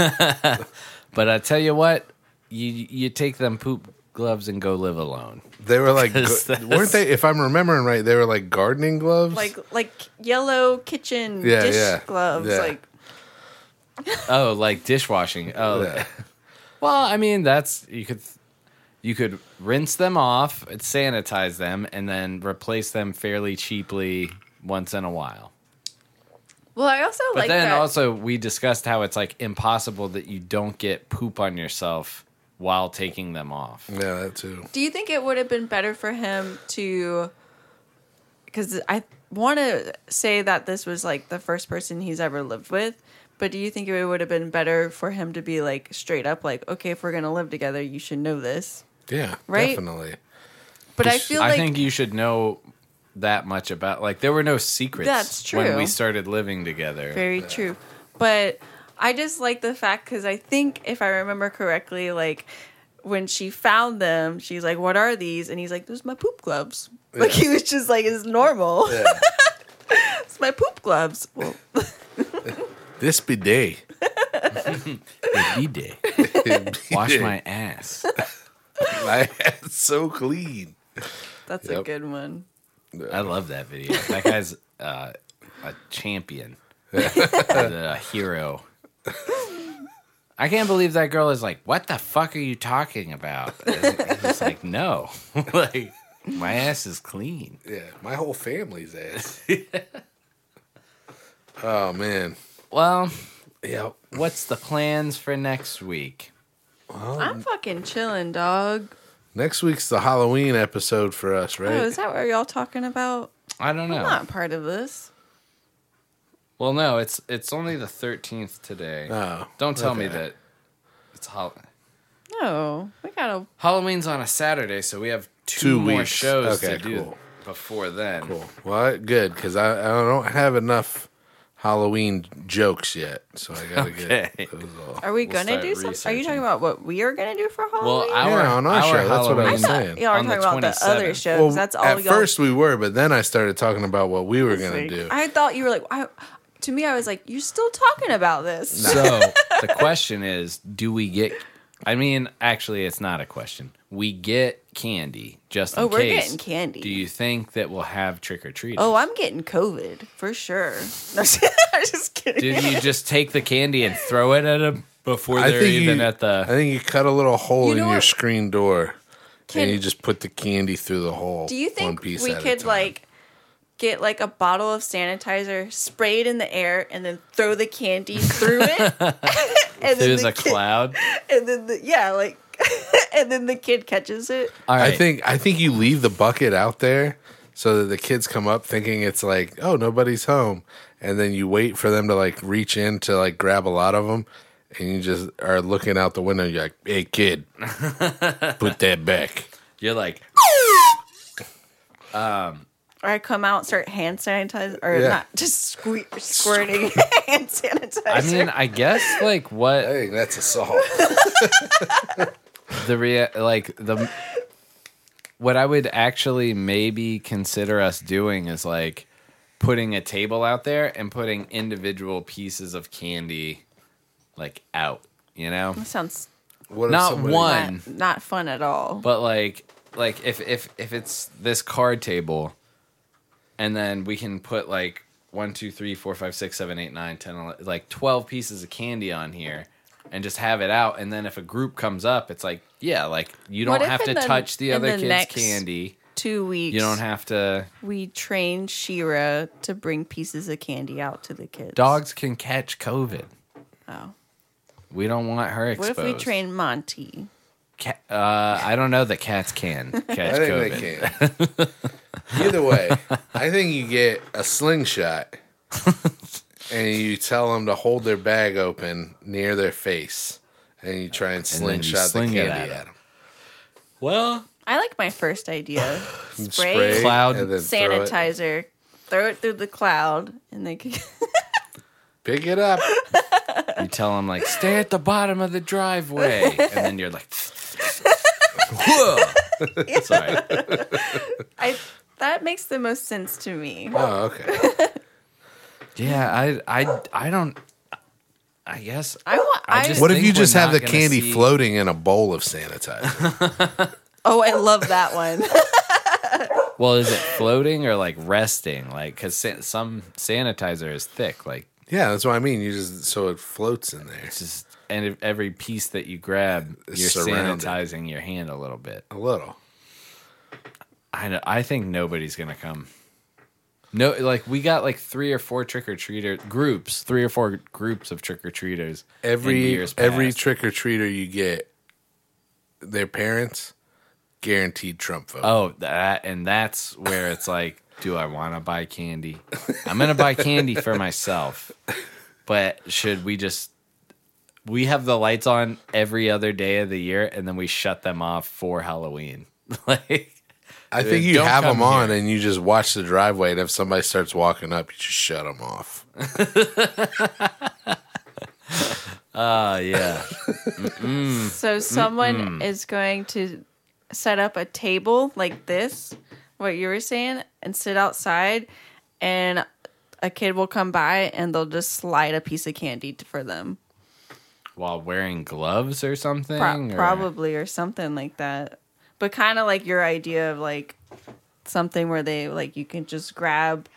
A: but i tell you what you you take them poop gloves and go live alone
C: They were like,
A: Because
C: gar-
A: that's-
C: weren't they? If I'm remembering right, they were like gardening gloves.
B: Like like yellow kitchen
C: Yeah,
B: dish
C: yeah,
B: gloves,
C: yeah.
B: like
A: oh like dishwashing oh
C: Yeah.
A: Well, I mean, that's you could you could rinse them off, sanitize them, and then replace them fairly cheaply once in a while.
B: Well, I also
A: But
B: like
A: then
B: that.
A: also we discussed how it's like impossible that you don't get poop on yourself while taking them off.
C: yeah, that too.
B: Do you think it would have been better for him to? Because I want to say that this was like the first person he's ever lived with, but do you think it would have been better for him to be like straight up, like, okay, if we're gonna live together, you should know this.
C: Yeah,
A: [LAUGHS]
B: Right?
C: definitely. [LAUGHS]
B: But I feel
A: I
B: like
A: think you should know that much about like there were no secrets
B: That's
A: when
B: true.
A: we started living together.
B: Very true. But I just like the fact because I think if I remember correctly, like when she found them, she's like, "What are these?" And he's like, "Those are my poop gloves." Like he was just like, "It's normal.
C: Yeah.
B: it's my poop gloves." Well, [LAUGHS]
C: this bidet.
A: Every day. Wash my ass.
C: [LAUGHS] my ass so clean.
B: That's a
A: Yep.
B: good one.
A: I love that video. That guy's uh, a champion, He's a hero. I can't believe that girl is like, "What the fuck are you talking about?" It's like, no, [LAUGHS] like my ass is clean.
C: Yeah, my whole family's ass.
A: [LAUGHS]
C: oh man.
A: Well,
C: yeah.
A: What's the plans for next week?
C: Um,
B: I'm fucking chilling, dog.
C: Next week's the Halloween episode for us, right?
B: Oh, is that what y'all talking about?
A: I don't know.
B: I'm not part of this.
A: Well, no, it's it's only the thirteenth today.
C: Oh,
A: don't tell me
C: okay.
A: that it's Hall-
B: No, we gotta.
A: Halloween's on a Saturday, so we have two,
C: Two
A: more
C: weeks.
A: shows
C: Okay,
A: to do
C: cool.
A: before then. Cool.
C: Well, good because I, I don't have enough Halloween jokes yet, so I gotta
A: Okay.
C: get. Those all.
B: Are we
A: We'll
B: gonna
A: start
B: do something? Are you talking about what we are gonna do for
A: Well,
B: Halloween?
A: our,
C: Yeah, on our show, that's what I was
A: Halloween
C: saying.
B: y'all are
A: on
B: talking about the other
A: 27th.
B: shows.
C: Well,
B: That's all
C: at
B: y'all.
C: first we were, but then I started talking about what we were gonna
B: Like,
C: do.
B: I thought you were like. I, to me, I was like, you're still talking about this.
A: [LAUGHS] So the question is, do we get? I mean, actually, it's not a question. We get candy just in
B: Oh, we're
A: case.
B: getting candy.
A: Do you think that we'll have trick or treat?
B: oh, I'm getting COVID for sure. [LAUGHS] No, I'm just kidding.
A: Did
B: [LAUGHS]
A: you just take the candy and throw it at them before
C: I
A: they're
C: think
A: even
C: you-
A: at the?
C: I think you cut a little hole
B: You
C: in
B: know
C: your
B: what?
C: screen door,
B: Can-
C: and you just put the candy through the hole.
B: Do you
C: one
B: think
C: piece
B: we
C: at a
B: could
C: time.
B: like get like a bottle of sanitizer, spray it in the air, and then throw the candy through
C: [LAUGHS]
B: it? [LAUGHS] and
A: There's
B: the
A: a
B: kid-
A: cloud.
B: And then the, yeah, like [LAUGHS] and then the kid catches it.
A: All right.
C: I think I think you leave the bucket out there so that the kids come up thinking it's like, oh, nobody's home, and then you wait for them to like reach in to like grab a lot of them, and you just are looking out the window. You're like,
A: [LAUGHS]
C: hey, kid, put that back.
A: You're like,
B: [LAUGHS]
A: um,
B: Or I come out and start hand sanitizing or
C: Yeah.
B: not just sque- squirting [LAUGHS] hand sanitizer.
A: I mean, I guess like what
C: I think
A: [LAUGHS]
C: that's assault.
A: the rea- like the what I would actually maybe consider us doing is like putting a table out there and putting individual pieces of candy like out, you know?
B: that sounds
C: What if
A: Not
C: somebody-
A: one.
B: not, not fun at all.
A: But like like if if if it's this card table and then we can put like one, two, three, four, five, six, seven, eight, nine, ten, ele- like twelve pieces of candy on here and just have it out and then if a group comes up it's like yeah like you
B: What
A: don't
B: if
A: have to
B: in the-
A: touch the
B: in
A: other
B: the
A: kids
B: next
A: candy
B: Two weeks.
A: you don't have to
B: We trained Shira to bring pieces of candy out to the kids.
A: dogs can catch covid
B: Oh.
A: we don't want her
B: What
A: exposed
B: if we train Monty?
A: Ca- uh, i don't know that cats can catch
C: [LAUGHS] I think
A: covid
C: they can. Either way, I think you get
A: [LAUGHS]
C: a slingshot and you tell them to hold their bag open near their face and you try and
A: then you
C: slingshot
A: sling
C: the
A: it
C: candy
A: at
C: at
A: 'em.
C: them.
A: well
B: I like my first idea.
C: And
B: Spray,
A: Cloud
C: and then throw it.
B: sanitizer, throw it through the cloud, and they could.
C: Pick it up.
A: you tell them like stay at the bottom of the driveway and then you're like whoa sorry
B: [LAUGHS] I that makes the most sense to me.
C: Oh, okay.
A: [LAUGHS] yeah i i i don't i guess
B: I want.
A: I
B: I,
A: just-
C: What if
A: think
C: you
A: we're
C: just have
A: not
C: the
A: gonna
C: candy
A: see-
C: floating in a bowl of
A: [LAUGHS]
C: sanitizer?
B: [LAUGHS] oh, I love that one. [LAUGHS]
A: well is it floating or like resting like because some sanitizer is thick like
C: yeah, that's what I mean. You just so it floats in there
A: It's just and if every piece that you grab,
C: It's
A: you're
C: surrounded.
A: sanitizing your hand a little bit.
C: a little.
A: I know- I think nobody's gonna come. No, like we got like three or four trick or treater groups, three or four groups of trick or treaters
C: Every every trick or treater you get, their parents guaranteed Trump vote.
A: oh that and that's where it's like, do I want to buy candy? I'm gonna buy candy for myself, but should we just? We have the lights on every other day of the year, and then we shut them off for Halloween. [LAUGHS] like.
C: I think you
A: don't
C: have
A: come
C: them on and you just watch the driveway, and if somebody starts walking up, you just shut them off.
A: Ah, yeah.
B: so someone is going to set up a table like this, what you were saying, and sit outside, and a kid will come by and they'll just slide a piece of candy for them.
A: while wearing gloves or something.
B: Pro-
A: or-
B: probably or something like that. But kind of like your idea of like something where they like you can just grab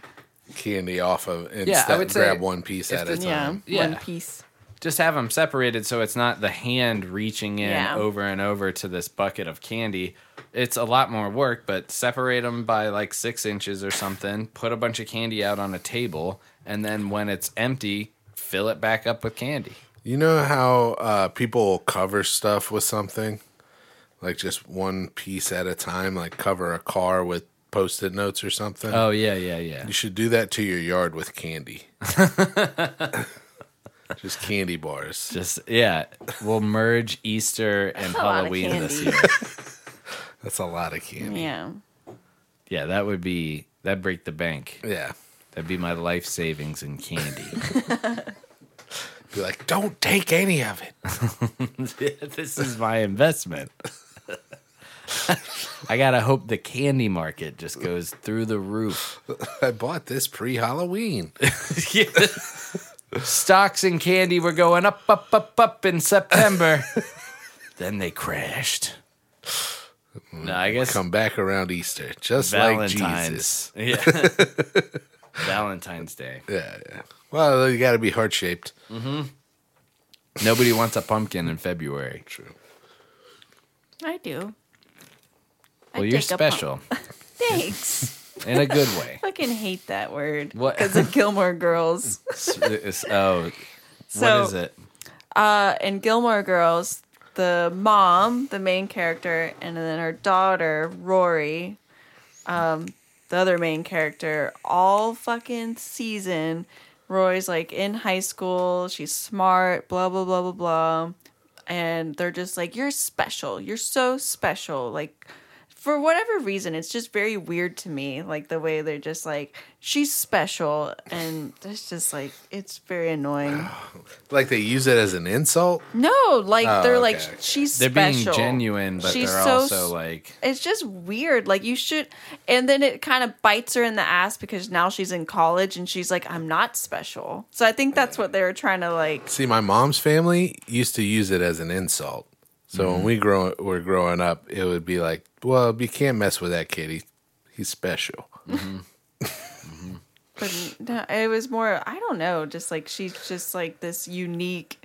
C: candy off of and
A: Yeah, I would say
C: grab one piece
A: if
C: at a
A: the-
C: time.
B: yeah,
A: Yeah.
B: one piece.
A: Just have them separated so it's not the hand reaching in
B: Yeah.
A: over and over to this bucket of candy. It's a lot more work, but separate them by like six inches or something. Put a bunch of candy out on a table, and then when it's empty, fill it back up with candy.
C: You know how uh, people cover stuff with something, like just one piece at a time, like cover a car with post-it notes or something.
A: Oh yeah, yeah, yeah.
C: You should do that to your yard with candy.
A: [LAUGHS]
C: just candy bars.
A: Just yeah, we'll merge Easter and
B: a lot of
A: Halloween this year.
B: candy.
C: That's a lot of candy.
B: Yeah.
A: Yeah, that would be that break the bank.
C: Yeah.
A: That'd be my life savings in candy.
C: Be like, don't take any of it.
A: [LAUGHS] this is my investment. I gotta hope the candy market just goes through the [LAUGHS] roof.
C: I bought this pre-Halloween.
A: Stocks and candy were going up, up, up, up in September. [LAUGHS] then they crashed. No, I guess
C: Come back around Easter, just like Jesus.
A: [LAUGHS] Valentine's. Yeah. [LAUGHS] Valentine's Day.
C: Yeah, yeah. Well, you got to be heart shaped.
A: Nobody wants a pumpkin in February. True.
B: I do. I
A: Well, you're
B: take a pump-
A: special
B: [LAUGHS] Thanks.
A: in a good way.
B: Fucking hate that word [LAUGHS]
A: What-
B: because of Gilmore Girls.
A: S- s- oh,
B: So-
A: what is it?
B: Uh, in Gilmore Girls, the mom, the main character, and then her daughter, Rory, um, the other main character, all fucking season. Rory's like in high school, she's smart, blah, blah, blah, blah, blah. And they're just like, you're special. You're so special. Like, for whatever reason, it's just very weird to me. Like, the way they're just like, she's special. And it's just like, it's very annoying.
C: Like they use it as an insult.
B: No, like
C: Oh,
B: they're
C: okay,
B: like
C: okay.
B: she's
A: They're being
B: special.
A: genuine, but
B: She's
A: they're
B: so
A: also
B: s-
A: like
B: It's just weird. Like you should, and then it kind of bites her in the ass because now she's in college and she's like, "I'm not special." So I think that's what they were trying to like.
C: See, my mom's family used to use it as an insult. So
A: Mm-hmm.
C: when we grow were growing up, it would be like, "Well, you can't mess with that kid. He, he's special."
B: But no, it was more. I don't know. Just like she's just like this unique,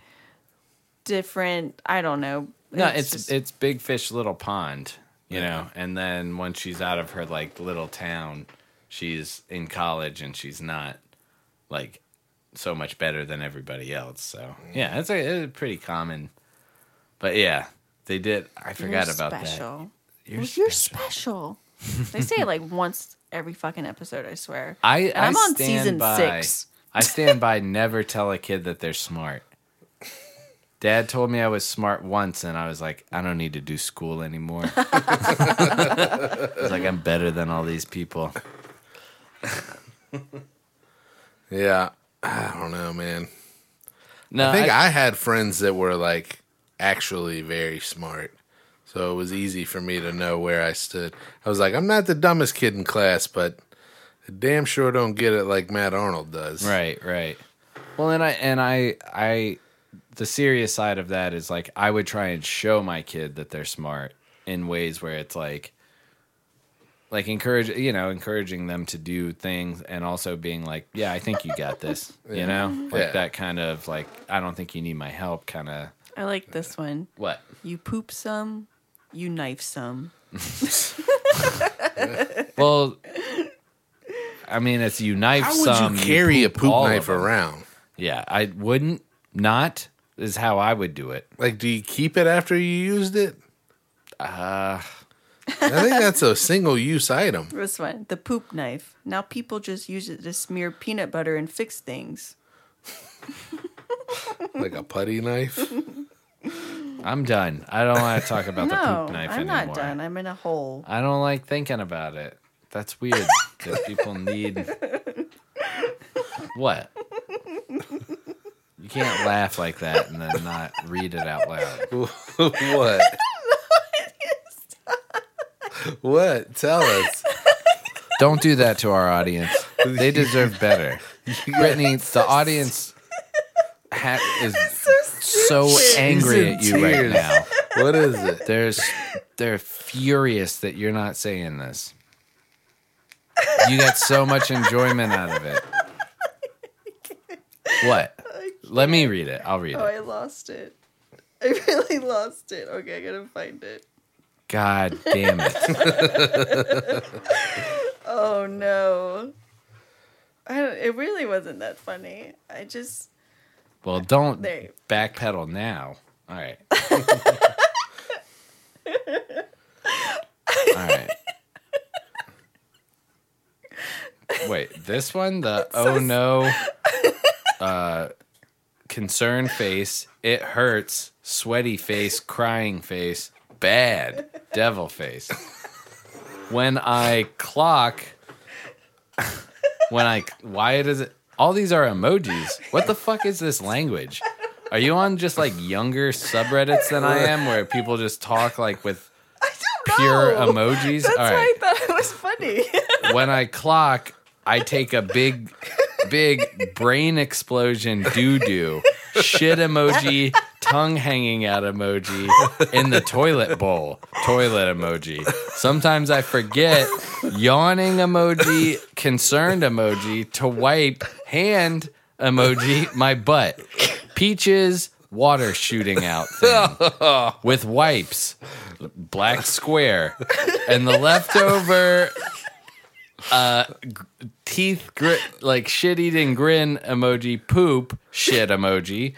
B: different. I don't know.
A: no, it's
B: just-
A: it's big fish, little pond, you know. And then once she's out of her like little town, she's in college and she's not like so much better than everybody else. So yeah, it's a, it's pretty common. But yeah, they did. I forgot
B: you're
A: about that.
B: special. You're, well, you're special.
A: [LAUGHS]
B: they say it like once every fucking episode. I swear.
A: I
B: And
A: I
B: I'm on
A: stand
B: season
A: by,
B: six.
A: I stand by never tell a kid that they're smart. Dad told me I was smart once, and I was like, I don't need to do school anymore. [LAUGHS] I was like, I'm better than all these people.
C: Yeah, [SIGHS] I don't know, man.
A: No,
C: I think I, had friends that were like actually very smart, so it was easy for me to know where I stood. I was like, "I'm not the dumbest kid in class, but I damn sure don't get it like Matt Arnold does."
A: right, right. Well, and I and I I the serious side of that is like I would try and show my kid that they're smart in ways where it's like like encourage you know encouraging them to do things and also being like yeah i think you got
C: [LAUGHS]
A: this you know like
C: Yeah.
A: that kind of like i don't think you need my help kind of
B: I like this one.
A: what
B: You poop some, you knife some.
A: well i mean it's you knife
C: How
A: some
C: would you carry a
A: poop
C: poop
A: all of
C: knife
A: them.
C: around?
A: yeah i wouldn't not is how i would do it
C: Like, do you keep it after you used it? Uh, I think that's a single use item.
B: This one, the poop knife. Now people just use it to smear peanut butter and fix things.
C: Like a putty knife.
A: i'm done i don't want to talk about the
B: [LAUGHS] No,
A: poop
B: I'm
A: knife anymore
B: not done. I'm in a hole.
A: I don't like thinking about it. That's weird that people
B: [LAUGHS]
A: need. What? You can't laugh like that and then not read it out loud.
C: what? what? Tell us.
A: Don't do that to our audience. They deserve better. Brittany, the audience ha- is
B: So
A: so angry
C: in
A: at you right
C: tears.
A: now.
C: What is it?
A: There's they're furious that you're not saying this. You got so much enjoyment out of it. What? Let me read it. I'll read
B: Oh,
A: it.
B: I lost it. [LAUGHS] I really lost it. Okay, I gotta find it.
A: God damn it.
B: Oh no. I don't, it really wasn't that funny. I just
A: well, don't
B: There.
A: backpedal now. All right. All right. Wait, this one, the oh no uh concern face, it hurts, sweaty face, crying face, bad, devil face. When I clock when I why does it all these are emojis. What the fuck is this language? Are you on just like younger subreddits than I am where people just talk like with pure
B: No!
A: emojis?
B: [LAUGHS] That's
A: all right
B: why I thought it was funny. [LAUGHS]
A: when I clock, I take a big, big brain explosion doo doo, shit emoji, tongue hanging out emoji, in the toilet bowl, toilet emoji. Sometimes I forget yawning emoji, concerned emoji, to wipe, hand emoji, my butt, peaches, water shooting out thing, with wipes, black square, and the leftover uh, g- teeth grit like shit eating grin emoji, poop shit emoji,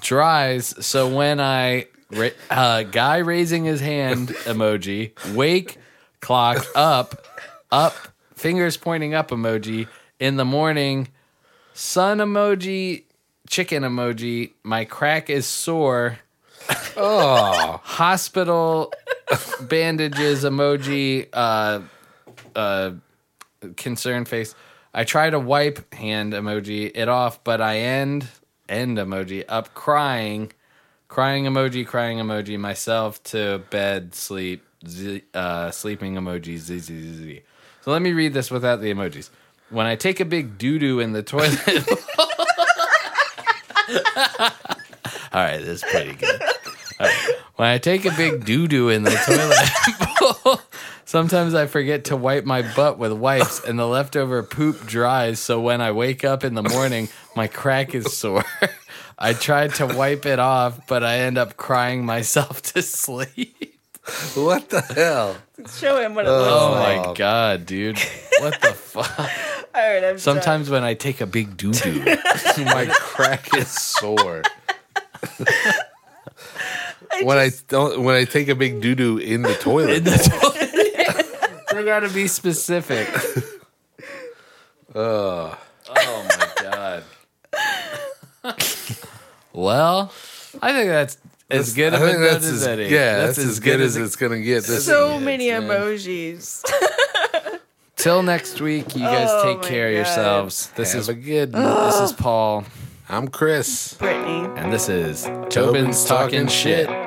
A: dries. So when I ra- uh, guy raising his hand emoji, wake clock up, up fingers pointing up emoji in the morning, sun emoji, chicken emoji. My crack is sore. Oh, hospital bandages emoji. Uh, uh, concerned face. I try to wipe hand emoji it off, but I end end emoji up crying, crying emoji, crying emoji myself to bed sleep z- uh, sleeping emoji z z z z. So let me read this without the emojis. When I take a big doo doo in the toilet. [LAUGHS] All right, this is pretty good. All right. When I take a big doo doo in the toilet [LAUGHS] bowl, sometimes I forget to wipe my butt with wipes, and the leftover poop dries. So when I wake up in the morning, my crack is sore. [LAUGHS] I tried to wipe it off, but I end up crying myself to sleep. [LAUGHS]
C: What the hell?
B: Show him what it looks
A: Oh
B: like.
A: my god, dude! What the fuck?
B: All right, I'm done.
A: Sometimes when I take a big doo doo, my
C: crack is sore.
B: I
C: when [LAUGHS] I don't, when I take a big doo doo in the toilet, bowl.
A: You gotta be
C: [LAUGHS]
A: specific.
C: Ugh.
A: Oh my god. well, I think that's as good
C: I
A: of a
C: think
A: note
C: that's
A: as,
C: as-
A: any.
C: yeah, that's as good as it's gonna get. This
B: so many emojis.
A: Till next week, you guys
B: Oh
A: take
B: my
A: care of
B: God.
A: yourselves. This
C: Have
A: is
C: a good
A: This is Paul,
C: I'm
B: [LAUGHS]
C: Chris.
B: Brittany.
A: and this is Tobin's,
C: Tobin's
A: talking,
C: Talking
A: shit.
C: Shit.